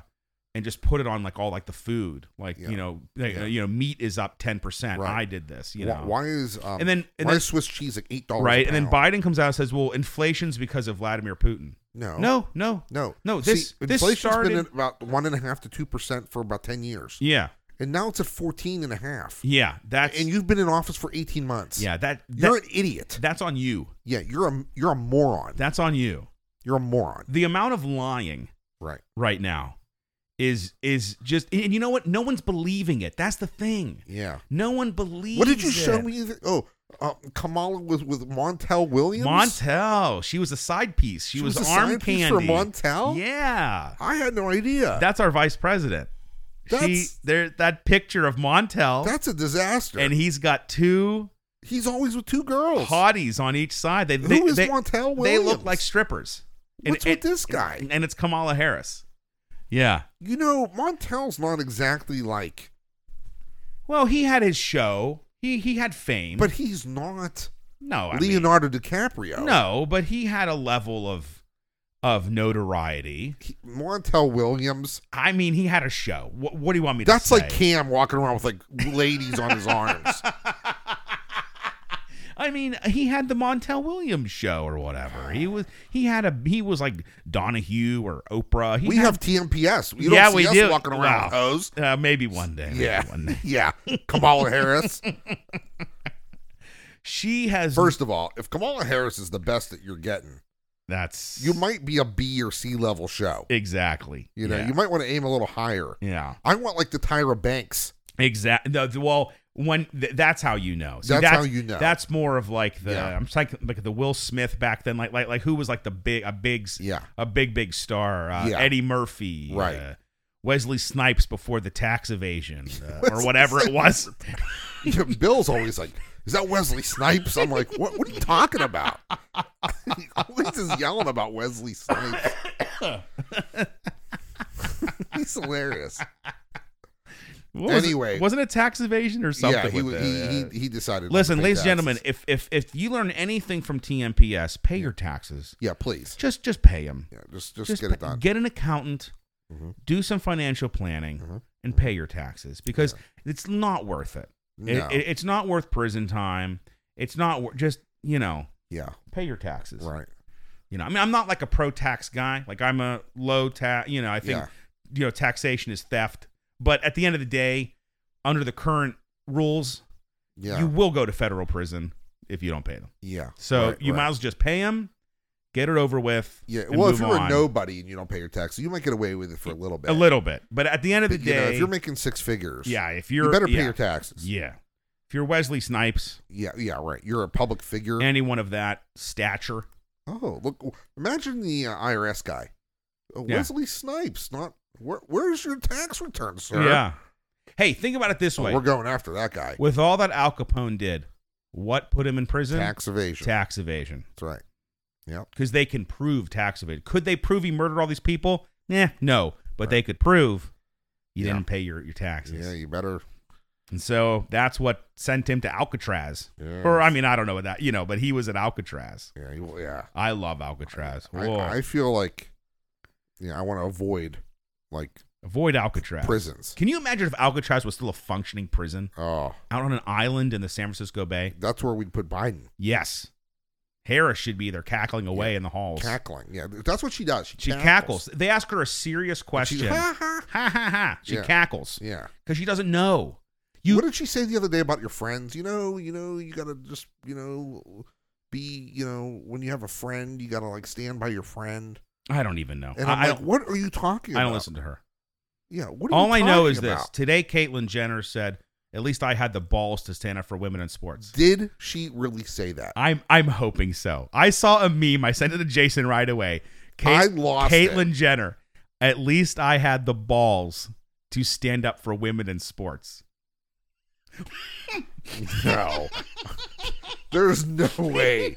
[SPEAKER 1] and just put it on like all like the food, like
[SPEAKER 2] Yeah.
[SPEAKER 1] you know, like, uh,
[SPEAKER 2] Yeah.
[SPEAKER 1] you know, meat is up ten percent.
[SPEAKER 2] Right.
[SPEAKER 1] I did this, you
[SPEAKER 2] Why-
[SPEAKER 1] know,
[SPEAKER 2] Why is um,
[SPEAKER 1] And then- and
[SPEAKER 2] why
[SPEAKER 1] then-
[SPEAKER 2] is Swiss cheese like eight dollars?
[SPEAKER 1] right? And then Biden comes out and says, "Well, inflation's because of Vladimir Putin."
[SPEAKER 2] no
[SPEAKER 1] No, no,
[SPEAKER 2] no
[SPEAKER 1] no, this-
[SPEAKER 2] See,
[SPEAKER 1] this
[SPEAKER 2] inflation's
[SPEAKER 1] started-
[SPEAKER 2] been at about one and a half to two percent for about ten years,
[SPEAKER 1] yeah,
[SPEAKER 2] and now it's at fourteen and a half.
[SPEAKER 1] yeah, that's
[SPEAKER 2] And you've been in office for eighteen months.
[SPEAKER 1] yeah, that,
[SPEAKER 2] you're
[SPEAKER 1] that
[SPEAKER 2] an idiot.
[SPEAKER 1] that's on you.
[SPEAKER 2] Yeah, you're a you're a moron.
[SPEAKER 1] That's on you.
[SPEAKER 2] You're a moron.
[SPEAKER 1] The amount of lying
[SPEAKER 2] Right.
[SPEAKER 1] right now is is just, and you know what? No one's believing it. That's the thing.
[SPEAKER 2] Yeah.
[SPEAKER 1] No one believes.
[SPEAKER 2] What did you show
[SPEAKER 1] it.
[SPEAKER 2] me? That, oh, uh, Kamala was with Montel Williams.
[SPEAKER 1] Montel. She was a side piece. She,
[SPEAKER 2] She
[SPEAKER 1] was,
[SPEAKER 2] was a
[SPEAKER 1] arm
[SPEAKER 2] side
[SPEAKER 1] candy
[SPEAKER 2] piece for Montel?
[SPEAKER 1] Yeah,
[SPEAKER 2] I had no idea.
[SPEAKER 1] that's our vice president. she
[SPEAKER 2] That's-
[SPEAKER 1] there. That picture of Montel,
[SPEAKER 2] That's a disaster.
[SPEAKER 1] and he's got two
[SPEAKER 2] he's always with two girls.
[SPEAKER 1] hotties on each side. They,
[SPEAKER 2] Who
[SPEAKER 1] they,
[SPEAKER 2] is
[SPEAKER 1] they,
[SPEAKER 2] Montel
[SPEAKER 1] They look
[SPEAKER 2] Williams?
[SPEAKER 1] like strippers.
[SPEAKER 2] What's with this guy?
[SPEAKER 1] And, it's Kamala Harris. Yeah.
[SPEAKER 2] You know, Montel's not exactly like,
[SPEAKER 1] Well, he had his show. He he had fame.
[SPEAKER 2] but he's not
[SPEAKER 1] no, Oh, I mean-
[SPEAKER 2] Leonardo DiCaprio.
[SPEAKER 1] no, but he had a level of of notoriety.
[SPEAKER 2] He- Montel Williams.
[SPEAKER 1] I mean, he had a show. What, what do you want me to
[SPEAKER 2] That's
[SPEAKER 1] say?
[SPEAKER 2] like Cam walking around with like ladies on his arms.
[SPEAKER 1] I mean, he had the Montel Williams show or whatever. He was he had a he was like Donahue or Oprah. He
[SPEAKER 2] we
[SPEAKER 1] had-
[SPEAKER 2] have TMPS. You don't
[SPEAKER 1] Yeah,
[SPEAKER 2] see
[SPEAKER 1] we
[SPEAKER 2] us
[SPEAKER 1] do.
[SPEAKER 2] walking around with
[SPEAKER 1] Wow.
[SPEAKER 2] hoes.
[SPEAKER 1] uh, maybe one day. maybe
[SPEAKER 2] Yeah.
[SPEAKER 1] one day.
[SPEAKER 2] Yeah. Kamala Harris.
[SPEAKER 1] She has
[SPEAKER 2] First of all, if Kamala Harris is the best that you're getting,
[SPEAKER 1] That's
[SPEAKER 2] you might be a B or C level show.
[SPEAKER 1] exactly.
[SPEAKER 2] You know,
[SPEAKER 1] yeah.
[SPEAKER 2] you might want to aim a little higher.
[SPEAKER 1] yeah.
[SPEAKER 2] I want like the Tyra Banks.
[SPEAKER 1] Exactly. well, when th- that's how you know. See,
[SPEAKER 2] That's how you know.
[SPEAKER 1] That's more of like the
[SPEAKER 2] Yeah.
[SPEAKER 1] I'm just like like the Will Smith back then, like like like who was like the big a big s-
[SPEAKER 2] Yeah.
[SPEAKER 1] a big big star. Uh,
[SPEAKER 2] Yeah.
[SPEAKER 1] Eddie Murphy,
[SPEAKER 2] Right.
[SPEAKER 1] uh, Wesley Snipes before the tax evasion uh, or whatever it was.
[SPEAKER 2] Yeah, Bill's always like, "Is that Wesley Snipes?" I'm like, "What? What are you talking about?" He always is yelling about Wesley Snipes. He's hilarious.
[SPEAKER 1] What was it?
[SPEAKER 2] Anyway.
[SPEAKER 1] wasn't it tax evasion or something?
[SPEAKER 2] yeah, he,
[SPEAKER 1] with
[SPEAKER 2] was-
[SPEAKER 1] the-
[SPEAKER 2] he,
[SPEAKER 1] yeah.
[SPEAKER 2] he he decided. not to
[SPEAKER 1] Listen,
[SPEAKER 2] pay
[SPEAKER 1] ladies and gentlemen, if
[SPEAKER 2] taxes.
[SPEAKER 1] if if you learn anything from TMPS, pay your taxes.
[SPEAKER 2] Yeah, please.
[SPEAKER 1] Just just pay them.
[SPEAKER 2] Yeah, just just, get it
[SPEAKER 1] pa-
[SPEAKER 2] done.
[SPEAKER 1] Get an accountant,
[SPEAKER 2] Mhm.
[SPEAKER 1] do some financial planning,
[SPEAKER 2] Mm-hmm.
[SPEAKER 1] and pay your taxes because it's not worth it. It-
[SPEAKER 2] No.
[SPEAKER 1] It, It's not worth prison time. It's not wor- just you know
[SPEAKER 2] yeah,
[SPEAKER 1] pay your taxes.
[SPEAKER 2] right.
[SPEAKER 1] You know, I mean, I'm not like a pro tax guy. Like I'm a low tax. You know, I think
[SPEAKER 2] Yeah.
[SPEAKER 1] you know taxation is theft. But at the end of the day, under the current rules,
[SPEAKER 2] Yeah,
[SPEAKER 1] you will go to federal prison if you don't pay them.
[SPEAKER 2] yeah.
[SPEAKER 1] So
[SPEAKER 2] right,
[SPEAKER 1] you
[SPEAKER 2] right.
[SPEAKER 1] might as well just pay them, get it over with.
[SPEAKER 2] Yeah,
[SPEAKER 1] and
[SPEAKER 2] well, if
[SPEAKER 1] move
[SPEAKER 2] you're a
[SPEAKER 1] on.
[SPEAKER 2] nobody and you don't pay your taxes, you might get away with it for a little bit.
[SPEAKER 1] a little bit, but at the end of the
[SPEAKER 2] But, you
[SPEAKER 1] day,
[SPEAKER 2] know, if you're making six figures,
[SPEAKER 1] Yeah, if
[SPEAKER 2] you
[SPEAKER 1] you're
[SPEAKER 2] better pay
[SPEAKER 1] yeah,
[SPEAKER 2] your taxes.
[SPEAKER 1] Yeah. If you're Wesley Snipes,
[SPEAKER 2] yeah, yeah, right. You're a public figure.
[SPEAKER 1] anyone of that stature.
[SPEAKER 2] Oh, look! Imagine the uh, IRS guy, uh,
[SPEAKER 1] Yeah.
[SPEAKER 2] Wesley Snipes. Not where, where's your tax return, sir?
[SPEAKER 1] Yeah. Hey, think about it this
[SPEAKER 2] Oh,
[SPEAKER 1] way.
[SPEAKER 2] we're going after that guy.
[SPEAKER 1] With all that Al Capone did, what put him in prison?
[SPEAKER 2] Tax evasion.
[SPEAKER 1] Tax evasion.
[SPEAKER 2] That's right. Yep.
[SPEAKER 1] Because they can prove tax evasion. Could they prove he murdered all these people? Nah, Eh, no. but they could prove you
[SPEAKER 2] Yeah.
[SPEAKER 1] didn't pay your, your taxes.
[SPEAKER 2] Yeah, you better.
[SPEAKER 1] And so that's what sent him to Alcatraz.
[SPEAKER 2] Yeah.
[SPEAKER 1] Or I mean, I don't know what that, you know, but he was at Alcatraz.
[SPEAKER 2] Yeah, you, yeah.
[SPEAKER 1] I love Alcatraz. Whoa.
[SPEAKER 2] I, I feel like, yeah, I want to avoid like
[SPEAKER 1] Avoid Alcatraz.
[SPEAKER 2] prisons.
[SPEAKER 1] Can you imagine if Alcatraz was still a functioning prison
[SPEAKER 2] Oh,
[SPEAKER 1] out on an island in the San Francisco Bay?
[SPEAKER 2] that's where we'd put Biden
[SPEAKER 1] Yes. Harris should be there cackling away in the halls.
[SPEAKER 2] cackling. Yeah, that's what she does. She,
[SPEAKER 1] she cackles. They ask her a serious question.
[SPEAKER 2] She's,
[SPEAKER 1] ha
[SPEAKER 2] ha, ha.
[SPEAKER 1] ha ha. She
[SPEAKER 2] Yeah.
[SPEAKER 1] cackles
[SPEAKER 2] Yeah.
[SPEAKER 1] because she doesn't know. You
[SPEAKER 2] what did she say the other day about your friends? You know, you know, you gotta just, you know, be, you know, when you have a friend, you gotta like stand by your friend.
[SPEAKER 1] I don't even know.
[SPEAKER 2] And
[SPEAKER 1] I,
[SPEAKER 2] I'm
[SPEAKER 1] I
[SPEAKER 2] like,
[SPEAKER 1] don't.
[SPEAKER 2] what are you talking?
[SPEAKER 1] I don't
[SPEAKER 2] about?
[SPEAKER 1] listen to her.
[SPEAKER 2] Yeah. What are
[SPEAKER 1] All
[SPEAKER 2] you
[SPEAKER 1] I know
[SPEAKER 2] talking
[SPEAKER 1] is this.
[SPEAKER 2] about?
[SPEAKER 1] Today, Caitlyn Jenner said, "At least I had the balls to stand up for women in sports."
[SPEAKER 2] Did she really say that?
[SPEAKER 1] I'm I'm hoping so. I saw a meme. I sent it to Jason right away.
[SPEAKER 2] I
[SPEAKER 1] Kate,
[SPEAKER 2] lost it.
[SPEAKER 1] Caitlyn Jenner. At least I had the balls to stand up for women in sports.
[SPEAKER 2] No. There's no way.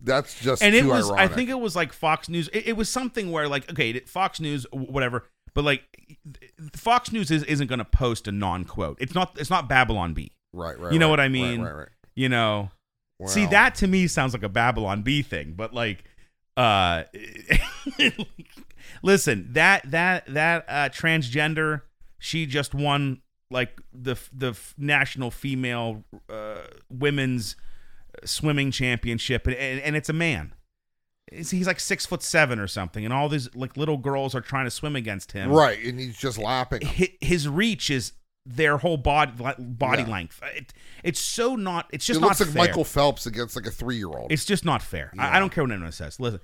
[SPEAKER 2] That's just
[SPEAKER 1] and it
[SPEAKER 2] too
[SPEAKER 1] was
[SPEAKER 2] ironic.
[SPEAKER 1] i think it was like fox news it, it was something where like okay it- fox news w- whatever but like th- fox news is, isn't going to post a non-quote it's not it's not babylon b
[SPEAKER 2] right, right.
[SPEAKER 1] you know
[SPEAKER 2] right,
[SPEAKER 1] what I
[SPEAKER 2] right,
[SPEAKER 1] mean?
[SPEAKER 2] Right, right.
[SPEAKER 1] you know see
[SPEAKER 2] Wow.
[SPEAKER 1] that to me sounds like a babylon b thing but like uh listen that that that uh transgender she just won like the f- the f- national female uh women's uh, swimming championship and, and, and it's a man It's- he's like six foot seven or something and all these like little girls are trying to swim against him
[SPEAKER 2] Right, and he's just laughing.
[SPEAKER 1] his, his reach is their whole body body
[SPEAKER 2] Yeah.
[SPEAKER 1] length it, it's so not it's just
[SPEAKER 2] it
[SPEAKER 1] not
[SPEAKER 2] looks like
[SPEAKER 1] fair.
[SPEAKER 2] Michael Phelps against like a three year old.
[SPEAKER 1] It's just not fair. I,
[SPEAKER 2] Yeah.
[SPEAKER 1] I don't care what anyone says. Listen,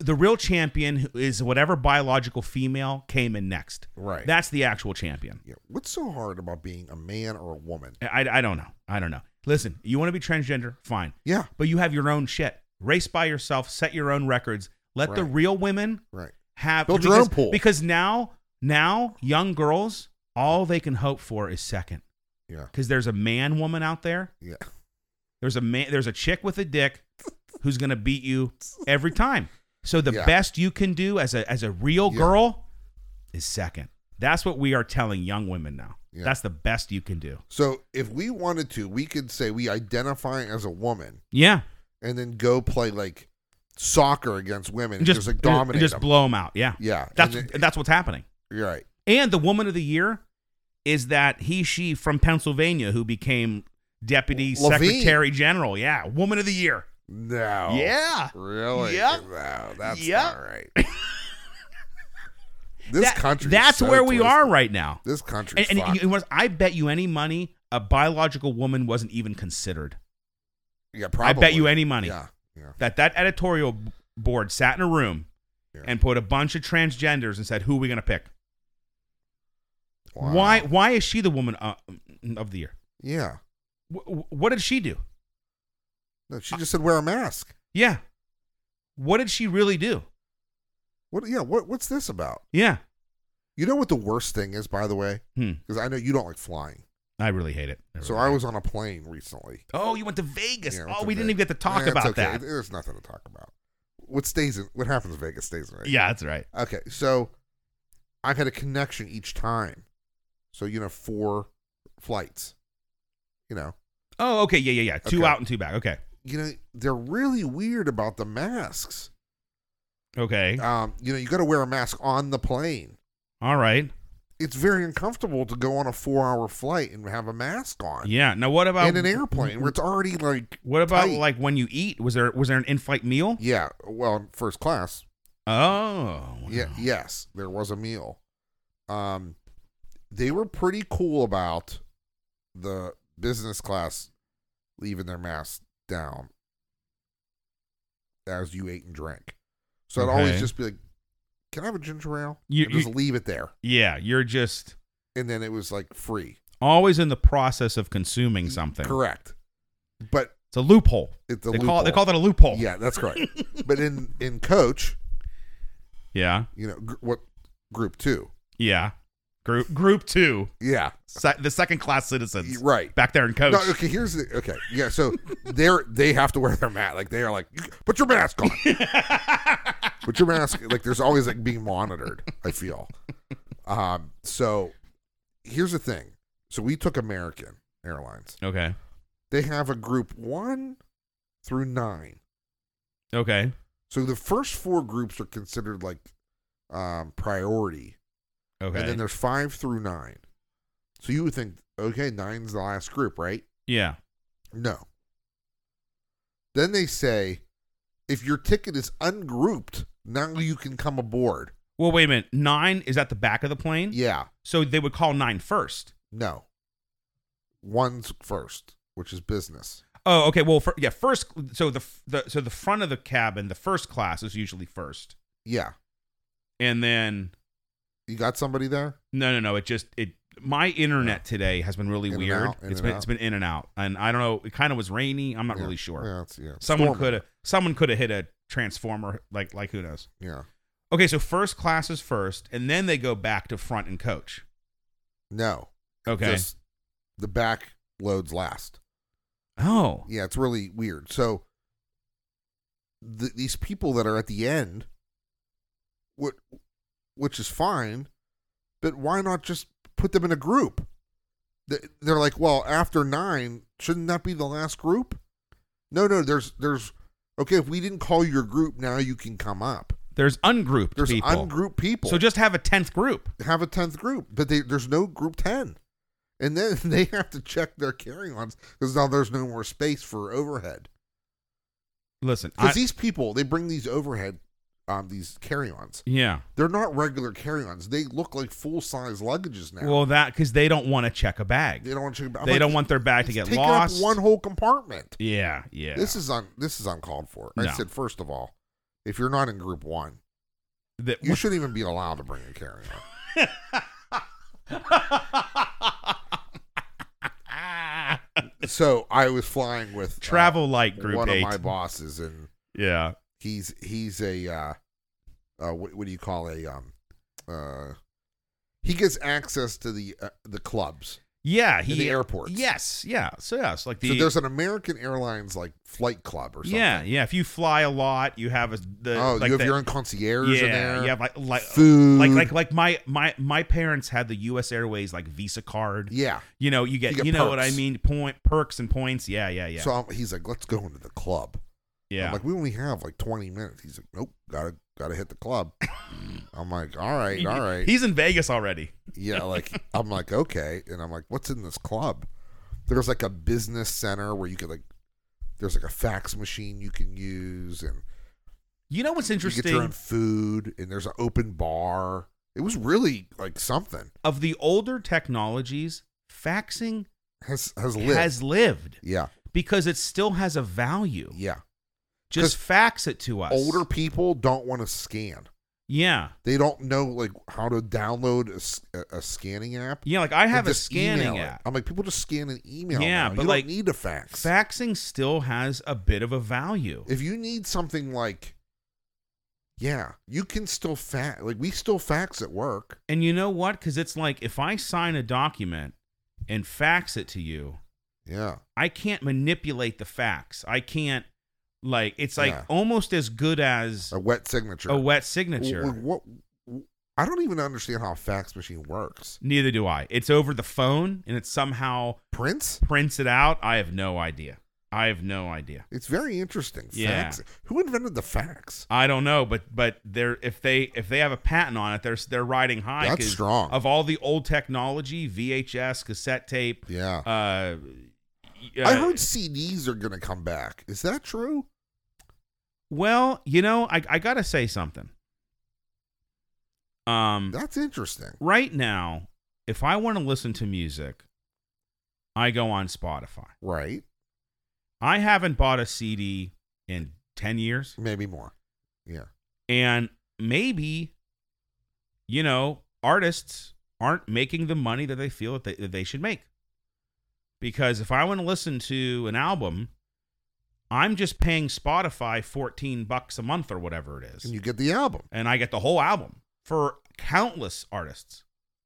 [SPEAKER 1] the real champion who is whatever biological female came in next.
[SPEAKER 2] Right.
[SPEAKER 1] That's the actual champion.
[SPEAKER 2] Yeah. What's so hard about being a man or a woman?
[SPEAKER 1] I, I- I don't know. I don't know. Listen, you want to be transgender? Fine.
[SPEAKER 2] Yeah.
[SPEAKER 1] But you have your own shit. Race by yourself, set your own records. Let the
[SPEAKER 2] Right.
[SPEAKER 1] real women
[SPEAKER 2] Right.
[SPEAKER 1] have
[SPEAKER 2] Build your
[SPEAKER 1] because,
[SPEAKER 2] own pool.
[SPEAKER 1] Because now, now young girls, all they can hope for is second.
[SPEAKER 2] Yeah.
[SPEAKER 1] Because there's a man woman out there.
[SPEAKER 2] Yeah.
[SPEAKER 1] There's a man. There's a chick with a dick who's gonna beat you every time. So the
[SPEAKER 2] Yeah.
[SPEAKER 1] best you can do as a as a real
[SPEAKER 2] Yeah.
[SPEAKER 1] girl is second. That's what we are telling young women now.
[SPEAKER 2] Yeah.
[SPEAKER 1] That's the best you can do.
[SPEAKER 2] So if we wanted to, we could say we identify as a woman
[SPEAKER 1] Yeah,
[SPEAKER 2] and then go play like soccer against women
[SPEAKER 1] And
[SPEAKER 2] and
[SPEAKER 1] just
[SPEAKER 2] just, like dominate
[SPEAKER 1] just
[SPEAKER 2] them.
[SPEAKER 1] blow them out. Yeah,
[SPEAKER 2] yeah.
[SPEAKER 1] that's
[SPEAKER 2] and then-
[SPEAKER 1] that's what's happening.
[SPEAKER 2] you're right.
[SPEAKER 1] And the woman of the year is that he she from Pennsylvania who became deputy
[SPEAKER 2] Levine. Oh.
[SPEAKER 1] secretary general. Yeah, woman of the year.
[SPEAKER 2] No.
[SPEAKER 1] Yeah.
[SPEAKER 2] Really?
[SPEAKER 1] Yep.
[SPEAKER 2] No, that's
[SPEAKER 1] Yep.
[SPEAKER 2] not right. this
[SPEAKER 1] That-
[SPEAKER 2] country. is
[SPEAKER 1] That's
[SPEAKER 2] so
[SPEAKER 1] where we
[SPEAKER 2] twisted.
[SPEAKER 1] are right now.
[SPEAKER 2] This country.
[SPEAKER 1] And, and you- you know what? I bet you any money a biological woman wasn't even considered.
[SPEAKER 2] yeah, probably.
[SPEAKER 1] I bet you any money
[SPEAKER 2] Yeah. Yeah.
[SPEAKER 1] that that editorial b- board sat in a room
[SPEAKER 2] Yeah.
[SPEAKER 1] and put a bunch of transgenders and said, "Who are we going to pick?
[SPEAKER 2] Wow.
[SPEAKER 1] Why? Why is she the woman uh, of the year?
[SPEAKER 2] Yeah.
[SPEAKER 1] Wh- wh- what did she do?
[SPEAKER 2] No,
[SPEAKER 1] Uh,
[SPEAKER 2] she just said wear a mask.
[SPEAKER 1] Yeah, what did she really do?
[SPEAKER 2] What? Yeah. What? What's this about?
[SPEAKER 1] Yeah,
[SPEAKER 2] You know what the worst thing is, by the way,
[SPEAKER 1] hmm.
[SPEAKER 2] because I know you don't like flying.
[SPEAKER 1] I really hate it.
[SPEAKER 2] So
[SPEAKER 1] really
[SPEAKER 2] I
[SPEAKER 1] hate
[SPEAKER 2] was on a plane recently.
[SPEAKER 1] it. Oh, you went to Vegas.
[SPEAKER 2] Yeah, I went
[SPEAKER 1] oh,
[SPEAKER 2] to
[SPEAKER 1] we didn't even
[SPEAKER 2] Vegas.
[SPEAKER 1] get to talk
[SPEAKER 2] Eh, it's
[SPEAKER 1] about
[SPEAKER 2] okay.
[SPEAKER 1] that.
[SPEAKER 2] It- There's nothing to talk about. What stays in? What happens in Vegas stays in Vegas.
[SPEAKER 1] yeah, that's right.
[SPEAKER 2] Okay, so I had a connection each time. So you know, four flights. You know,
[SPEAKER 1] Oh, okay. Yeah, yeah, yeah. Two
[SPEAKER 2] Okay.
[SPEAKER 1] out and two back. Okay.
[SPEAKER 2] you know they're really weird about the masks.
[SPEAKER 1] Okay.
[SPEAKER 2] Um, you know, you got to wear a mask on the plane.
[SPEAKER 1] All right.
[SPEAKER 2] It's very uncomfortable to go on a four-hour flight and have a mask on
[SPEAKER 1] Yeah. Now, what about
[SPEAKER 2] in an airplane where it's already like
[SPEAKER 1] What about
[SPEAKER 2] tight.
[SPEAKER 1] like when you eat? Was there was there an in-flight meal?
[SPEAKER 2] yeah, well, first class.
[SPEAKER 1] Oh,
[SPEAKER 2] Yeah,
[SPEAKER 1] wow.
[SPEAKER 2] yes, there was a meal. Um, they were pretty cool about the business class leaving their masks down as you ate and drank. So I'd
[SPEAKER 1] Okay.
[SPEAKER 2] always just be like, "Can I have a ginger ale?"
[SPEAKER 1] You-
[SPEAKER 2] And just
[SPEAKER 1] you-
[SPEAKER 2] leave it there,
[SPEAKER 1] yeah. You're just
[SPEAKER 2] and then it was like free.
[SPEAKER 1] always in the process of consuming something.
[SPEAKER 2] Correct, but
[SPEAKER 1] It's a loophole.
[SPEAKER 2] it's
[SPEAKER 1] they
[SPEAKER 2] a
[SPEAKER 1] call they call
[SPEAKER 2] loophole.
[SPEAKER 1] that a loophole.
[SPEAKER 2] yeah, that's correct. but in in coach,
[SPEAKER 1] yeah,
[SPEAKER 2] you know gr- what group two?
[SPEAKER 1] yeah. Group group two,
[SPEAKER 2] Yeah,
[SPEAKER 1] se- the second class citizens,
[SPEAKER 2] right.
[SPEAKER 1] back there in coach.
[SPEAKER 2] No, okay. Here's the okay. Yeah, so they're they have to wear their mask. Like they are like, put your mask on. but your mask like there's always like being monitored i feel um so here's the thing so we took american airlines
[SPEAKER 1] Okay.
[SPEAKER 2] they have a group one through nine
[SPEAKER 1] Okay.
[SPEAKER 2] so the first four groups are considered like um priority and
[SPEAKER 1] Okay.
[SPEAKER 2] then there's five through nine so you would think okay nine's the last group right
[SPEAKER 1] yeah.
[SPEAKER 2] No. Then they say, if your ticket is ungrouped, now you can come aboard.
[SPEAKER 1] Well, wait a minute. Nine is at the back of the plane.
[SPEAKER 2] Yeah,
[SPEAKER 1] So they would call nine first.
[SPEAKER 2] no. One's first, which is business.
[SPEAKER 1] Oh, okay. Well, for, yeah. First, so the f- the so the front of the cabin, the first class is usually first,
[SPEAKER 2] Yeah.
[SPEAKER 1] and then
[SPEAKER 2] You got somebody there?
[SPEAKER 1] no, no, no. It just it. My internet today has been really
[SPEAKER 2] In and
[SPEAKER 1] weird.
[SPEAKER 2] out, in
[SPEAKER 1] it's
[SPEAKER 2] and
[SPEAKER 1] been
[SPEAKER 2] out.
[SPEAKER 1] it's been in and out, and I don't know. It kind of was rainy. I'm not
[SPEAKER 2] Yeah,
[SPEAKER 1] really sure.
[SPEAKER 2] Yeah, it's, yeah.
[SPEAKER 1] Someone
[SPEAKER 2] Storm.
[SPEAKER 1] could have someone could have hit a transformer. Like like who knows?
[SPEAKER 2] Yeah.
[SPEAKER 1] Okay, so first class is first, and then they go back to front and coach.
[SPEAKER 2] No.
[SPEAKER 1] Okay.
[SPEAKER 2] Just the back loads last.
[SPEAKER 1] oh.
[SPEAKER 2] Yeah, it's really weird. So th- these people that are at the end, what, which is fine, but why not just put them in a group? Th- They're like, well, after nine, shouldn't that be the last group? No, no, there's, there's, okay, if we didn't call your group, now you can come up.
[SPEAKER 1] There's ungrouped
[SPEAKER 2] There's
[SPEAKER 1] people.
[SPEAKER 2] ungrouped people.
[SPEAKER 1] So just have a tenth group.
[SPEAKER 2] have a tenth group, but they, there's no group ten, and then they have to check their carry-ons because now there's no more space for overhead.
[SPEAKER 1] Listen, I,
[SPEAKER 2] Because these people, they bring these overhead, um, these carry-ons.
[SPEAKER 1] yeah.
[SPEAKER 2] They're not regular carry-ons. They look like full-size luggages now.
[SPEAKER 1] Well, that because they don't want to check a bag.
[SPEAKER 2] they don't want to. Check, I'm
[SPEAKER 1] they
[SPEAKER 2] like,
[SPEAKER 1] don't want their bag to
[SPEAKER 2] it's
[SPEAKER 1] get
[SPEAKER 2] taking
[SPEAKER 1] lost.
[SPEAKER 2] Up one whole compartment.
[SPEAKER 1] yeah, yeah.
[SPEAKER 2] This is un. This is uncalled for. I
[SPEAKER 1] No.
[SPEAKER 2] said first of all, if you're not in group one,
[SPEAKER 1] That-
[SPEAKER 2] you shouldn't even be allowed to bring a carry-on. so I was flying with uh,
[SPEAKER 1] Travel light group
[SPEAKER 2] one
[SPEAKER 1] eight.
[SPEAKER 2] of my bosses and.
[SPEAKER 1] yeah.
[SPEAKER 2] he's he's a uh, uh what, what do you call a um uh he gets access to the uh, the clubs
[SPEAKER 1] Yeah.
[SPEAKER 2] In
[SPEAKER 1] He
[SPEAKER 2] the airports.
[SPEAKER 1] Yes. Yeah. So yes, like the.
[SPEAKER 2] so there's an American Airlines like flight club or something
[SPEAKER 1] yeah, yeah. If you fly a lot, you have a the
[SPEAKER 2] oh
[SPEAKER 1] like
[SPEAKER 2] you have
[SPEAKER 1] the-
[SPEAKER 2] your own concierge
[SPEAKER 1] yeah,
[SPEAKER 2] in there
[SPEAKER 1] you have like like
[SPEAKER 2] food
[SPEAKER 1] like like like my my my parents had the U.S. Airways like Visa card.
[SPEAKER 2] yeah.
[SPEAKER 1] You know, you get
[SPEAKER 2] You
[SPEAKER 1] you,
[SPEAKER 2] get
[SPEAKER 1] know what I
[SPEAKER 2] perks.
[SPEAKER 1] mean. Point perks and points. Yeah, yeah, yeah,
[SPEAKER 2] so I'm, he's like let's go into the club
[SPEAKER 1] yeah.
[SPEAKER 2] I'm like we only have like 20 minutes he's like nope gotta gotta hit the club I'm like all right all right
[SPEAKER 1] He's in Vegas already.
[SPEAKER 2] yeah like i'm like okay and i'm like what's in this club there's like a business center where you could like there's like a fax machine you can use and
[SPEAKER 1] You know what's
[SPEAKER 2] you
[SPEAKER 1] interesting?
[SPEAKER 2] get your own food and there's an open bar it was really like something
[SPEAKER 1] of the older technologies, faxing
[SPEAKER 2] has has lived
[SPEAKER 1] has lived
[SPEAKER 2] yeah
[SPEAKER 1] because it still has a value.
[SPEAKER 2] yeah
[SPEAKER 1] Just
[SPEAKER 2] 'Cause
[SPEAKER 1] fax it to us.
[SPEAKER 2] older people don't want to scan
[SPEAKER 1] Yeah.
[SPEAKER 2] they don't know like how to download a s- a, a scanning app
[SPEAKER 1] Yeah, like I
[SPEAKER 2] and
[SPEAKER 1] have a
[SPEAKER 2] just email
[SPEAKER 1] scanning
[SPEAKER 2] it.
[SPEAKER 1] app.
[SPEAKER 2] i'm like people just scan an email
[SPEAKER 1] Yeah,
[SPEAKER 2] now.
[SPEAKER 1] but,
[SPEAKER 2] you
[SPEAKER 1] like,
[SPEAKER 2] don't need a fax
[SPEAKER 1] Faxing still has a bit of a value.
[SPEAKER 2] if you need something like yeah you can still fax like we still fax at work
[SPEAKER 1] And you know what? Because it's like if I sign a document and fax it to you,
[SPEAKER 2] yeah
[SPEAKER 1] I can't manipulate the fax. I can't like it's like
[SPEAKER 2] Yeah.
[SPEAKER 1] almost as good as
[SPEAKER 2] a wet signature
[SPEAKER 1] a wet
[SPEAKER 2] W-
[SPEAKER 1] signature.
[SPEAKER 2] w- what, w- i don't even understand how a fax machine works
[SPEAKER 1] Neither do I. It's over the phone and it somehow
[SPEAKER 2] prince
[SPEAKER 1] prints it out. I have no idea. I have no idea.
[SPEAKER 2] it's very interesting
[SPEAKER 1] Yeah.
[SPEAKER 2] fax who invented the fax
[SPEAKER 1] I don't know, but but they're if they if they have a patent on it, they're they're riding high.
[SPEAKER 2] That's
[SPEAKER 1] 'cause
[SPEAKER 2] strong.
[SPEAKER 1] Of all the old technology, VHS, cassette tape,
[SPEAKER 2] yeah
[SPEAKER 1] uh,
[SPEAKER 2] i
[SPEAKER 1] uh,
[SPEAKER 2] heard cds are gonna come back is that true
[SPEAKER 1] Well, you know, I, I gotta say something. Um,
[SPEAKER 2] that's interesting
[SPEAKER 1] right now, if I want to listen to music, I go on Spotify.
[SPEAKER 2] right
[SPEAKER 1] I haven't bought a CD in ten years,
[SPEAKER 2] maybe more yeah
[SPEAKER 1] and maybe, you know, artists aren't making the money that they feel that they, that they should make. Because if I want to listen to an album, I'm just paying Spotify fourteen bucks a month or whatever it is.
[SPEAKER 2] and you get the album
[SPEAKER 1] and I get the whole album for countless artists,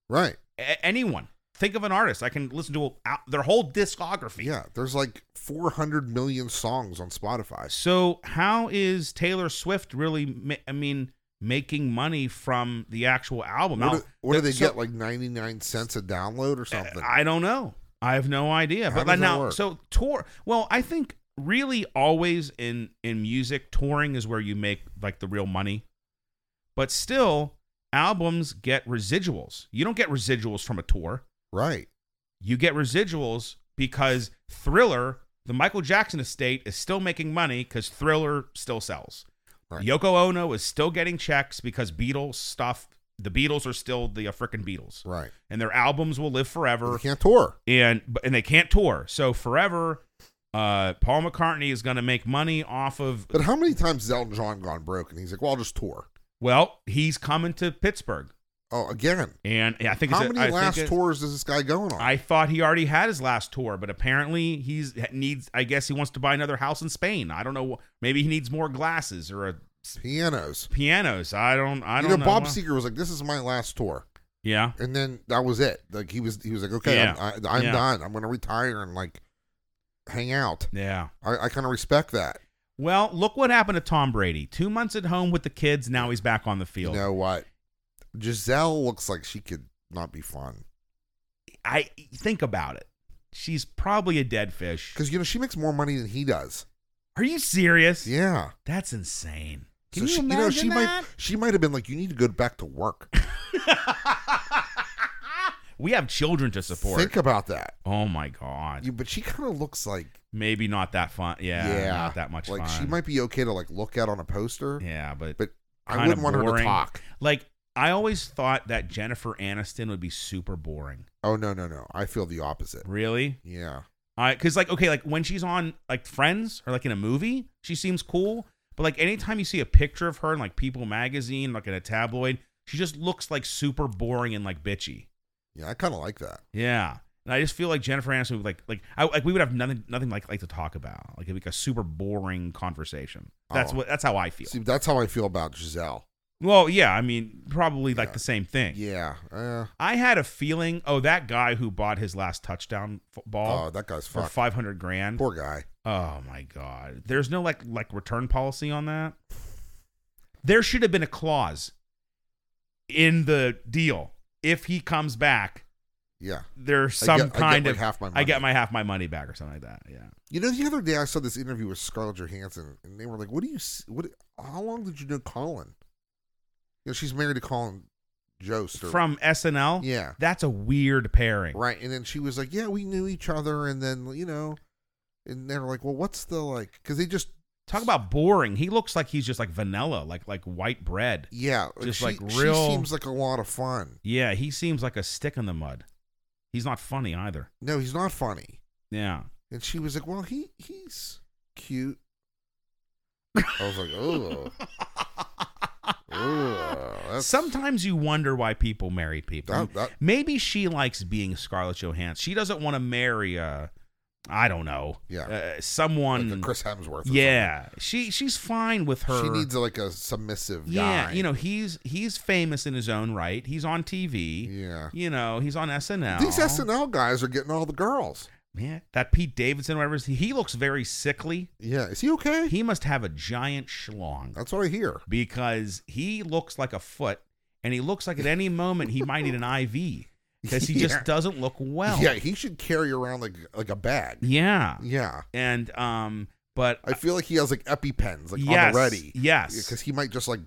[SPEAKER 2] right
[SPEAKER 1] a- anyone. think of an artist. I can listen to a, their whole discography.
[SPEAKER 2] Yeah, there's like 400 million songs on Spotify.
[SPEAKER 1] So how is Taylor Swift really? Ma- I mean, making money from the actual album?
[SPEAKER 2] What
[SPEAKER 1] Now,
[SPEAKER 2] do, what do
[SPEAKER 1] the-
[SPEAKER 2] they
[SPEAKER 1] so-
[SPEAKER 2] get? Like 99 cents a download or something?
[SPEAKER 1] I don't know. I have no idea.
[SPEAKER 2] How
[SPEAKER 1] but
[SPEAKER 2] does
[SPEAKER 1] like
[SPEAKER 2] that
[SPEAKER 1] now,
[SPEAKER 2] work?
[SPEAKER 1] so tour. Well, I think really always in in music, touring is where you make like the real money. But still, albums get residuals. You don't get residuals from a tour.
[SPEAKER 2] right.
[SPEAKER 1] You get residuals because Thriller, the Michael Jackson estate, is still making money because Thriller still sells.
[SPEAKER 2] Right.
[SPEAKER 1] Yoko Ono is still getting checks because Beatles stuff. The Beatles are still the uh, frickin' Beatles,
[SPEAKER 2] Right.
[SPEAKER 1] and their albums will live forever
[SPEAKER 2] You can't tour.
[SPEAKER 1] and but- and they can't tour. So forever, uh, Paul McCartney is going to make money off of.
[SPEAKER 2] But how many times has Elton John gone broke? And he's like, well, I'll just tour.
[SPEAKER 1] Well, he's coming to Pittsburgh,
[SPEAKER 2] Oh, again.
[SPEAKER 1] and I think
[SPEAKER 2] How
[SPEAKER 1] it's a-
[SPEAKER 2] many
[SPEAKER 1] I think
[SPEAKER 2] last
[SPEAKER 1] it's-
[SPEAKER 2] tours is this guy going on?
[SPEAKER 1] I thought he already had his last tour, but apparently he's needs. I guess he wants to buy another house in Spain. I don't know. Maybe he needs more glasses or a,
[SPEAKER 2] Pianos.
[SPEAKER 1] pianos. I don't. I
[SPEAKER 2] You
[SPEAKER 1] don't
[SPEAKER 2] know,
[SPEAKER 1] know.
[SPEAKER 2] Bob
[SPEAKER 1] Well,
[SPEAKER 2] Seger was like, "This is my last tour,"
[SPEAKER 1] yeah,
[SPEAKER 2] and then that was it. Like he was, he was like, "Okay, I'm, I, I'm
[SPEAKER 1] Yeah.
[SPEAKER 2] done. I'm going to retire and like hang out."
[SPEAKER 1] yeah.
[SPEAKER 2] I, I kind of respect that.
[SPEAKER 1] Well, look what happened to Tom Brady. Two months at home with the kids. Now he's back on the
[SPEAKER 2] You
[SPEAKER 1] field.
[SPEAKER 2] know what? Giselle looks like she could not be fun
[SPEAKER 1] I think about it. She's probably a dead fish.
[SPEAKER 2] because you know she makes more money than he does.
[SPEAKER 1] Are you serious?
[SPEAKER 2] Yeah.
[SPEAKER 1] That's insane.
[SPEAKER 2] So she, you know, she might she might have been like, "You need to go back to work."
[SPEAKER 1] we have children to support.
[SPEAKER 2] Think about that.
[SPEAKER 1] oh my god.
[SPEAKER 2] You, but she kind of looks like
[SPEAKER 1] Maybe not that fun. Yeah,
[SPEAKER 2] yeah,
[SPEAKER 1] not that much
[SPEAKER 2] Like
[SPEAKER 1] fun.
[SPEAKER 2] she might be okay to like look at on a poster.
[SPEAKER 1] Yeah, but
[SPEAKER 2] But I
[SPEAKER 1] kinda
[SPEAKER 2] wouldn't want her to
[SPEAKER 1] boring.
[SPEAKER 2] talk.
[SPEAKER 1] like I always thought that Jennifer Aniston would be super boring.
[SPEAKER 2] Oh no no no! I feel the opposite.
[SPEAKER 1] Really?
[SPEAKER 2] Yeah.
[SPEAKER 1] I cuz like okay, like when she's on like Friends or like in a movie, she seems cool, but like anytime you see a picture of her in like People magazine, like in a tabloid, she just looks like super boring and like bitchy.
[SPEAKER 2] Yeah, I kind of like that.
[SPEAKER 1] Yeah. And I just feel like Jennifer Aniston would like like I like we would have nothing nothing like like to talk about. Like it'd be like a super boring conversation. That's
[SPEAKER 2] Oh.
[SPEAKER 1] what that's how I feel.
[SPEAKER 2] See, that's how I feel about Giselle.
[SPEAKER 1] Well, yeah, I mean, probably like
[SPEAKER 2] Yeah.
[SPEAKER 1] the same thing.
[SPEAKER 2] Yeah. Uh,
[SPEAKER 1] I had a feeling, oh, that guy who bought his last touchdown f-
[SPEAKER 2] oh,
[SPEAKER 1] ball
[SPEAKER 2] that guy's
[SPEAKER 1] for
[SPEAKER 2] fucked.
[SPEAKER 1] 500 grand.
[SPEAKER 2] Poor guy.
[SPEAKER 1] Oh my god. There's no like like return policy on that. There should have been a clause in the deal. If he comes back,
[SPEAKER 2] Yeah.
[SPEAKER 1] there's
[SPEAKER 2] I
[SPEAKER 1] some
[SPEAKER 2] get- I get,
[SPEAKER 1] kind
[SPEAKER 2] like,
[SPEAKER 1] of
[SPEAKER 2] half my money.
[SPEAKER 1] I get my half my money back or something like that. Yeah.
[SPEAKER 2] You know, the other day I saw this interview with Scarlett Johansson, and they were like, "What do you? s- What? How long did you know Colin? You know, she's married to Colin Jost. Or,
[SPEAKER 1] From SNL?
[SPEAKER 2] yeah,
[SPEAKER 1] That's a weird pairing.
[SPEAKER 2] right. And then she was like, "Yeah, we knew each other," and then you know, and they're like, "Well, what's the like?" Because they just
[SPEAKER 1] Talk about boring. He looks like he's just like vanilla, like like white bread.
[SPEAKER 2] yeah,
[SPEAKER 1] Just,
[SPEAKER 2] she,
[SPEAKER 1] like,
[SPEAKER 2] she
[SPEAKER 1] real-
[SPEAKER 2] seems like a lot of fun.
[SPEAKER 1] Yeah, he seems like a stick in the mud. He's not funny either.
[SPEAKER 2] No, he's not funny.
[SPEAKER 1] Yeah.
[SPEAKER 2] And she was like, "Well, he he's cute." I was like, "Oh, oh, that's
[SPEAKER 1] Sometimes you wonder why people marry people.
[SPEAKER 2] that, that,
[SPEAKER 1] Maybe she likes being Scarlett Johansson. She doesn't want to marry a, I don't know,
[SPEAKER 2] Yeah.
[SPEAKER 1] uh, someone.
[SPEAKER 2] like a Chris Hemsworth." or
[SPEAKER 1] yeah, she she's fine with her.
[SPEAKER 2] She needs like a submissive
[SPEAKER 1] yeah,
[SPEAKER 2] guy.
[SPEAKER 1] you know he's he's famous in his own right. He's on TV.
[SPEAKER 2] Yeah.
[SPEAKER 1] You know, he's on SNL.
[SPEAKER 2] These SNL guys are getting all the girls.
[SPEAKER 1] Yeah, that Pete Davidson, whatever. it is, He looks very sickly.
[SPEAKER 2] Yeah. Is he okay?
[SPEAKER 1] He must have a giant schlong
[SPEAKER 2] That's what I hear.
[SPEAKER 1] because he looks like a foot, and he looks like at any moment he might need an IV because he just
[SPEAKER 2] Yeah.
[SPEAKER 1] doesn't look well.
[SPEAKER 2] yeah, he should carry around like like a bag.
[SPEAKER 1] Yeah.
[SPEAKER 2] Yeah.
[SPEAKER 1] and um, but
[SPEAKER 2] I feel like he has like EpiPens like
[SPEAKER 1] yes,
[SPEAKER 2] on the ready.
[SPEAKER 1] yes,
[SPEAKER 2] Because he might just like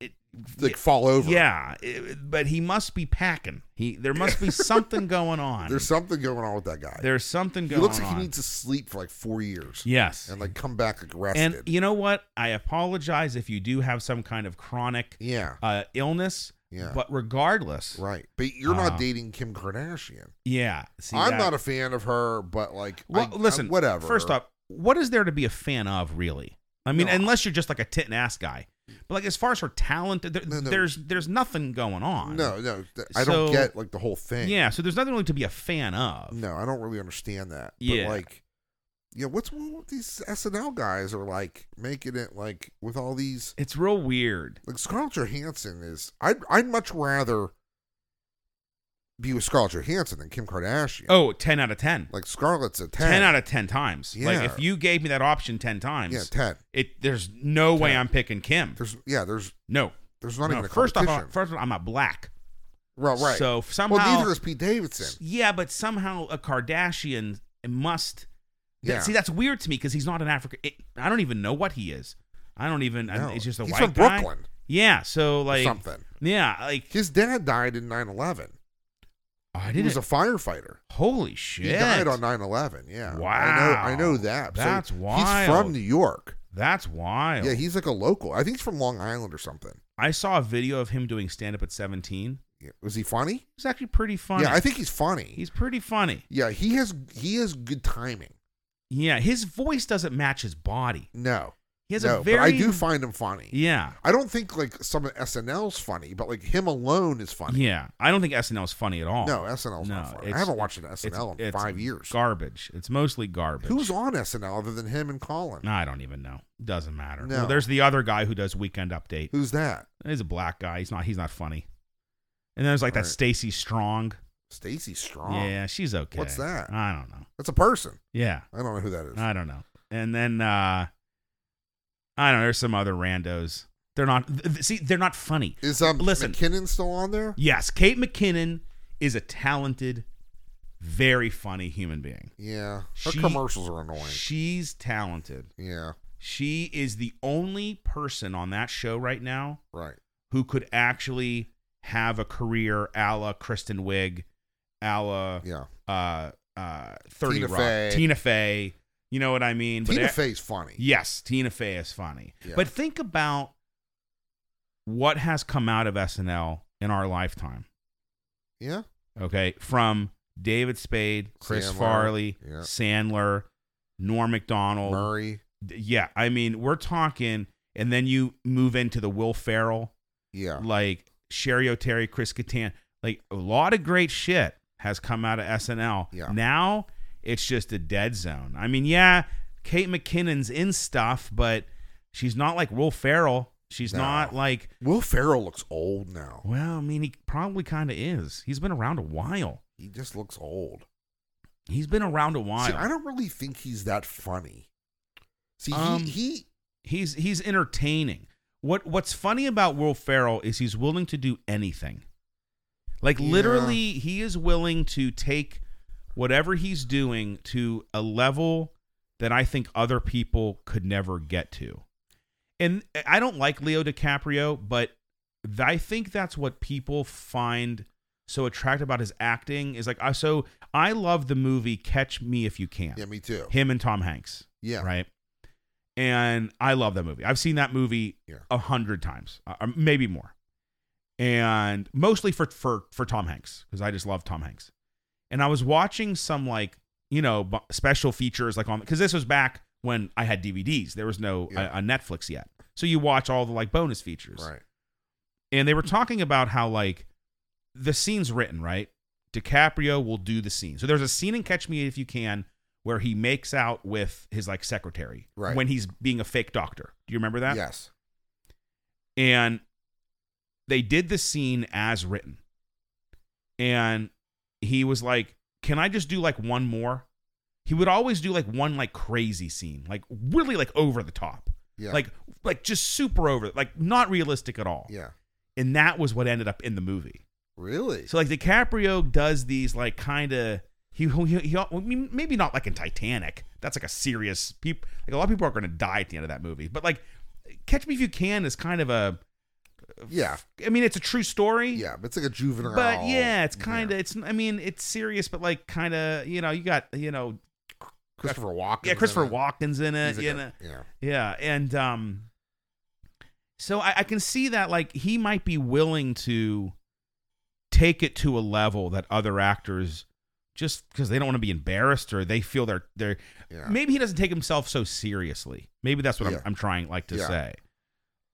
[SPEAKER 1] It-
[SPEAKER 2] like fall over.
[SPEAKER 1] yeah. it- but he must be packing. He there must be something going on.
[SPEAKER 2] There's something going on with that guy.
[SPEAKER 1] There's something
[SPEAKER 2] he
[SPEAKER 1] going
[SPEAKER 2] looks like
[SPEAKER 1] on.
[SPEAKER 2] he needs to sleep for like four years
[SPEAKER 1] yes,
[SPEAKER 2] and like come back like rested.
[SPEAKER 1] and you know what? I apologize if you do have some kind of chronic
[SPEAKER 2] yeah.
[SPEAKER 1] uh, illness.
[SPEAKER 2] Yeah.
[SPEAKER 1] But regardless,
[SPEAKER 2] right. But you're not
[SPEAKER 1] Uh,
[SPEAKER 2] dating Kim Kardashian.
[SPEAKER 1] yeah. See,
[SPEAKER 2] I'm
[SPEAKER 1] that-
[SPEAKER 2] not a fan of her, but like I-
[SPEAKER 1] Well,
[SPEAKER 2] I-
[SPEAKER 1] listen.
[SPEAKER 2] whatever.
[SPEAKER 1] First off, what is there to be a fan of, really? I mean,
[SPEAKER 2] No.
[SPEAKER 1] unless you're just like a tit and ass guy. But like, as far as her talent, there,
[SPEAKER 2] No, no.
[SPEAKER 1] there's there's nothing going on.
[SPEAKER 2] No, no, th- I don't
[SPEAKER 1] So-
[SPEAKER 2] get like the whole thing.
[SPEAKER 1] Yeah, so there's nothing really to be a fan of.
[SPEAKER 2] No, I don't really understand that.
[SPEAKER 1] Yeah.
[SPEAKER 2] But like, yeah, what's wrong with these SNL guys are like making it like with all these
[SPEAKER 1] It's real weird.
[SPEAKER 2] like Scarlett Johansson is. I'd I'd much rather be with Scarlett Johansson than Kim Kardashian.
[SPEAKER 1] Oh, 10 out of 10.
[SPEAKER 2] Like Scarlett's a 10.
[SPEAKER 1] 10, out of 10 times.
[SPEAKER 2] Yeah.
[SPEAKER 1] Like if you gave me that option 10 times,
[SPEAKER 2] Yeah, 10.
[SPEAKER 1] it there's no way I'm picking Kim.
[SPEAKER 2] There's yeah, there's
[SPEAKER 1] no.
[SPEAKER 2] there's not
[SPEAKER 1] no.
[SPEAKER 2] even a
[SPEAKER 1] first off,
[SPEAKER 2] competition.
[SPEAKER 1] I- first off, I'm not black.
[SPEAKER 2] well, right.
[SPEAKER 1] So somehow
[SPEAKER 2] well, neither is Pete Davidson.
[SPEAKER 1] Yeah, but somehow a Kardashian must
[SPEAKER 2] Yeah.
[SPEAKER 1] See, that's weird to me because he's not an African. It, I don't even know what he is. I don't even. I-
[SPEAKER 2] No.
[SPEAKER 1] It's just a
[SPEAKER 2] He's
[SPEAKER 1] white
[SPEAKER 2] from
[SPEAKER 1] guy.
[SPEAKER 2] Brooklyn or
[SPEAKER 1] Yeah. So like
[SPEAKER 2] something.
[SPEAKER 1] Yeah. Like
[SPEAKER 2] His dad died in 9/11.
[SPEAKER 1] I
[SPEAKER 2] He
[SPEAKER 1] didn't.
[SPEAKER 2] was a firefighter.
[SPEAKER 1] holy shit.
[SPEAKER 2] He died on 9/11. Yeah. I know. I know
[SPEAKER 1] Wow.
[SPEAKER 2] that.
[SPEAKER 1] That's
[SPEAKER 2] so He's
[SPEAKER 1] wild.
[SPEAKER 2] from New York.
[SPEAKER 1] That's wild.
[SPEAKER 2] Yeah, he's like a local. I think he's from Long Island or something.
[SPEAKER 1] I saw a video of him doing stand up at 17.
[SPEAKER 2] Yeah. Was he funny?
[SPEAKER 1] It's actually pretty funny.
[SPEAKER 2] Yeah, I think he's funny.
[SPEAKER 1] he's pretty funny.
[SPEAKER 2] yeah, he has he has good timing.
[SPEAKER 1] Yeah, his voice doesn't match his body.
[SPEAKER 2] No,
[SPEAKER 1] He has
[SPEAKER 2] no,
[SPEAKER 1] a very
[SPEAKER 2] but I do find him funny.
[SPEAKER 1] Yeah.
[SPEAKER 2] I don't think like some of SNL's funny, but like him alone is funny.
[SPEAKER 1] Yeah. I don't think SNL is funny at all.
[SPEAKER 2] No, SNL's
[SPEAKER 1] No,
[SPEAKER 2] not funny. I
[SPEAKER 1] it's-
[SPEAKER 2] haven't watched an
[SPEAKER 1] It's-
[SPEAKER 2] SNL in
[SPEAKER 1] it's
[SPEAKER 2] five years.
[SPEAKER 1] Garbage. It's mostly garbage.
[SPEAKER 2] Who's on SNL other than him and Colin?
[SPEAKER 1] I don't even know. Doesn't matter.
[SPEAKER 2] No.
[SPEAKER 1] Well, there's the other guy who does Weekend Update.
[SPEAKER 2] Who's that?
[SPEAKER 1] He's a black guy. He's not. He's not funny. And then there's like that
[SPEAKER 2] Right.
[SPEAKER 1] Stacy Strong.
[SPEAKER 2] Stacy Strong.
[SPEAKER 1] Yeah, she's okay.
[SPEAKER 2] What's that?
[SPEAKER 1] I don't know.
[SPEAKER 2] That's a person.
[SPEAKER 1] Yeah,
[SPEAKER 2] I don't know who that is.
[SPEAKER 1] I don't know. And then uh I don't know. There's some other randos. They're not. th- th- see, they're not funny.
[SPEAKER 2] Is um
[SPEAKER 1] Listen.
[SPEAKER 2] McKinnon still on there?
[SPEAKER 1] Yes, Kate McKinnon is a talented, very funny human being.
[SPEAKER 2] Yeah. Her
[SPEAKER 1] She-
[SPEAKER 2] commercials are annoying.
[SPEAKER 1] She's talented.
[SPEAKER 2] yeah.
[SPEAKER 1] She is the only person on that show right now
[SPEAKER 2] Right.
[SPEAKER 1] who could actually have a career a la Kristen Wiig, a la
[SPEAKER 2] Yeah.
[SPEAKER 1] uh, uh, 30
[SPEAKER 2] Tina
[SPEAKER 1] Rock,
[SPEAKER 2] Fey.
[SPEAKER 1] Tina Fey. You know what I mean? But
[SPEAKER 2] Tina
[SPEAKER 1] e-
[SPEAKER 2] Fey's funny.
[SPEAKER 1] Yes, Tina Fey is funny.
[SPEAKER 2] Yeah.
[SPEAKER 1] But think about what has come out of SNL in our lifetime.
[SPEAKER 2] Yeah.
[SPEAKER 1] okay, from David Spade, Chris
[SPEAKER 2] Sandler,
[SPEAKER 1] Farley,
[SPEAKER 2] yeah.
[SPEAKER 1] Sandler, Norm McDonald.
[SPEAKER 2] Murray.
[SPEAKER 1] D- Yeah, I mean, we're talking, and then you move into the Will Ferrell,
[SPEAKER 2] Yeah.
[SPEAKER 1] like Sherry O'Terry, Chris Kattan. Like a lot of great shit has come out of SNL.
[SPEAKER 2] Yeah.
[SPEAKER 1] Now it's just a dead zone. I mean, yeah, Kate McKinnon's in stuff, but she's not like Will Ferrell. She's
[SPEAKER 2] No.
[SPEAKER 1] not like,
[SPEAKER 2] Will Ferrell looks old now.
[SPEAKER 1] well, I mean, he probably kind of is. He's been around a while.
[SPEAKER 2] He just looks old.
[SPEAKER 1] He's been around a while.
[SPEAKER 2] See, I don't really think he's that funny. See,
[SPEAKER 1] Um,
[SPEAKER 2] he, he
[SPEAKER 1] He's he's entertaining. What what's funny about Will Ferrell is he's willing to do anything. Like
[SPEAKER 2] Yeah.
[SPEAKER 1] literally, he is willing to take whatever he's doing to a level that I think other people could never get to. And I don't like Leo DiCaprio, but th- I think that's what people find so attractive about his acting is like I so I love the movie Catch Me If You Can.
[SPEAKER 2] Yeah, me too.
[SPEAKER 1] Him and Tom Hanks
[SPEAKER 2] Yeah.
[SPEAKER 1] right? And I love that movie. I've seen that movie
[SPEAKER 2] Yeah.
[SPEAKER 1] a hundred times, uh, or maybe more, and mostly for for for Tom Hanks because I just love Tom Hanks. And I was watching some like you know bu- special features like on because this was back when I had DVDs. There was no
[SPEAKER 2] Yeah.
[SPEAKER 1] uh, on Netflix yet, so you watch all the like bonus features
[SPEAKER 2] Right.
[SPEAKER 1] and they were talking about how like the scene's written right DiCaprio will do the scene. So there's a scene in Catch Me If You Can where he makes out with his like secretary
[SPEAKER 2] Right.
[SPEAKER 1] when he's being a fake doctor. Do you remember that?
[SPEAKER 2] Yes.
[SPEAKER 1] And they did the scene as written. And he was like, "Can I just do like one more?" He would always do like one like crazy scene, like really like over the top.
[SPEAKER 2] Yeah.
[SPEAKER 1] Like like just super over, like not realistic at all
[SPEAKER 2] Yeah.
[SPEAKER 1] and that was what ended up in the movie.
[SPEAKER 2] Really?
[SPEAKER 1] So like DiCaprio does these like kind of he, he, he, he I mean, maybe not like in Titanic. That's like a serious people like a lot of people are going to die at the end of that movie. But like Catch Me If You Can is kind of a
[SPEAKER 2] yeah.
[SPEAKER 1] I mean it's a true story.
[SPEAKER 2] Yeah, but it's like a juvenile.
[SPEAKER 1] But yeah, it's kind of it's I mean it's serious but like kind of you know you got you know
[SPEAKER 2] Christopher Walken.
[SPEAKER 1] yeah Christopher Walken's in it. you know.
[SPEAKER 2] yeah.
[SPEAKER 1] Yeah, and um, so I, I can see that like he might be willing to take it to a level that other actors just because they don't want to be embarrassed or they feel they're they're
[SPEAKER 2] Yeah.
[SPEAKER 1] maybe he doesn't take himself so seriously. Maybe that's what
[SPEAKER 2] Yeah.
[SPEAKER 1] I'm, I'm trying like to
[SPEAKER 2] Yeah.
[SPEAKER 1] say.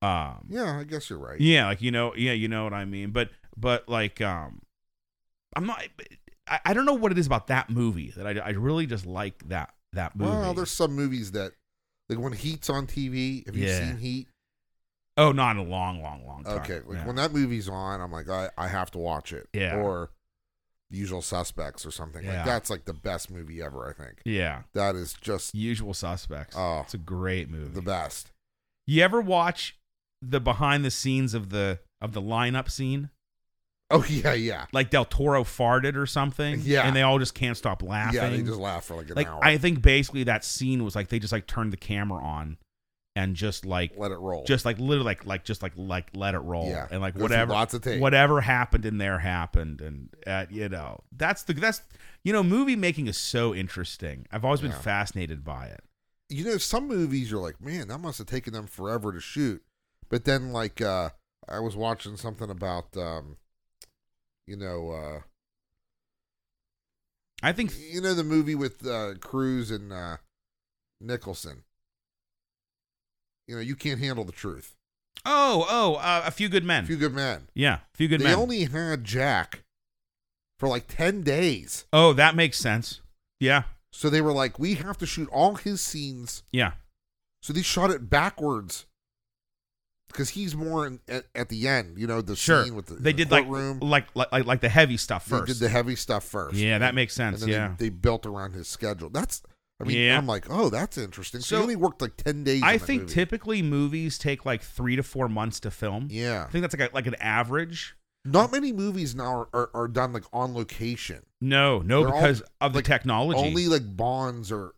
[SPEAKER 1] Um,
[SPEAKER 2] yeah, I guess you're right.
[SPEAKER 1] yeah, like you know, yeah, you know what I mean. But but like um, I'm not. I, I don't know what it is about that movie that I, I really just like that that movie.
[SPEAKER 2] Well, there's some movies that, like when Heat's on TV, have you
[SPEAKER 1] Yeah.
[SPEAKER 2] seen Heat?
[SPEAKER 1] oh, not in a long, long, long time.
[SPEAKER 2] Okay, like
[SPEAKER 1] Yeah.
[SPEAKER 2] when that movie's on, I'm like, I, I have to watch it.
[SPEAKER 1] Yeah.
[SPEAKER 2] Or The Usual Suspects or something.
[SPEAKER 1] Yeah.
[SPEAKER 2] Like that's like the best movie ever. I think
[SPEAKER 1] Yeah.
[SPEAKER 2] that is just
[SPEAKER 1] Usual Suspects.
[SPEAKER 2] Oh.
[SPEAKER 1] it's a great movie.
[SPEAKER 2] the best.
[SPEAKER 1] you ever watch the behind the scenes of the of the lineup scene?
[SPEAKER 2] Oh yeah, yeah,
[SPEAKER 1] Like Del Toro farted or something.
[SPEAKER 2] Yeah.
[SPEAKER 1] And they all just can't stop laughing.
[SPEAKER 2] yeah. They just laugh for like an
[SPEAKER 1] like
[SPEAKER 2] hour.
[SPEAKER 1] I think basically that scene was like they just like turned the camera on and just like
[SPEAKER 2] Let it roll.
[SPEAKER 1] just like literally like like just like like let it roll
[SPEAKER 2] Yeah.
[SPEAKER 1] and like
[SPEAKER 2] Go through
[SPEAKER 1] whatever
[SPEAKER 2] lots of tape.
[SPEAKER 1] whatever happened in there happened and uh, you know that's the that's you know movie making is so interesting i've always been
[SPEAKER 2] Yeah.
[SPEAKER 1] fascinated by it
[SPEAKER 2] you know, some movies you're like, man, that must have taken them forever to shoot. But then, like, uh, I was watching something about, um, you know, uh,
[SPEAKER 1] i think
[SPEAKER 2] you know, the movie with uh, Cruz and uh, Nicholson. You know, you can't handle the truth.
[SPEAKER 1] oh oh uh, a few good men
[SPEAKER 2] Few Good Men.
[SPEAKER 1] yeah few good
[SPEAKER 2] they
[SPEAKER 1] men
[SPEAKER 2] only had Jack for like ten days,
[SPEAKER 1] oh that makes sense yeah
[SPEAKER 2] so they were like, we have to shoot all his scenes.
[SPEAKER 1] yeah
[SPEAKER 2] So they shot it backwards. Because he's more in, at, at the end, you know, the
[SPEAKER 1] sure
[SPEAKER 2] scene with the
[SPEAKER 1] they
[SPEAKER 2] the
[SPEAKER 1] did like,
[SPEAKER 2] courtroom.
[SPEAKER 1] like like like like the heavy stuff
[SPEAKER 2] They
[SPEAKER 1] first
[SPEAKER 2] did the heavy stuff first.
[SPEAKER 1] yeah that makes
[SPEAKER 2] and
[SPEAKER 1] sense
[SPEAKER 2] then
[SPEAKER 1] yeah
[SPEAKER 2] they, they built around his schedule. That's, I mean,
[SPEAKER 1] Yeah.
[SPEAKER 2] I'm like, oh, that's interesting. So,
[SPEAKER 1] So-
[SPEAKER 2] he only worked like ten days. on
[SPEAKER 1] i
[SPEAKER 2] that
[SPEAKER 1] think
[SPEAKER 2] movie.
[SPEAKER 1] typically movies take like three to four months to film
[SPEAKER 2] Yeah,
[SPEAKER 1] i think that's like a, like an average
[SPEAKER 2] not many movies now are, are, are done like on location.
[SPEAKER 1] no no
[SPEAKER 2] They're all,
[SPEAKER 1] because of the
[SPEAKER 2] like,
[SPEAKER 1] technology
[SPEAKER 2] Only like Bonds are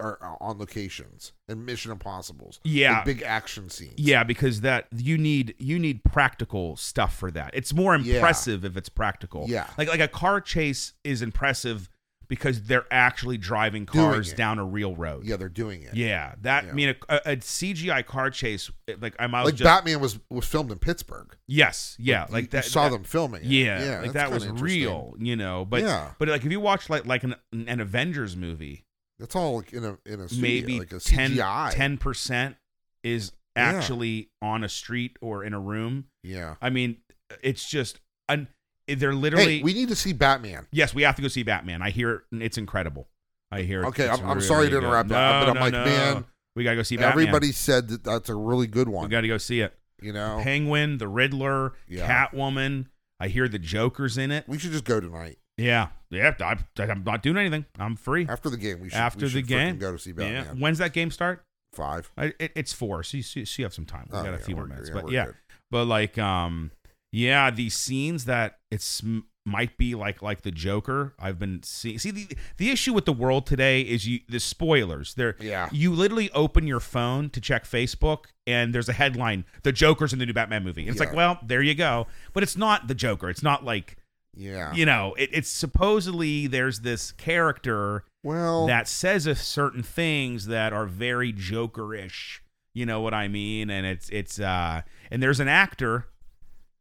[SPEAKER 2] are on locations and Mission Impossibles.
[SPEAKER 1] Yeah.
[SPEAKER 2] like, big action scenes.
[SPEAKER 1] Yeah, because that you need you need practical stuff for that. It's more
[SPEAKER 2] Yeah.
[SPEAKER 1] impressive if it's practical.
[SPEAKER 2] Yeah.
[SPEAKER 1] Like like a car chase is impressive because they're actually driving
[SPEAKER 2] Doing
[SPEAKER 1] cars
[SPEAKER 2] it.
[SPEAKER 1] down a real road.
[SPEAKER 2] yeah, they're doing it.
[SPEAKER 1] Yeah, that
[SPEAKER 2] Yeah.
[SPEAKER 1] I mean a, a, a CGI car chase it- like I'm I was
[SPEAKER 2] like
[SPEAKER 1] just
[SPEAKER 2] Batman was was filmed in Pittsburgh.
[SPEAKER 1] yes, yeah,
[SPEAKER 2] You-
[SPEAKER 1] like
[SPEAKER 2] you
[SPEAKER 1] that
[SPEAKER 2] saw
[SPEAKER 1] that-
[SPEAKER 2] them filming. it.
[SPEAKER 1] Yeah,
[SPEAKER 2] yeah,
[SPEAKER 1] like
[SPEAKER 2] that's
[SPEAKER 1] that
[SPEAKER 2] kinda
[SPEAKER 1] was
[SPEAKER 2] interesting.
[SPEAKER 1] real, you know, but
[SPEAKER 2] Yeah.
[SPEAKER 1] but like if you watch like like an an Avengers movie,
[SPEAKER 2] That's all like in a in a studio,
[SPEAKER 1] maybe
[SPEAKER 2] like a
[SPEAKER 1] ten
[SPEAKER 2] CGI.
[SPEAKER 1] ten percent is
[SPEAKER 2] Yeah.
[SPEAKER 1] actually on a street or in a room.
[SPEAKER 2] Yeah.
[SPEAKER 1] I mean, it's just un- they're literally.
[SPEAKER 2] Hey, we need to see Batman.
[SPEAKER 1] yes, we have to go see Batman. I hear it, it's incredible. I hear. it-
[SPEAKER 2] Okay,
[SPEAKER 1] it's
[SPEAKER 2] I'm, I'm
[SPEAKER 1] really
[SPEAKER 2] sorry to
[SPEAKER 1] good.
[SPEAKER 2] interrupt,
[SPEAKER 1] No,
[SPEAKER 2] but I'm
[SPEAKER 1] no,
[SPEAKER 2] like,
[SPEAKER 1] no.
[SPEAKER 2] man,
[SPEAKER 1] we gotta go see Batman.
[SPEAKER 2] everybody said that that's a really good
[SPEAKER 1] we
[SPEAKER 2] one.
[SPEAKER 1] gotta go see it.
[SPEAKER 2] you know,
[SPEAKER 1] Penguin, the Riddler,
[SPEAKER 2] Yeah.
[SPEAKER 1] Catwoman. I hear the Joker's in it.
[SPEAKER 2] we should just go tonight
[SPEAKER 1] Yeah, yeah. I, I'm not doing anything. I'm free.
[SPEAKER 2] after the game. We should
[SPEAKER 1] After
[SPEAKER 2] we
[SPEAKER 1] the
[SPEAKER 2] should freaking
[SPEAKER 1] game.
[SPEAKER 2] go to see
[SPEAKER 1] Yeah.
[SPEAKER 2] Batman
[SPEAKER 1] When's that game start?
[SPEAKER 2] five.
[SPEAKER 1] I, it, it's four, so you, so you have some time. We
[SPEAKER 2] Oh,
[SPEAKER 1] got a
[SPEAKER 2] yeah,
[SPEAKER 1] few more
[SPEAKER 2] we're-
[SPEAKER 1] minutes,
[SPEAKER 2] yeah,
[SPEAKER 1] but
[SPEAKER 2] we're
[SPEAKER 1] yeah,
[SPEAKER 2] good.
[SPEAKER 1] but like, um, yeah, these scenes that it's might be like like the Joker. I've been seeing. See the the issue with the world today is you the spoilers. There,
[SPEAKER 2] Yeah.
[SPEAKER 1] you literally open your phone to check Facebook, and there's a headline: "The Joker's in the new Batman movie." And it's like,
[SPEAKER 2] Yeah.
[SPEAKER 1] well, there you go. But it's not the Joker. It's not like
[SPEAKER 2] yeah.
[SPEAKER 1] you know. It, it's supposedly there's this character
[SPEAKER 2] Well,
[SPEAKER 1] that says a certain things that are very jokerish you know what i mean and it's it's uh and there's an actor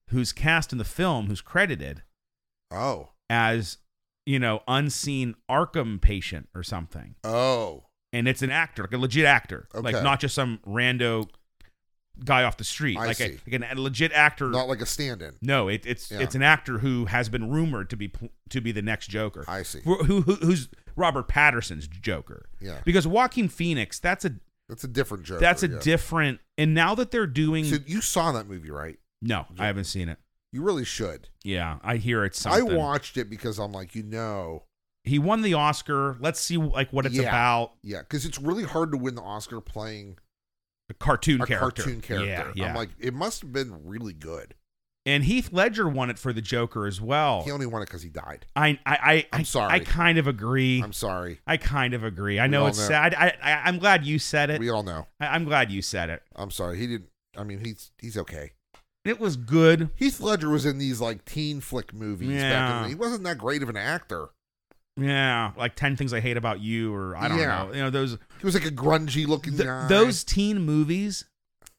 [SPEAKER 1] who's cast in the film who's credited
[SPEAKER 2] oh,
[SPEAKER 1] as you know unseen arkham patient or something
[SPEAKER 2] oh,
[SPEAKER 1] and it's an actor like a legit actor like
[SPEAKER 2] Okay.
[SPEAKER 1] not just some rando guy off the street
[SPEAKER 2] I
[SPEAKER 1] like a
[SPEAKER 2] see.
[SPEAKER 1] like an, a legit actor
[SPEAKER 2] not like a stand-in.
[SPEAKER 1] no it, it's
[SPEAKER 2] Yeah.
[SPEAKER 1] it's an actor who has been rumored to be pl- to be the next joker
[SPEAKER 2] I see.
[SPEAKER 1] who, who who's robert patterson's joker
[SPEAKER 2] Yeah,
[SPEAKER 1] because Joaquin Phoenix, that's a
[SPEAKER 2] that's a different joke.
[SPEAKER 1] that's a
[SPEAKER 2] yeah.
[SPEAKER 1] different. And now that they're doing,
[SPEAKER 2] So you saw that movie, right?
[SPEAKER 1] no, I haven't seen it.
[SPEAKER 2] You really should.
[SPEAKER 1] Yeah, I hear it's something.
[SPEAKER 2] I watched it because I'm like, you know,
[SPEAKER 1] he won the Oscar. Let's see like what it's
[SPEAKER 2] Yeah.
[SPEAKER 1] about.
[SPEAKER 2] yeah, because it's really hard to win the Oscar playing
[SPEAKER 1] A cartoon
[SPEAKER 2] a
[SPEAKER 1] character.
[SPEAKER 2] cartoon character.
[SPEAKER 1] Yeah, yeah.
[SPEAKER 2] I'm like, it must have been really good.
[SPEAKER 1] and Heath Ledger won it for the Joker as well.
[SPEAKER 2] He only won it because he died.
[SPEAKER 1] I, I, I,
[SPEAKER 2] I'm
[SPEAKER 1] I-
[SPEAKER 2] sorry.
[SPEAKER 1] I kind of agree.
[SPEAKER 2] I'm sorry.
[SPEAKER 1] i kind of agree. I
[SPEAKER 2] We
[SPEAKER 1] know
[SPEAKER 2] all
[SPEAKER 1] it's
[SPEAKER 2] know.
[SPEAKER 1] sad. I, I, I'm glad you said it.
[SPEAKER 2] We all know.
[SPEAKER 1] I, I'm glad you said it.
[SPEAKER 2] I'm sorry. He didn't. I mean, he's he's okay.
[SPEAKER 1] It was good.
[SPEAKER 2] Heath Ledger was in these like teen flick movies. Back in
[SPEAKER 1] Yeah.
[SPEAKER 2] the, he wasn't that great of an actor.
[SPEAKER 1] Yeah, like ten things I hate about you, or I don't
[SPEAKER 2] Yeah.
[SPEAKER 1] know. You know those
[SPEAKER 2] He was like a grungy looking
[SPEAKER 1] Th-
[SPEAKER 2] guy.
[SPEAKER 1] those teen movies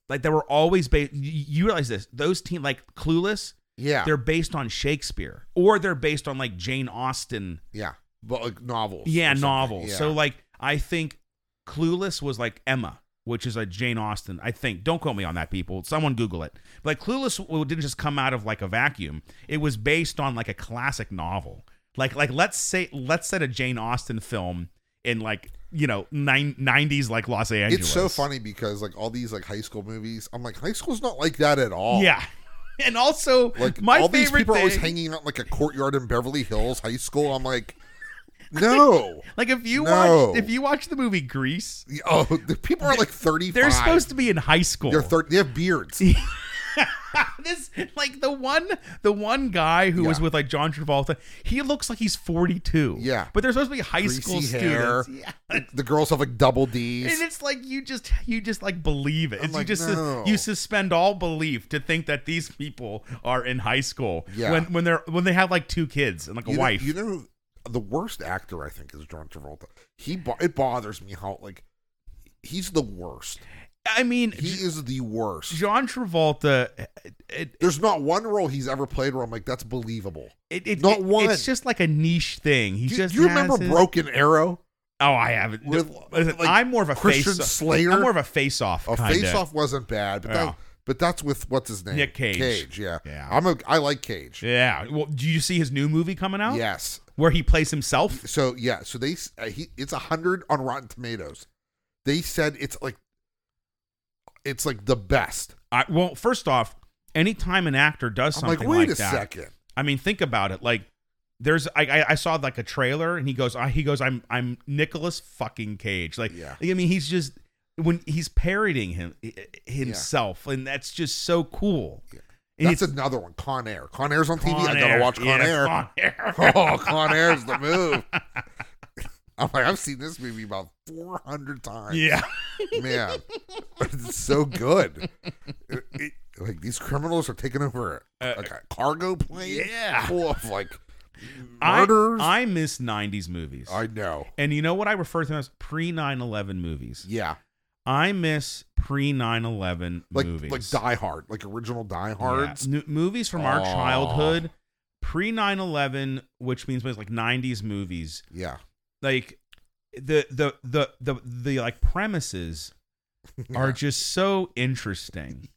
[SPEAKER 1] like they were always based you, you realize this those teen like clueless
[SPEAKER 2] yeah,
[SPEAKER 1] they're based on shakespeare or they're based on like jane austen
[SPEAKER 2] yeah, but like novels.
[SPEAKER 1] yeah
[SPEAKER 2] or something.
[SPEAKER 1] novels
[SPEAKER 2] Yeah.
[SPEAKER 1] so like i think clueless was like emma which is a jane austen i think don't quote me on that people someone google it like clueless w- didn't just come out of like a vacuum it was based on like a classic novel like like let's say let's set a jane austen film in like you know nine, 90s like los angeles
[SPEAKER 2] it's so funny because like all these like high school movies, I'm like high school's not like that at all.
[SPEAKER 1] Yeah. and also
[SPEAKER 2] Oh. Like
[SPEAKER 1] my
[SPEAKER 2] all these
[SPEAKER 1] favorite
[SPEAKER 2] people are always
[SPEAKER 1] thing-
[SPEAKER 2] hanging out in, like a courtyard in Beverly Hills High School. I'm like, no.
[SPEAKER 1] Like if you
[SPEAKER 2] No.
[SPEAKER 1] watch if you watch the movie Grease,
[SPEAKER 2] Oh, the people are like 35.
[SPEAKER 1] they're supposed to be in high school.
[SPEAKER 2] They're 30, they have beards.
[SPEAKER 1] this like the one the one guy who was
[SPEAKER 2] Yeah.
[SPEAKER 1] with like John Travolta, he looks like he's 42.
[SPEAKER 2] Yeah.
[SPEAKER 1] But they're supposed to be high
[SPEAKER 2] Greasy
[SPEAKER 1] school
[SPEAKER 2] hair.
[SPEAKER 1] students. Yeah.
[SPEAKER 2] the girls have like double
[SPEAKER 1] And
[SPEAKER 2] D's.
[SPEAKER 1] it's like you just you just like believe it.
[SPEAKER 2] I'm
[SPEAKER 1] It's- you
[SPEAKER 2] like,
[SPEAKER 1] just
[SPEAKER 2] no.
[SPEAKER 1] you suspend all belief to think that these people are in high school
[SPEAKER 2] Yeah.
[SPEAKER 1] when when they're when they have like two kids and like a
[SPEAKER 2] you
[SPEAKER 1] wife.
[SPEAKER 2] Know, you know, the worst actor I think is John Travolta. He bo- it bothers me how like he's the worst.
[SPEAKER 1] I mean,
[SPEAKER 2] He
[SPEAKER 1] J-
[SPEAKER 2] is the worst.
[SPEAKER 1] John Travolta eh, it,
[SPEAKER 2] There's not one role he's ever played where I'm like that's believable.
[SPEAKER 1] It, it,
[SPEAKER 2] Not
[SPEAKER 1] it-
[SPEAKER 2] one.
[SPEAKER 1] It's just like a niche thing. He
[SPEAKER 2] Do, you-
[SPEAKER 1] just.
[SPEAKER 2] do you remember
[SPEAKER 1] has his-
[SPEAKER 2] Broken Arrow?
[SPEAKER 1] Oh, I haven't.
[SPEAKER 2] With,
[SPEAKER 1] Listen,
[SPEAKER 2] like,
[SPEAKER 1] I'm more of a
[SPEAKER 2] Christian
[SPEAKER 1] face.
[SPEAKER 2] Slater?
[SPEAKER 1] I'm more of a face-off.
[SPEAKER 2] Oh,
[SPEAKER 1] kinda.
[SPEAKER 2] Face Off wasn't bad, but
[SPEAKER 1] Yeah.
[SPEAKER 2] that, but that's with what's his name?
[SPEAKER 1] Nick Cage.
[SPEAKER 2] Cage, yeah.
[SPEAKER 1] Yeah.
[SPEAKER 2] I'm a I like Cage.
[SPEAKER 1] Yeah. Well, do you see his new movie coming out?
[SPEAKER 2] Yes.
[SPEAKER 1] Where he plays himself.
[SPEAKER 2] So yeah, so they s- uh, he it's a hundred on Rotten Tomatoes. They said it's like it's like the best.
[SPEAKER 1] I, well, first off, anytime an actor does
[SPEAKER 2] I'm like,
[SPEAKER 1] something
[SPEAKER 2] wait a
[SPEAKER 1] that,
[SPEAKER 2] second.
[SPEAKER 1] I mean, think about it. Like, there's I I, I saw like a trailer, and he goes, I, he goes, I'm I'm Nicholas fucking Cage. Like,
[SPEAKER 2] Yeah.
[SPEAKER 1] I mean, he's just when he's parroting him himself, and that's just so cool.
[SPEAKER 2] Yeah.
[SPEAKER 1] And
[SPEAKER 2] That's
[SPEAKER 1] it's-
[SPEAKER 2] another one. Con Air. Con Air's on TV.
[SPEAKER 1] Con
[SPEAKER 2] I gotta
[SPEAKER 1] Air.
[SPEAKER 2] watch Con
[SPEAKER 1] Yeah,
[SPEAKER 2] Air.
[SPEAKER 1] Con Air.
[SPEAKER 2] oh, Con Air's the move. I'm like, I've seen this movie about 400 times.
[SPEAKER 1] Yeah.
[SPEAKER 2] Man, it's so good. It- it- like, these criminals are taking over a, like a cargo plane
[SPEAKER 1] yeah.
[SPEAKER 2] full of, like,
[SPEAKER 1] I-
[SPEAKER 2] murders. I,
[SPEAKER 1] I, miss 90s movies.
[SPEAKER 2] know.
[SPEAKER 1] and you know what I refer to them as pre 9 11 movies?
[SPEAKER 2] Yeah.
[SPEAKER 1] I miss pre 9 11
[SPEAKER 2] Like,
[SPEAKER 1] movies.
[SPEAKER 2] like Die Hard. Like, original Die Hards.
[SPEAKER 1] Yeah. N- movies from our
[SPEAKER 2] Aw.
[SPEAKER 1] childhood, pre 9 11, which means was like 90s movies.
[SPEAKER 2] Yeah.
[SPEAKER 1] Like, the the the the the like premises are just so interesting.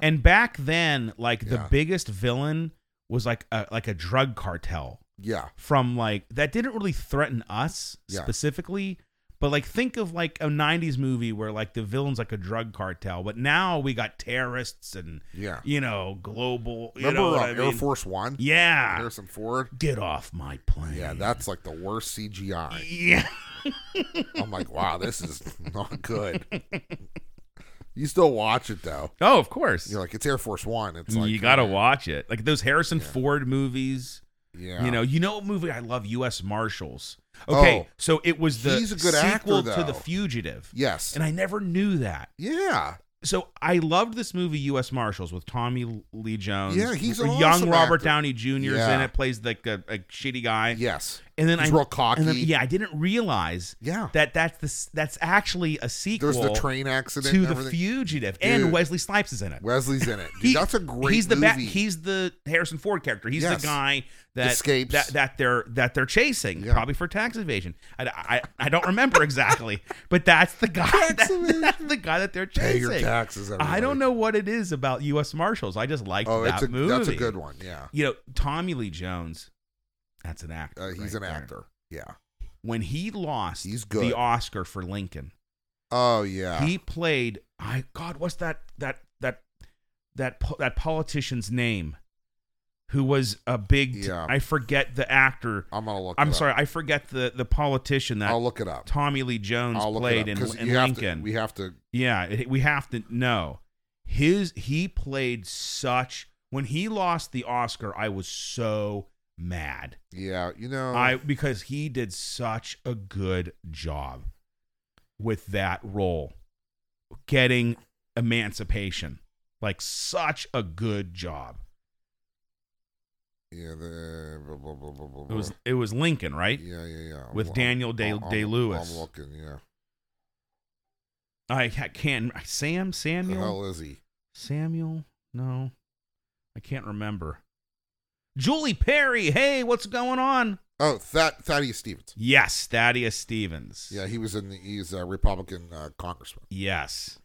[SPEAKER 1] And back then, like the
[SPEAKER 2] Yeah.
[SPEAKER 1] biggest villain was like a like a drug cartel.
[SPEAKER 2] Yeah.
[SPEAKER 1] from like that didn't really threaten us
[SPEAKER 2] Yeah.
[SPEAKER 1] specifically but like think of like a 90s movie where like the villain's like a drug cartel but now we got terrorists and
[SPEAKER 2] Yeah.
[SPEAKER 1] you know global you
[SPEAKER 2] Remember
[SPEAKER 1] know what
[SPEAKER 2] uh,
[SPEAKER 1] I
[SPEAKER 2] Air
[SPEAKER 1] mean?
[SPEAKER 2] Force One?
[SPEAKER 1] yeah
[SPEAKER 2] Harrison Ford?
[SPEAKER 1] get off my plane
[SPEAKER 2] Yeah, that's like the worst CGI.
[SPEAKER 1] yeah
[SPEAKER 2] I'm like, wow, this is not good. You still watch it though.
[SPEAKER 1] oh of course
[SPEAKER 2] You're like, it's Air Force One. It's like
[SPEAKER 1] you gotta
[SPEAKER 2] uh,
[SPEAKER 1] watch it like those harrison ford movies
[SPEAKER 2] Yeah,
[SPEAKER 1] you know you know what movie i love us marshals okay
[SPEAKER 2] Oh.
[SPEAKER 1] so it was the
[SPEAKER 2] He's a good
[SPEAKER 1] sequel
[SPEAKER 2] actor,
[SPEAKER 1] to the
[SPEAKER 2] though.
[SPEAKER 1] fugitive
[SPEAKER 2] Yes.
[SPEAKER 1] and i never knew that
[SPEAKER 2] yeah.
[SPEAKER 1] so I loved this movie U.S. Marshals with Tommy Lee Jones.
[SPEAKER 2] Yeah, he's an
[SPEAKER 1] young
[SPEAKER 2] awesome
[SPEAKER 1] Robert
[SPEAKER 2] actor.
[SPEAKER 1] Downey Jr. is in
[SPEAKER 2] Yeah.
[SPEAKER 1] it, plays like a, a shitty guy.
[SPEAKER 2] Yes.
[SPEAKER 1] and then
[SPEAKER 2] He's
[SPEAKER 1] I
[SPEAKER 2] real cocky.
[SPEAKER 1] and then, yeah, I didn't realize
[SPEAKER 2] Yeah.
[SPEAKER 1] that that's the s that's actually a sequel
[SPEAKER 2] There's the train accident.
[SPEAKER 1] to
[SPEAKER 2] and
[SPEAKER 1] the
[SPEAKER 2] everything.
[SPEAKER 1] fugitive,
[SPEAKER 2] Dude.
[SPEAKER 1] and Wesley Snipes is in it.
[SPEAKER 2] Wesley's in it. Dude, that's a great.
[SPEAKER 1] He's the
[SPEAKER 2] movie.
[SPEAKER 1] bat. He's the Harrison Ford character. He's
[SPEAKER 2] Yes.
[SPEAKER 1] the guy that
[SPEAKER 2] Escapes.
[SPEAKER 1] that, that they're that they're chasing,
[SPEAKER 2] Yeah.
[SPEAKER 1] probably for tax evasion. I, I, I don't remember exactly, but that's the guy. That,
[SPEAKER 2] evasion.
[SPEAKER 1] that's the guy that they're chasing.
[SPEAKER 2] Pay your taxes.
[SPEAKER 1] I
[SPEAKER 2] everybody.
[SPEAKER 1] don't know what it is about U.S. Marshals. I just liked
[SPEAKER 2] Oh,
[SPEAKER 1] that
[SPEAKER 2] it's a
[SPEAKER 1] movie.
[SPEAKER 2] that's a good one. Yeah.
[SPEAKER 1] You know, Tommy Lee Jones. That's an actor.
[SPEAKER 2] Uh, he's
[SPEAKER 1] right
[SPEAKER 2] an
[SPEAKER 1] there.
[SPEAKER 2] actor. Yeah.
[SPEAKER 1] When he lost
[SPEAKER 2] He's good.
[SPEAKER 1] the Oscar for Lincoln,
[SPEAKER 2] Oh yeah.
[SPEAKER 1] he played. I God, what's that that that that po- that politician's name? Who was a big? t-
[SPEAKER 2] Yeah.
[SPEAKER 1] I forget the actor.
[SPEAKER 2] I'm gonna look.
[SPEAKER 1] I'm
[SPEAKER 2] it up.
[SPEAKER 1] sorry, I forget the the politician that
[SPEAKER 2] I'll look it up.
[SPEAKER 1] Tommy Lee Jones
[SPEAKER 2] I'll look
[SPEAKER 1] played
[SPEAKER 2] it
[SPEAKER 1] in,
[SPEAKER 2] up 'cause
[SPEAKER 1] in
[SPEAKER 2] you have to-
[SPEAKER 1] Lincoln.
[SPEAKER 2] we have to.
[SPEAKER 1] Yeah, it, we have to know. His he played such when he lost the Oscar, I was so mad.
[SPEAKER 2] Yeah. You know.
[SPEAKER 1] I because he did such a good job with that role. Getting emancipation. Like such a good job.
[SPEAKER 2] Yeah, the, blah, blah, blah, blah, blah,
[SPEAKER 1] It was
[SPEAKER 2] blah.
[SPEAKER 1] it was Lincoln, right?
[SPEAKER 2] yeah, yeah, yeah. I'm-
[SPEAKER 1] with
[SPEAKER 2] I'm-
[SPEAKER 1] Daniel Day-
[SPEAKER 2] I'm-
[SPEAKER 1] Day-Lewis.
[SPEAKER 2] I'm looking, yeah.
[SPEAKER 1] I ca- can't Sam
[SPEAKER 2] Who The
[SPEAKER 1] Samuel
[SPEAKER 2] hell is he?
[SPEAKER 1] Samuel? No. I can't remember. Julie Perry, hey, what's going on?
[SPEAKER 2] Oh, that Thaddeus Stevens.
[SPEAKER 1] Yes, Thaddeus Stevens.
[SPEAKER 2] Yeah, he was in the. He's a Republican uh, congressman
[SPEAKER 1] Yes.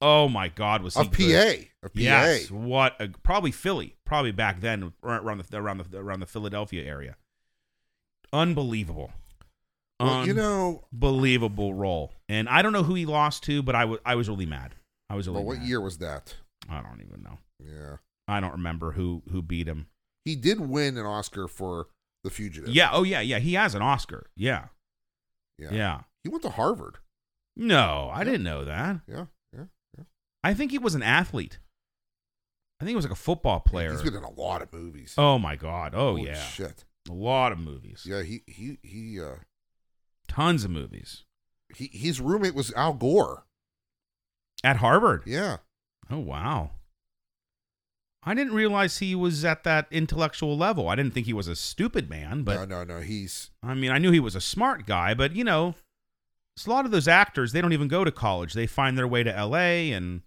[SPEAKER 1] Oh my God, was he
[SPEAKER 2] of PA.
[SPEAKER 1] good.
[SPEAKER 2] Of PA.
[SPEAKER 1] Yes. What? A, probably Philly. Probably back then ar- around the around the around the Philadelphia area. Unbelievable.
[SPEAKER 2] Well, you know,
[SPEAKER 1] Unbelievable role, and I don't know who he lost to, but I was I was really mad. I was really.
[SPEAKER 2] well, what
[SPEAKER 1] mad.
[SPEAKER 2] year was that?
[SPEAKER 1] I don't even know.
[SPEAKER 2] Yeah,
[SPEAKER 1] I don't remember who who beat him.
[SPEAKER 2] He did win an Oscar for The Fugitive.
[SPEAKER 1] Yeah. Oh yeah. Yeah. He has an Oscar. Yeah.
[SPEAKER 2] Yeah.
[SPEAKER 1] Yeah.
[SPEAKER 2] He went to Harvard.
[SPEAKER 1] No, I didn't know that.
[SPEAKER 2] Yeah. Yeah.
[SPEAKER 1] I think he was an athlete. I think he was like a football player.
[SPEAKER 2] He's been in a lot of movies.
[SPEAKER 1] Oh my god. Oh
[SPEAKER 2] Holy
[SPEAKER 1] yeah.
[SPEAKER 2] Shit.
[SPEAKER 1] A lot of movies.
[SPEAKER 2] Yeah. He, he, he, uh,
[SPEAKER 1] Tons of movies.
[SPEAKER 2] he, his roommate was Al Gore.
[SPEAKER 1] At Harvard.
[SPEAKER 2] Yeah.
[SPEAKER 1] Oh wow. I didn't realize he was at that intellectual level. I didn't think he was a stupid man, but
[SPEAKER 2] no, no, no. He's,
[SPEAKER 1] I mean, I knew he was a smart guy, but you know, it's a lot of those actors, they don't even go to college. They find their way to LA and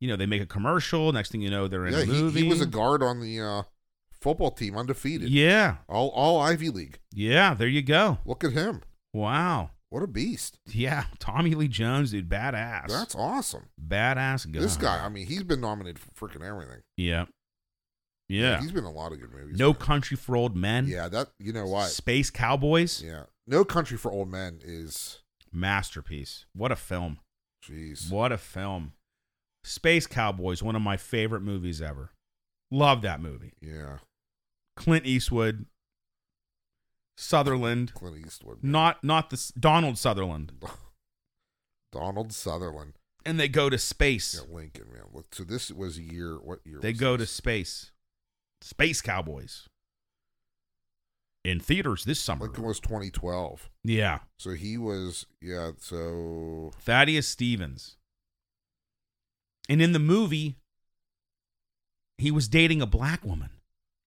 [SPEAKER 1] you know, they make a commercial, next thing you know, they're in
[SPEAKER 2] yeah,
[SPEAKER 1] a
[SPEAKER 2] he,
[SPEAKER 1] movie.
[SPEAKER 2] he was a guard on the, uh, football team undefeated.
[SPEAKER 1] Yeah.
[SPEAKER 2] All, all Ivy League.
[SPEAKER 1] Yeah, there you go.
[SPEAKER 2] Look at him.
[SPEAKER 1] Wow.
[SPEAKER 2] What a beast.
[SPEAKER 1] Yeah, Tommy Lee Jones, dude, badass.
[SPEAKER 2] That's awesome.
[SPEAKER 1] badass guy.
[SPEAKER 2] This guy, I mean, he's been nominated for freaking everything.
[SPEAKER 1] Yeah. Yeah.
[SPEAKER 2] He's been in a lot of good movies.
[SPEAKER 1] No
[SPEAKER 2] man.
[SPEAKER 1] Country for Old Men.
[SPEAKER 2] Yeah, that you know what?
[SPEAKER 1] Space Cowboys.
[SPEAKER 2] Yeah. No Country for Old Men is
[SPEAKER 1] Masterpiece. What a film.
[SPEAKER 2] jeez.
[SPEAKER 1] What a film. Space Cowboys, one of my favorite movies ever. Love that movie.
[SPEAKER 2] Yeah.
[SPEAKER 1] Clint Eastwood, Sutherland,
[SPEAKER 2] Clint Eastwood. man.
[SPEAKER 1] not not this Donald Sutherland,
[SPEAKER 2] Donald Sutherland.
[SPEAKER 1] and they go to space.
[SPEAKER 2] Yeah, Lincoln, man. Look, so this was a year what year
[SPEAKER 1] They
[SPEAKER 2] was
[SPEAKER 1] go to
[SPEAKER 2] this?
[SPEAKER 1] space. Space Cowboys. In theaters this summer.
[SPEAKER 2] Lincoln was twenty twelve.
[SPEAKER 1] Yeah,
[SPEAKER 2] So he was yeah, so
[SPEAKER 1] Thaddeus Stevens. And in the movie, he was dating a black woman.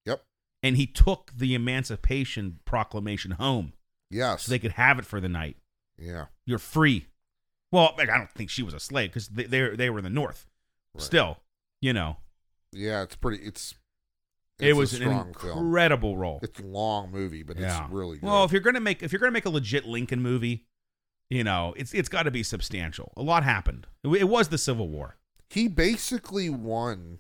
[SPEAKER 2] Yep.
[SPEAKER 1] And he took the Emancipation Proclamation home
[SPEAKER 2] yes.
[SPEAKER 1] so they could have it for the night.
[SPEAKER 2] yeah.
[SPEAKER 1] You're free. Well, like, I don't think she was a slave because they, they they were in the North.
[SPEAKER 2] right.
[SPEAKER 1] Still, you know,
[SPEAKER 2] Yeah, it's pretty it's,
[SPEAKER 1] it
[SPEAKER 2] it's a
[SPEAKER 1] was an
[SPEAKER 2] strong film.
[SPEAKER 1] incredible role.
[SPEAKER 2] It's a long movie, but
[SPEAKER 1] Yeah.
[SPEAKER 2] it's really good.
[SPEAKER 1] Well, if you're gonna make if you're gonna make a legit Lincoln movie, you know, it's it's got to be substantial. A lot happened. It, w- it was the Civil War.
[SPEAKER 2] he basically won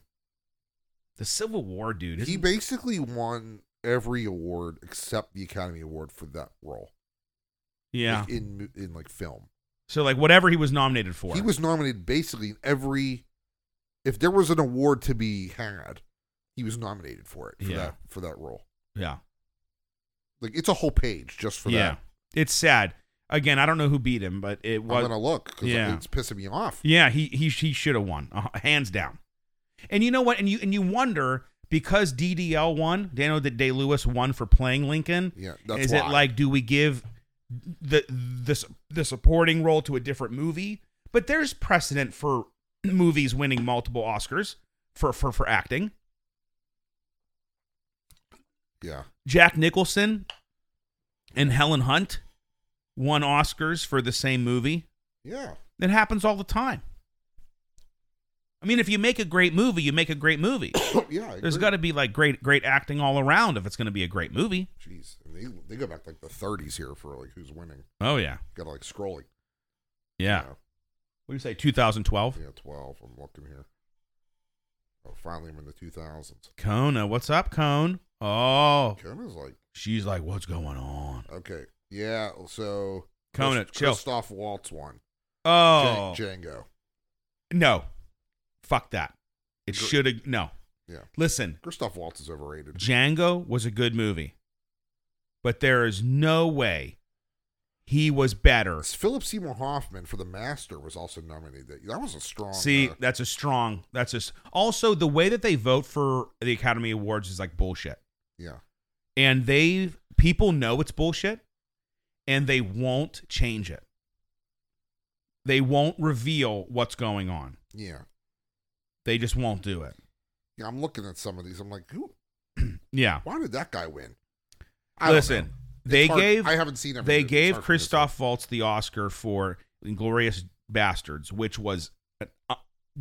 [SPEAKER 1] The Civil War, dude.
[SPEAKER 2] he
[SPEAKER 1] isn't-
[SPEAKER 2] basically won every award except the Academy Award for that role.
[SPEAKER 1] yeah.
[SPEAKER 2] Like, in mo- in like film,
[SPEAKER 1] so like whatever he was nominated for,
[SPEAKER 2] he was nominated basically in every. If there was an award to be had, he was nominated for it for
[SPEAKER 1] Yeah.
[SPEAKER 2] that for that role.
[SPEAKER 1] yeah,
[SPEAKER 2] Like it's a whole page just for
[SPEAKER 1] yeah.
[SPEAKER 2] that.
[SPEAKER 1] It's sad. Again, I don't know who beat him, but it was
[SPEAKER 2] I'm gonna look because
[SPEAKER 1] Yeah.
[SPEAKER 2] it's pissing me off.
[SPEAKER 1] Yeah, he he he should have won, uh, hands down. And you know what? And you and you wonder because DDL won, Daniel Day Lewis won for playing Lincoln.
[SPEAKER 2] Yeah, that's
[SPEAKER 1] is
[SPEAKER 2] why.
[SPEAKER 1] it like do we give the the the supporting role to a different movie? But there's precedent for movies winning multiple Oscars for for for acting.
[SPEAKER 2] Yeah,
[SPEAKER 1] Jack Nicholson and Helen Hunt won Oscars for the same movie.
[SPEAKER 2] yeah,
[SPEAKER 1] It happens all the time. I mean, if you make a great movie, you make a great movie.
[SPEAKER 2] yeah. I
[SPEAKER 1] There's
[SPEAKER 2] agree.
[SPEAKER 1] got to be like great, great acting all around if it's going to be a great movie.
[SPEAKER 2] Jeez, and they they go back like the 30s here for like who's winning.
[SPEAKER 1] Oh yeah,
[SPEAKER 2] Got to like scrolling.
[SPEAKER 1] yeah.
[SPEAKER 2] you know?
[SPEAKER 1] What do you say, 2012?
[SPEAKER 2] Yeah, 12. I'm looking here. Oh, finally, I'm in the 2000s.
[SPEAKER 1] Kona, what's up, Cone? Oh,
[SPEAKER 2] Kona's like,
[SPEAKER 1] she's like, what's going on?
[SPEAKER 2] okay. Yeah, so.
[SPEAKER 1] Kona,
[SPEAKER 2] Chris-
[SPEAKER 1] chill.
[SPEAKER 2] Christoph Waltz won.
[SPEAKER 1] Oh
[SPEAKER 2] Jan- Django.
[SPEAKER 1] no, fuck that. It
[SPEAKER 2] Gr-
[SPEAKER 1] should have no.
[SPEAKER 2] Yeah.
[SPEAKER 1] Listen,
[SPEAKER 2] Christoph Waltz is overrated.
[SPEAKER 1] Django was a good movie, but there is no way he was better
[SPEAKER 2] Philip Seymour Hoffman for The Master was also nominated. That, that was a strong.
[SPEAKER 1] See,
[SPEAKER 2] uh,
[SPEAKER 1] that's a strong. That's just also the way that they vote for the Academy Awards is like bullshit,
[SPEAKER 2] yeah.
[SPEAKER 1] and they people know it's bullshit, and they won't change it. They won't reveal what's going on.
[SPEAKER 2] Yeah.
[SPEAKER 1] They just won't do it.
[SPEAKER 2] Yeah, I'm looking at some of these. I'm like, who?
[SPEAKER 1] Yeah.
[SPEAKER 2] Why did that guy win? don't know.
[SPEAKER 1] Listen,
[SPEAKER 2] It's
[SPEAKER 1] they
[SPEAKER 2] hard-
[SPEAKER 1] gave
[SPEAKER 2] I haven't seen every
[SPEAKER 1] they
[SPEAKER 2] movie. It's
[SPEAKER 1] gave
[SPEAKER 2] hard for me to say.
[SPEAKER 1] Christoph Waltz the Oscar for Inglorious Bastards, which was uh,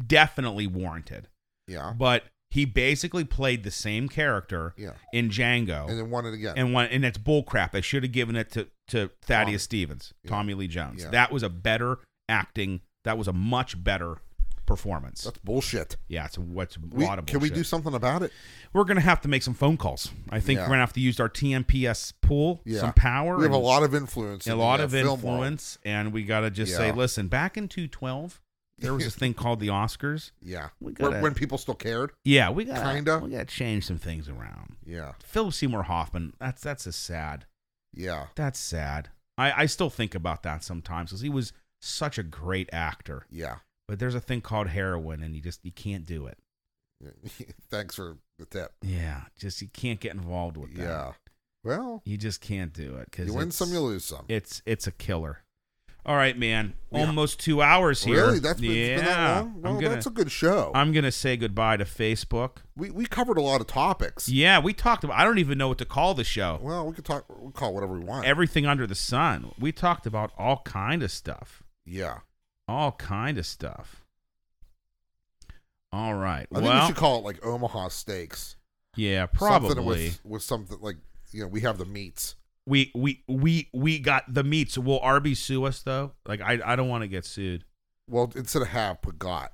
[SPEAKER 1] definitely warranted.
[SPEAKER 2] Yeah.
[SPEAKER 1] But he basically played the same character
[SPEAKER 2] Uh-huh. Yeah.
[SPEAKER 1] in Django.
[SPEAKER 2] And then won it again.
[SPEAKER 1] Oh. and one and that's bull crap. They should have given it to to Thaddeus Stevens,
[SPEAKER 2] Yeah.
[SPEAKER 1] Tommy Lee Jones.
[SPEAKER 2] Yeah.
[SPEAKER 1] That was a better acting. That was a much better performance.
[SPEAKER 2] That's bullshit.
[SPEAKER 1] yeah, it's what's a
[SPEAKER 2] We,
[SPEAKER 1] lot of
[SPEAKER 2] can we do
[SPEAKER 1] bullshit.
[SPEAKER 2] something about it?
[SPEAKER 1] We're gonna have to make some phone calls. I think
[SPEAKER 2] Yeah.
[SPEAKER 1] we're gonna have to use our TMPS pool,
[SPEAKER 2] Yeah.
[SPEAKER 1] some power.
[SPEAKER 2] We have a
[SPEAKER 1] and-
[SPEAKER 2] lot of influence.
[SPEAKER 1] a
[SPEAKER 2] in
[SPEAKER 1] lot
[SPEAKER 2] the, uh,
[SPEAKER 1] of
[SPEAKER 2] film world.
[SPEAKER 1] influence, and we gotta just say,
[SPEAKER 2] Yeah.
[SPEAKER 1] listen, back in two twelve, there was this thing called the Oscars.
[SPEAKER 2] Yeah.
[SPEAKER 1] We got
[SPEAKER 2] When, when people still cared.
[SPEAKER 1] yeah, we got
[SPEAKER 2] Kinda.
[SPEAKER 1] we got to change some things around.
[SPEAKER 2] Yeah.
[SPEAKER 1] Philip Seymour Hoffman. That's that's a sad.
[SPEAKER 2] Yeah.
[SPEAKER 1] That's sad. I I still think about that sometimes because he was such a great actor.
[SPEAKER 2] Yeah.
[SPEAKER 1] But there's a thing called heroin, and you just you can't do it.
[SPEAKER 2] Thanks for the tip.
[SPEAKER 1] Yeah, just you can't get involved with that.
[SPEAKER 2] Yeah. Well,
[SPEAKER 1] you just can't do it because
[SPEAKER 2] you win some, you lose some.
[SPEAKER 1] It's it's a killer. All right, man.
[SPEAKER 2] Yeah.
[SPEAKER 1] Almost two hours here.
[SPEAKER 2] Really? That's been, it's been that
[SPEAKER 1] Yeah.
[SPEAKER 2] long? Well,
[SPEAKER 1] I'm gonna
[SPEAKER 2] that's a good show.
[SPEAKER 1] I'm gonna say goodbye to Facebook.
[SPEAKER 2] we, we covered a lot of topics.
[SPEAKER 1] Yeah, we talked about. I don't even know what to call the show.
[SPEAKER 2] Well, we could talk, we'll call it whatever we want.
[SPEAKER 1] Everything under the sun. We talked about all kind of stuff.
[SPEAKER 2] yeah.
[SPEAKER 1] All kind of stuff. All right.
[SPEAKER 2] I think we
[SPEAKER 1] well,
[SPEAKER 2] should call it like Omaha Steaks.
[SPEAKER 1] yeah,
[SPEAKER 2] Something
[SPEAKER 1] probably.
[SPEAKER 2] With, with something like, you know, we have the meats.
[SPEAKER 1] we we we we got the meats. Will Arby's sue us though? Like I I don't want to get sued.
[SPEAKER 2] Well, instead of have, put got.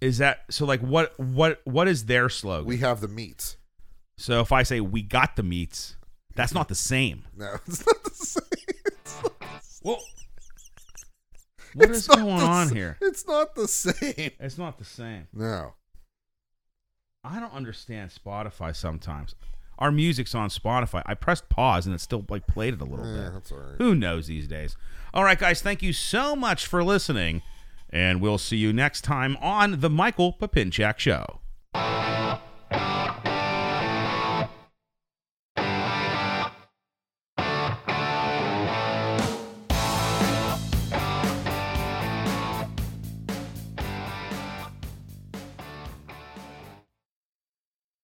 [SPEAKER 1] Is that so? Like what what what is their slogan?
[SPEAKER 2] We have the meats.
[SPEAKER 1] so if I say we got the meats, that's not the same.
[SPEAKER 2] No, it's not the same. It's not-
[SPEAKER 1] Well, what
[SPEAKER 2] it's
[SPEAKER 1] is
[SPEAKER 2] not
[SPEAKER 1] going
[SPEAKER 2] the
[SPEAKER 1] on
[SPEAKER 2] sa-
[SPEAKER 1] here?
[SPEAKER 2] It's not the same.
[SPEAKER 1] It's not the same.
[SPEAKER 2] No.
[SPEAKER 1] I don't understand Spotify sometimes. Our music's on Spotify. I pressed pause and it still like played it a little
[SPEAKER 2] Yeah,
[SPEAKER 1] bit.
[SPEAKER 2] that's all right.
[SPEAKER 1] Who knows these days? All right, guys, thank you so much for listening, and we'll see you next time on the Michael Papinchak Show.